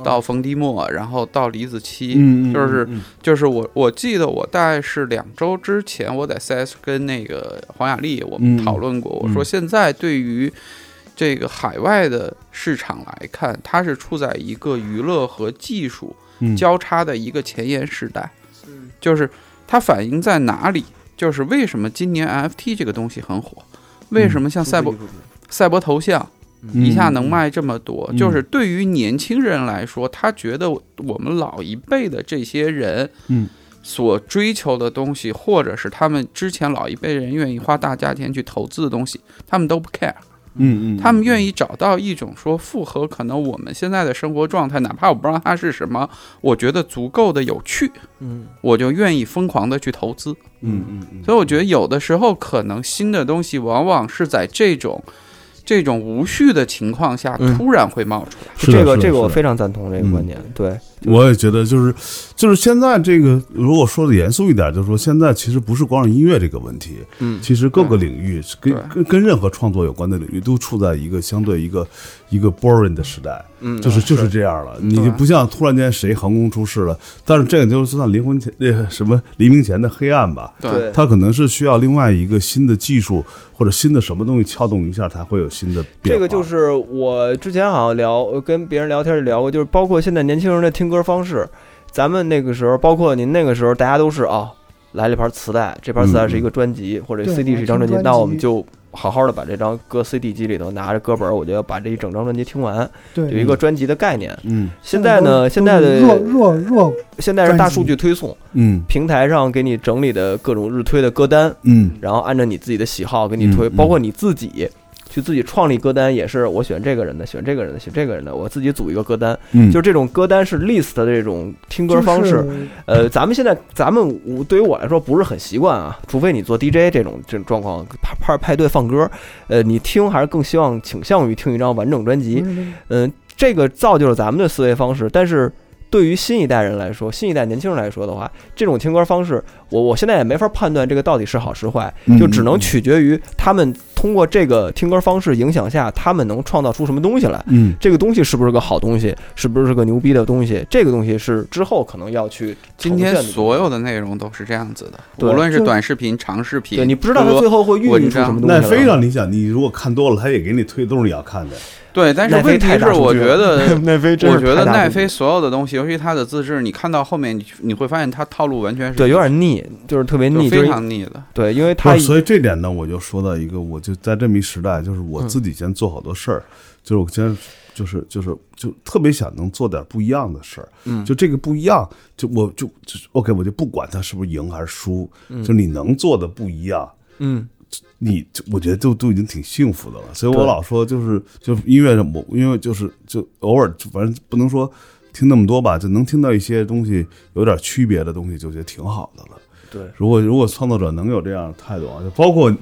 到冯迪莫，然后到李子柒，嗯就是就是我我记得我大概是两周之前，我在 CS 跟那个黄雅莉我们嗯讨论过，嗯我说现在对于这个海外的市场来看，它是处在一个娱乐和技术嗯交叉的一个前沿时代，就是它反映在哪里？就是为什么今年 FT 这个东西很火？为什嗯么像赛博赛博头像一下能卖这么多，嗯就是对于年轻人来说，他觉得我们老一辈的这些人，嗯，所追求的东西，或者是他们之前老一辈人愿意花大价钱去投资的东西，他们都不 care，嗯嗯，他们意愿意找到一种说符合可能我们现在的生活状态，哪怕我不知道它是什么，我觉得足够的有趣，嗯，我就愿意疯狂的去投资。嗯嗯嗯，所以我觉得有的时候可能新的东西往往是在这种这种无序的情况下嗯突然会冒出来。是的这个是的这个我是的嗯非常赞同这个观点，对，我也觉得就是，就是现在这个，如果说的严肃一点，就是说现在其实不是光是音乐这个问题，嗯其实各个领域是跟对跟跟任何创作有关的领域都处在一个相对一个一个 boring 的时代，嗯啊就是就是这样了，你就不像突然间谁横空出世了，但是这个就是像灵魂前那个什么黎明前的黑暗吧，对它可能是需要另外一个新的技术或者新的什么东西撬动一下，才会有新的变化。这个就是我之前好像聊呃跟别人聊天就聊过，就是包括现在年轻人的听歌方式，咱们那个时候，包括您那个时候，大家都是哦，来了一盘磁带，这盘磁带是一嗯个专辑、或者对 CD 是一张专辑我，听专辑那我们就好好的把这张歌 CD 机里头拿着歌本，我就要把这一整张专辑听完，有对，一个专辑的概念。嗯现在都呢，是现在的弱弱弱，现在是大专辑数据推送，嗯平台上给你整理的各种日推的歌单，嗯然后按照你自己的喜好给你推，嗯嗯包括你自己去自己创立歌单，也是我喜欢这个人的，喜欢这个人的，喜欢这个人的，我自己组一个歌单，嗯，就是这种歌单是 list 的这种听歌就是方式。呃，咱们现在咱们我对于我来说不是很习惯啊，除非你做 DJ 这种这种状况，派派派对放歌，呃，你听还是更希望倾向于听一张完整专辑不，是嗯、这个造就了咱们的思维方式，但是。对于新一代人来说，新一代年轻人来说的话，这种听歌方式，我我现在也没法判断这个到底是好是坏，就只能取决于他们通过这个听歌方式影响下，他们能创造出什么东西来。嗯这个东西是不是个好东西？是不是个牛逼的东西？这个东西是之后可能要去今天呈现的所有的内容都是这样子的，对无论是就短视频、长视频，对你不知道它最后会孕育出什么东西来。奈飞让你想，你如果看多了，他也给你推都是你要看的。对，但是奈飞问题太是，大数我据觉了得 奈飞 真我是觉得太大奈众飞所有的东西，尤其它的自制，你看到后面，你你会发现它套路完全是对有点腻，腻，就是特别就腻，就非是常腻的。对，因为不他是所以这点呢，我就说到一个，我就在这么一时代，就是嗯我自己先做好多事儿，就是我现在就是就是就特别想能做点不一样的事儿，嗯就这个不一样，就我就就 OK，我就不管他是不是赢还是输，就你能做的不一样，嗯你就我觉得就都已经挺幸福的了。所以我对老说就是就是音乐上我因为就是就偶尔就反正不能说听那么多吧，就能听到一些东西有点区别的东西，就觉得挺好的了。对如果如果创作者能有这样的态度啊，就包括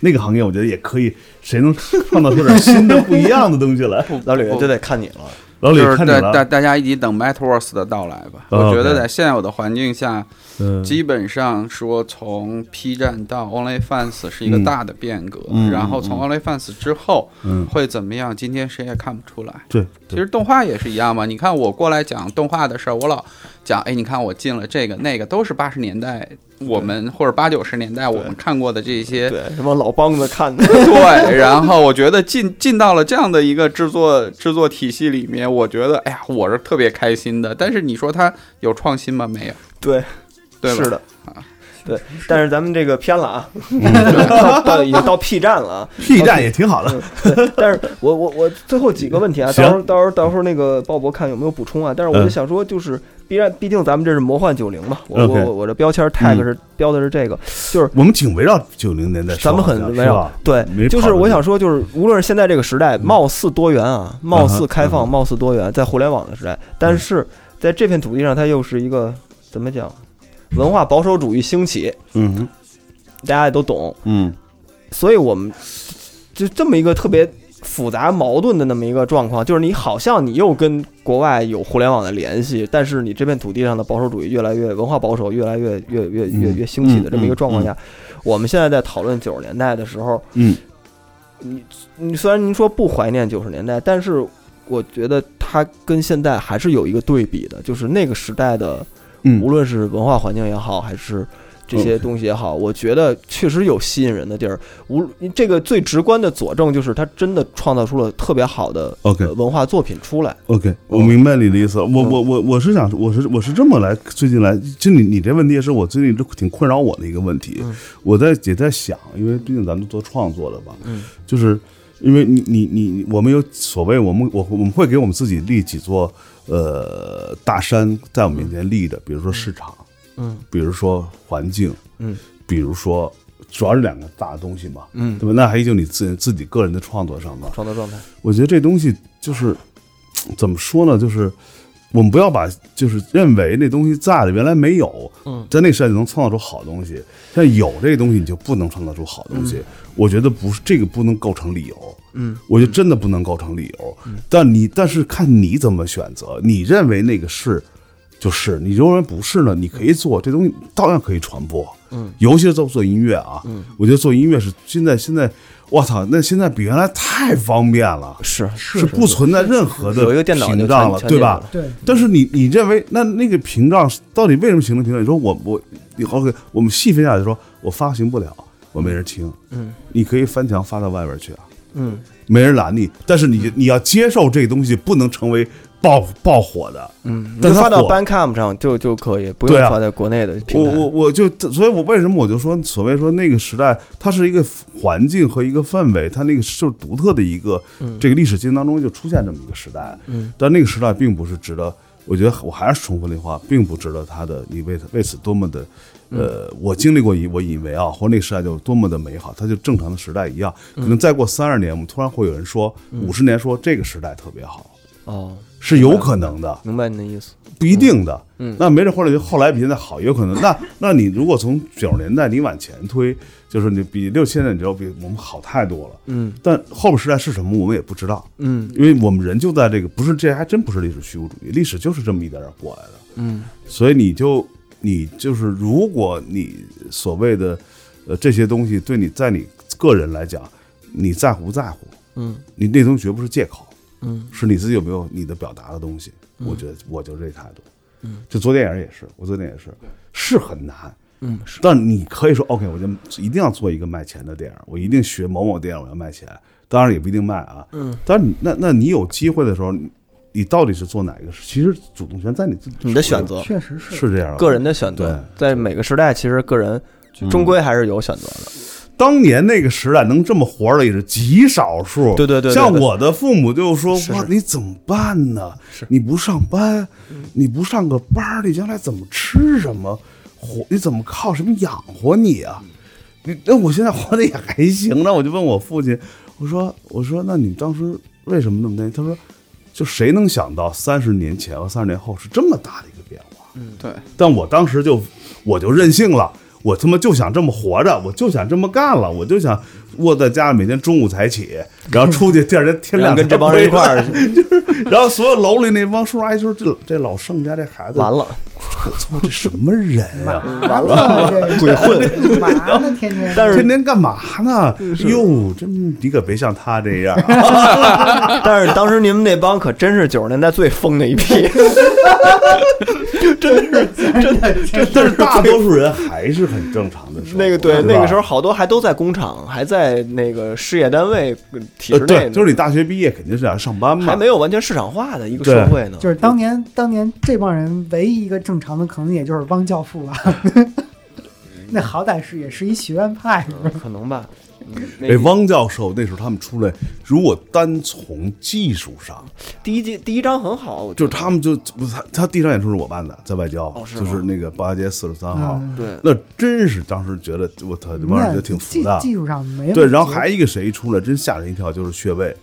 那个行业，我觉得也可以，谁能 创造出点新的不一样的东西来？不老李不就得看你了，老李就是看见大大了，啊大家一起等 MetaVerse 的到来吧。哦我觉得 OK 在现有的环境下，嗯基本上说从 P 站到 OnlyFans 是一个嗯大的变革，嗯然后从 OnlyFans 之后嗯，会怎么样？今天谁也看不出来。对，其对实动画也是一样嘛，你看我过来讲动画的事儿，我老讲，哎，你看我进了这个那个，都是八十年代我们或者八九十年代我们看过的这哎些对，什么老梆子看的，对，然后我觉得进进到了这样的一个制作制作体系里面，我觉得哎呀，我是特别开心的。但是你说它有创新吗？没有，对，对吧？是的。啊对，但是咱们这个偏了啊，嗯到到已经到 P 站了啊。 ，P 站也挺好的。对，但是我我我最后几个问题啊，行到时候到时候到时候那个鲍勃看有没有补充啊。但是我就嗯想说，就是必然，毕竟咱们这是魔幻九零嘛，我我 OK 嗯我我的标签 tag 是标的是这个，就是我们挺围绕九零年代说咱们好像，很是围绕吧对，没就跑是出我去想说，就是无论是现在这个时代，貌似多元啊，貌似开嗯放，哼嗯貌似多元，在互联网的时代，但是在这片土地上，它又是一个怎么讲，文化保守主义兴起，嗯哼大家也都懂，嗯所以我们就这么一个特别复杂矛盾的那么一个状况，就是你好像你又跟国外有互联网的联系，但是你这片土地上的保守主义越来越文化保守越来越越越嗯越越兴起的这么一个状况下，我们现在在讨论九十年代的时候，嗯，你虽然您说不怀念九十年代，但是我觉得它跟现在还是有一个对比的，就是那个时代的，嗯无论是文化环境也好，还是这些东西也好，我觉得确实有吸引人的地儿。无这个最直观的佐证就是，它真的创造出了特别好的 OK 呃文化作品出来。 OK，我明白你的意思了。嗯我我我我是想，我是我是这么来，最近来，就你你这问题也是我最近挺困扰我的一个问题。嗯我在也在想，因为毕竟咱们做创作的吧，嗯，就是因为你你你你我们有所谓，我们我我们会给我们自己立几座呃大山在我们面前立着，比如说市场，嗯，比如说环境，嗯，比如说主要是两个大东西嘛，嗯，对吧？那还有就你自自己个人的创作上嘛，创作状态，我觉得这东西就是怎么说呢？就是我们不要把就是认为那东西在的原来没有，嗯，在那时代就能创造出好东西，但有这个东西你就不能创造出好东西。我觉得不是这个不能构成理由，嗯，我觉得真的不能构成理由。但你但是看你怎么选择，你认为那个是。就是你如果不是呢，你可以做这东西，照样可以传播。嗯，尤其是做做音乐啊，嗯，我觉得做音乐是现在现在，我操，那现在比原来太方便了。是是不存在任何的有一个电脑就屏障全了，全对进来吧了？对，但是你你认为那那个屏障是到底为什么形成屏障？你说我我你 OK，我们细分下来就说，我发行不了，我没人听，嗯，你可以翻墙发到外边去啊，嗯，没人拦你，但是你你要接受这个东西不能成为爆爆火的，嗯，但就它发到火 Bandcamp 上就就可以，不对用啊发在国内的我平台。我我就，所以我为什么我就说，所谓说那个时代，它是一个环境和一个氛围，它那个就是独特的一个、嗯这个历史进程当中就出现这么一个时代。嗯，但那个时代并不是值得，我觉得我还是重复那话，并不值得它的你为它为此多么的。嗯呃，我经历过以我以为啊，或者那个时代就多么的美好，它就正常的时代一样。嗯可能再过三十年，我们突然会有人说，五十年说这个时代特别好，哦，是有可能的。嗯明白你的意思。不一定的，嗯，那没准或者后来比现在好，也有可能。那那你如果从九十年代你往前推，就是你比六七年代你知道比我们好太多了，嗯，但后边时代是什么我们也不知道，嗯，因为我们人就在这个不是这还真不是历史虚无主义，历史就是这么一点点过来的，嗯，所以你就你就是如果你所谓的呃这些东西对你在你个人来讲你在乎不在乎，嗯，你那东西绝不是借口，嗯，是你自己有没有你的表达的东西，我觉得我就是这态度。就做电影也是，我做电影也是，是很难。嗯，但你可以说 OK，我就一定要做一个卖钱的电影，我一定学某某电影，我要卖钱。当然也不一定卖啊。嗯，但是你那那你有机会的时候，你到底是做哪个？其实主动权在你自己手里，你的选择，确实 是是这样的，个人的选择，在每个时代，其实个人嗯终归还是有选择的。当年那个时代能这么活的也是极少数。对对对对像我的父母就说：“是哇，你怎么办呢？你不上班，嗯你不上个班儿，你将来怎么吃什么？活你怎么靠什么养活你啊？”嗯你那我现在活的也还行，那我就问我父亲，我说我说那你当时为什么那么担心？他说，就谁能想到三十年前和三十年后是这么大的一个变化？对，但我当时就我就任性了，我他妈就想这么活着，我就想这么干了，我就想窝在家里，每天中午才起，然后出去，第二天天然后亮跟才这帮人一回块来儿然后所有楼里那帮叔叔阿姨说：“这这老盛家这孩子完，了，我操，这什么人呀、完了，这鬼混嘛呢？天天，但是天天干嘛呢？哟，真你可别像他这样啊、但是当时你们那帮可真是九十年代最疯的一批，真的是真的真但的是是大多数人还是很正常的生活。那个对吧那个时候好多还都在工厂，还在那个事业单位呃体呃制内对，呢，就是你大学毕业肯定是想上班嘛，还没有完全市场化的一个社会呢。就是当年当年这帮人唯一一个正常的，可能也就是汪教父吧。 那好歹是也是一学院派，可能吧。嗯那哎，汪教授那时候他们出来，如果单从技术上，第一季第一章很好，我觉就是得他们就不是他他第一场演出是我办的，在外交，哦是吗就是那个八街四十三号，嗯对那真是当时觉得我操，这帮人那就挺服技的。技术上没有对，然后还一个谁出来，真吓人一跳，就是穴位，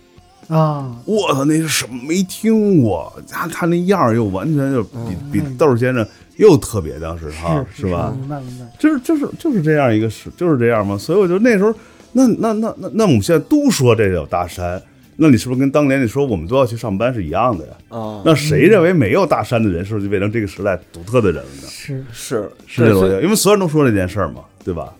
啊，我操，那是什么没听过？他他那样儿又完全就比比豆儿先生又特别，当时哈嗯是啊吧？明白明白，就是就是就是这样一个事，就是这样嘛。所以我就那时候，那那那那那我们现在都说这有大山，那你是不是跟当年你说我们都要去上班是一样的呀？啊那谁认为没有大山的人，是不是就变成这个时代独特的人了呢？是是是这对逻所以辑，因为所有人都说这件事儿嘛，对吧？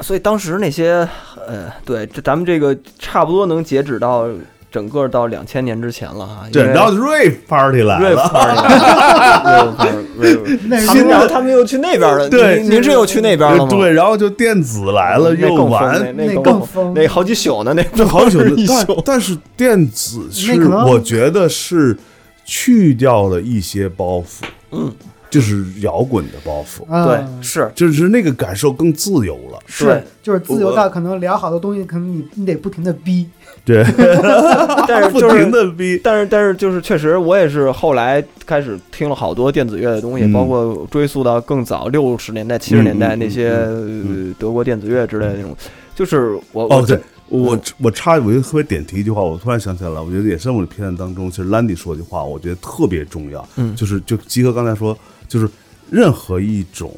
所以当时那些呃，对，这咱们这个差不多能截止到整个到两千年之前了哈。对，然后瑞 party 来瑞了， 瑞那他们是然后他们又去那边了，对您您是又去那边了吗？对，然后就电子来了，那又更疯玩。那那那更疯疯，那好几宿呢，那这 好久的一，宿但但是电子那是可能我觉得是去掉了一些包袱，嗯，就是摇滚的包袱，啊嗯对，是，就是那个感受更自由了。是对就是自由到可能聊好多东西，可能你你得不停的逼，对，但是 不就是啊停的逼。但是但是就是确实，我也是后来开始听了好多电子乐的东西，嗯包括追溯到更早六十年代、七十年代嗯嗯那些、呃德国电子乐之类的那种。就是我哦，我对，我我插，我就特别点题一句话，我突然想起来了，我觉得也是我的片段当中，其实兰迪说一句话，我觉得特别重要，嗯就是就基哥刚才说，就是任何一种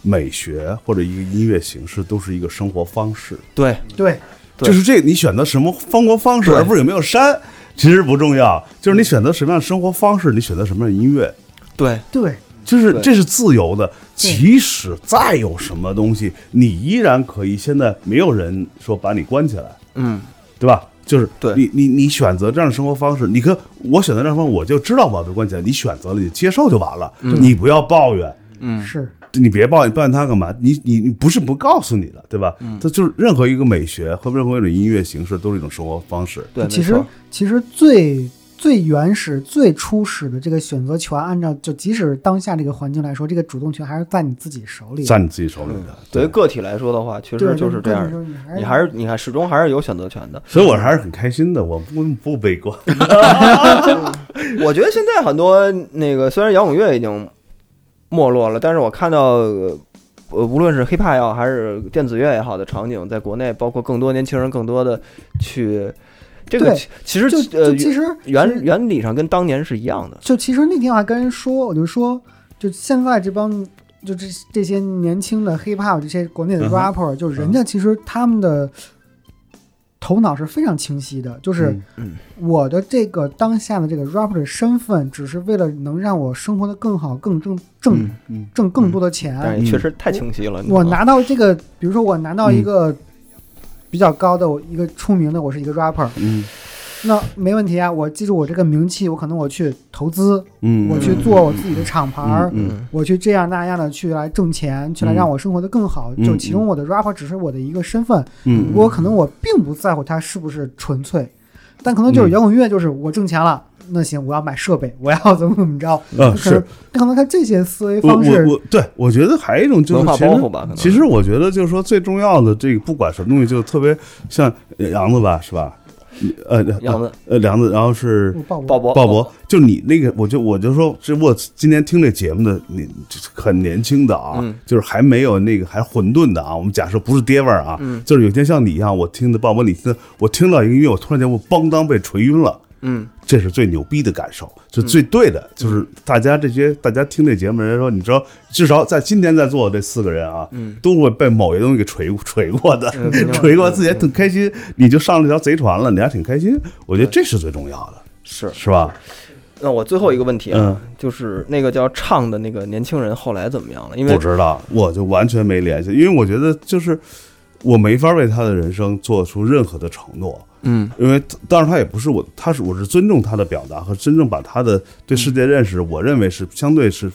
美学或者一个音乐形式，都是一个生活方式，对对，对就是这你选择什么生活方式，对而不是有没有山，其实不重要，就是你选择什么样的生活方式，你选择什么样的音乐，对对，就是对这是自由的。即使再有什么东西，你依然可以。现在没有人说把你关起来，嗯，对吧？就是对你你你选择这样的生活方式，你可我选择这样的方式，我就知道我要被关起来。你选择了，你接受就完了，你不要抱怨。嗯是你别抱怨抱怨他干嘛？你你你不是不告诉你了，对吧？它就是任何一个美学和任何一种音乐形式都是一种生活方式。对，其没实错其实最最原始、最初始的这个选择权，按照就即使当下这个环境来说，这个主动权还是在你自己手里。在你自己手里的，嗯对于对，个体来说的话，确实对，就是这样就的。是你还你还是你看，始终还是有选择权的。所以我还是很开心的，我不不悲观。 我觉得现在很多那个虽然摇滚乐已经没落了，但是我看到呃，无论是 hiphop 也好，还是电子乐也好的场景，在国内，包括更多年轻人更多的去这个对其，其 实就呃就其实其原实原理上跟当年是一样的。就其实那天我还跟人说，我就说，就现在这帮就这这些年轻的 hiphop 这些国内的嗯哼 rapper，、就人家其实他们的头脑是非常清晰的，就是嗯我的这个当下的这个 rapper 的身份，只是为了能让我生活的更好，更挣挣嗯嗯挣更多的钱。但是也确实太清晰了。你知我道吗拿到这个，比如说我拿嗯到一个比较高的，我一个出名的，我是一个 rapper，嗯那没问题啊。我记住我这个名气，我可能我去投资，嗯，我去做我自己的厂牌儿，嗯我去这样那样的去来挣钱，去来嗯让我生活的更好。嗯就其中我的 rapper 只是我的一个身份，嗯，嗯我可能我并不在乎它是不是纯粹，但可能就是摇滚乐，就是我挣钱了，那行，我要买设备，我要怎么怎么着？嗯，可是能可能他这些思维我方式我我对我觉得还有一种就是文化其包实袱吧可能其实我觉得就是说最重要的这个不管什么东西，就特别像呃杨子吧，是吧？呃，杨子呃梁子，然后是鲍勃鲍勃哦鲍勃，就你那个，我就我就说，这我今天听这节目的，你就是很年轻的啊，嗯就是还没有那个还混沌的啊。我们假设不是爹味儿啊，嗯就是有天像你一样，我听的鲍勃，你听的，我听到一个音乐，我突然间我邦当被锤晕了。嗯，这是最牛逼的感受，是最对的。就是大家这些大家听这节目，人家说，你知道，至少在今天在座的这四个人啊，嗯都会被某一东西给锤锤过的，嗯肯定锤过自己还挺开心，你就上了条贼船了，你还挺开心。我觉得这是最重要的，是。是吧？那我最后一个问题啊，嗯就是那个叫唱的那个年轻人后来怎么样了？因为不知道，我就完全没联系，因为我觉得就是我没法为他的人生做出任何的承诺。嗯因为当然他也不是我，他是我是尊重他的表达和真正把他的对世界认识，我认为是相对是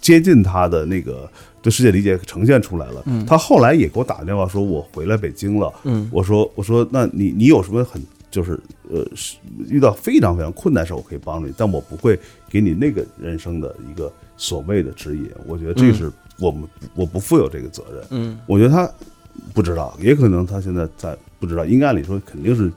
接近他的那个对世界理解呈现出来了。他后来也给我打电话说，我回来北京了。嗯我说我说那你你有什么很就是呃是遇到非常非常困难的时候，我可以帮你，但我不会给你那个人生的一个所谓的指引。我觉得这是我们、我不负有这个责任。嗯我觉得他不知道，也可能他现在在不知道，应该按理说肯定是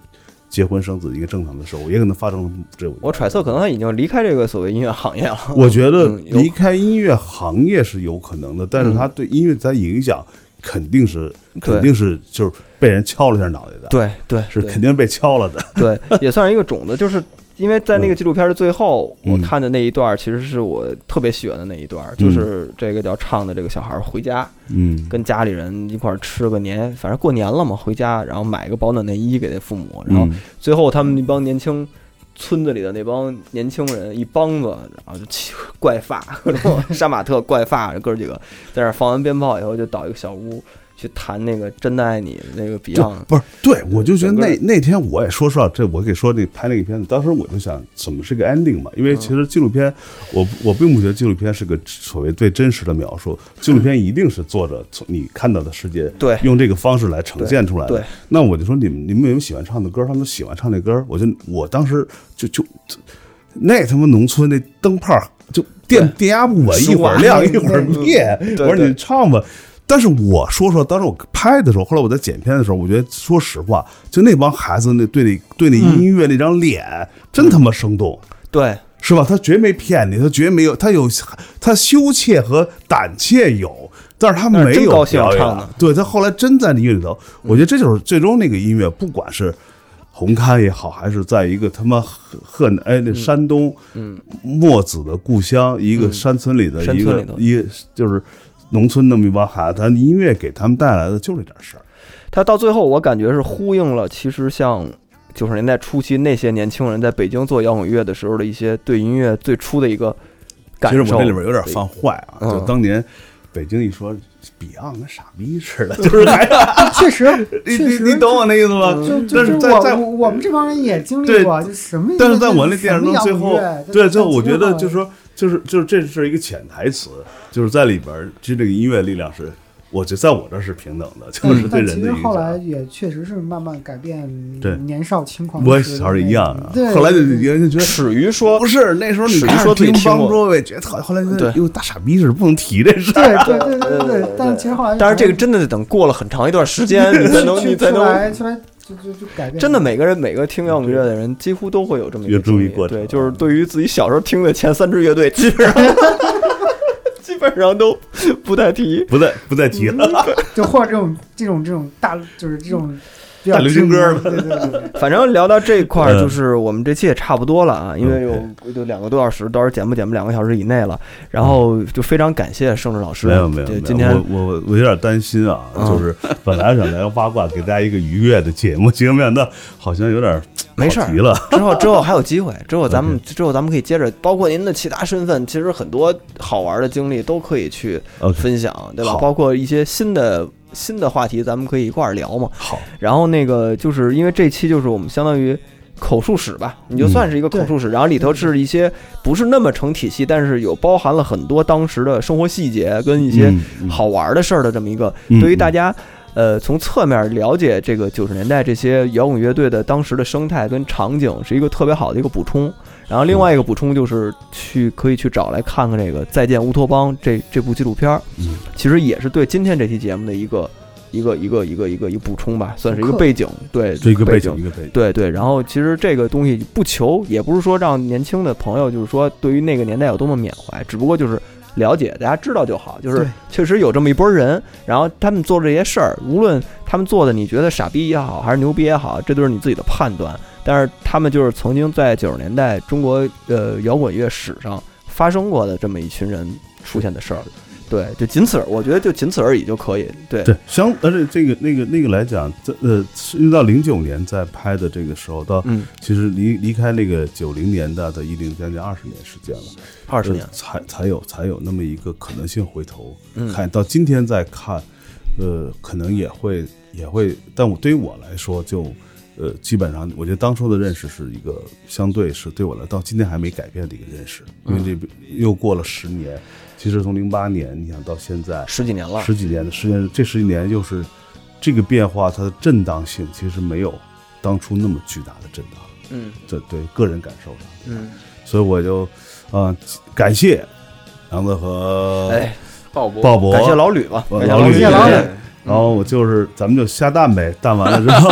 结婚生子一个正常的时候，也可能发生了这。我揣测可能他已经离开这个所谓音乐行业了。我觉得嗯有嗯离开音乐行业是有可能的，但是他对音乐在影响肯定是肯定是就是被人敲了一下脑袋的，，对对是对肯定被敲了的。 对，也算是一个种子，就是因为在那个纪录片的最后，嗯我看的那一段儿其实是我特别喜欢的那一段儿，就是这个叫唱的这个小孩儿回家，嗯跟家里人一块儿吃个年，反正过年了嘛，回家然后买个保暖内衣给他父母，然嗯后最后他们那帮年轻。村子里的那帮年轻人一帮子，然后就起怪发， 各种杀马特怪发，哥几个在那儿放完鞭炮以后，就到一个小屋去弹那个《真的爱你》的那个就 Beyond，不是，对我就觉得那整那天我也说实话，这我给说那拍那个片子，当时我就想怎么是个 ending 嘛，因嗯为其实纪录片，我我并不觉得纪录片是个所谓最真实的描述，纪录片一定是作者从你看到的世界，嗯对用这个方式来呈现出来的。对对那我就说你们你们有没有喜欢唱的歌？他们都喜欢唱那歌，我就我当时就就那他妈农村那灯泡儿就电电压不稳，一会儿是吧亮一会儿灭，对我说对你唱吧。但是我说说，当时我拍的时候，后来我在剪片的时候，我觉得说实话，就那帮孩子那对那对那音乐那张脸，真他妈生动，对，是吧？他绝没骗你，他绝没有，他有他羞怯和胆怯有，但是他但是没真有高兴表演唱的嗯对他后来真在音乐里头，我觉得这就是最终那个音乐，不管是红勘也好，还是在一个他妈河河南哎那山东，嗯，墨子的故乡，一个山村里嗯的山一村个里头一个就是农村那么一帮孩子，他音乐给他们带来的就是这点事儿。他到最后，我感觉是呼应了，其实像九十年代初期那些年轻人在北京做摇滚乐的时候的一些对音乐最初的一个感其受。实我这里边有点犯坏啊，嗯就当年北京一说 Beyond 跟傻逼 似的，就是还 确实 你确实你你懂我那意思吗？就就就但是在我在我我们这帮人也经历对过，啊就什么？但是在我那电影中，最后哎对最后，我觉得啊就是说，说，就是就是这是一个潜台词，就是在里边儿，其实这个音乐力量是，我觉得在我这儿是平等的，就是对嗯但其人实的影后来响。也确实是慢慢改变对年少轻狂时的那我个。也小时候一样啊对，，后来就对对就觉得始于说不，是那时候你史看说对听听方过桌位，觉得好，后来觉得对哟大傻逼似的，不能提这事儿。对对对对对对，但是其实后来，但是这个真的得等过了很长一段时间，你才能去你才出来能出来就就就改变，真的每个人每个听摇滚乐的人几乎都会有这么一有个这么一经历过程对，就是对于自己小时候听的前三支乐队，基本上 基本上都不太提。 不再不再提了，就或者这种这种这种大就是这种比较大流行歌儿知名的对对对， 反正聊到这一块儿，嗯就是我们这期也差不多了啊，因为有就两个多小时，到时候剪不剪不两个小时以内了。然后就非常感谢盛志老师，嗯没有没有，没就有今天我我我有点担心啊，嗯就是本来想来个八卦，给大家一个愉悦的节目，结果没想到好像有点儿没事儿跑题 了。 嗯之后之后还有机会，之后咱们之后咱们可以接着，包括您的其他身份，其实很多好玩的经历都可以去 OK，分享，对吧？好包括一些新的新的话题，咱们可以一块儿聊嘛。好，然后那个就是因为这期就是我们相当于口述史吧，你就算是一个口述史，然后里头是一些不是那么成体系，但是有包含了很多当时的生活细节跟一些嗯嗯好玩的事儿的这么一个，嗯对于大嗯家。呃，从侧面了解这个九十年代这些摇滚乐队的当时的生态跟场景，是一个特别好的一个补充。然后嗯另外一个补充就是去可以去找来看看这个《再见乌托邦》这这部纪录片儿，嗯其实也是对今天这期节目的一个一个一个一个一个一个补充吧，算是一个补课背景，对，这一个背背景，一个背景，对对，然后其实这个东西不求，也不是说让年轻的朋友就是说对于那个年代有多么缅怀，只不过就是了解，大家知道就好。就是对确实有这么一波人，然后他们做这些事儿，无论他们做的你觉得傻逼也好，还是牛逼也好，这都是你自己的判断。但是他们就是曾经在九十年代中国呃摇滚乐史上发生过的这么一群人出现的事儿，对，就仅此，我觉得就仅此而已就可以。对，对，相而且这个那个那个来讲，这呃，是一直到零九年在拍的这个时候，到嗯，其实离离开那个九零年代的一零将近二十年时间了，二十年呃，才才有才有那么一个可能性回头嗯看到今天再看，呃，可能也会也会，但我对于我来说就。呃，基本上我觉得当初的认识是一个相对是对我来到今天还没改变的一个认识，因嗯为这又过了十年，其实从零八年你想到现在十几年了，十几年的时间，这十几年又是这个变化，它的震荡性其实没有当初那么巨大的震荡。嗯这对个人感受上，嗯，所以我就，呃，感谢杨子和哎，鲍勃，鲍勃，感谢老吕吧，呃感谢老吕，吕感谢老吕对然后我就是咱们就下蛋呗，蛋完了之 后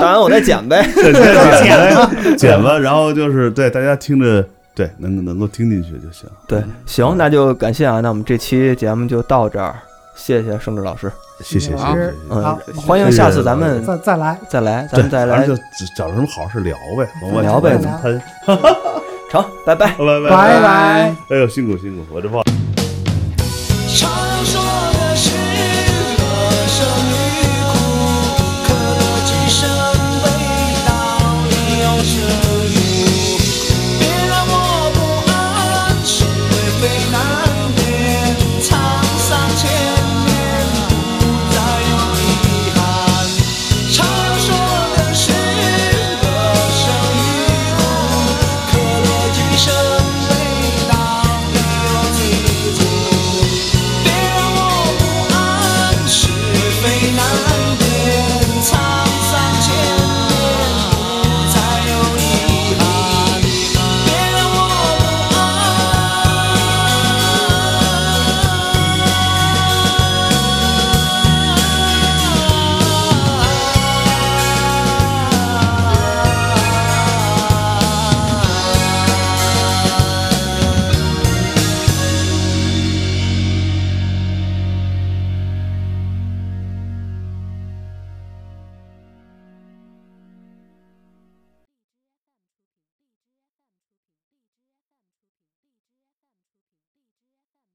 打完我再剪呗。 再再剪 呗，剪吧，然后就是对大家听着，对能能够听进去就行。对，行，那就感谢啊，那我们这期节目就到这儿，谢谢盛志老师，谢谢谢谢，好谢谢嗯好，欢迎下次咱们再再来，再来，咱们再反来正，就找什么好事聊呗，往外聊呗咱们咱喷，成，拜拜。 拜拜拜拜。哎呦，辛苦辛苦，我这忘了。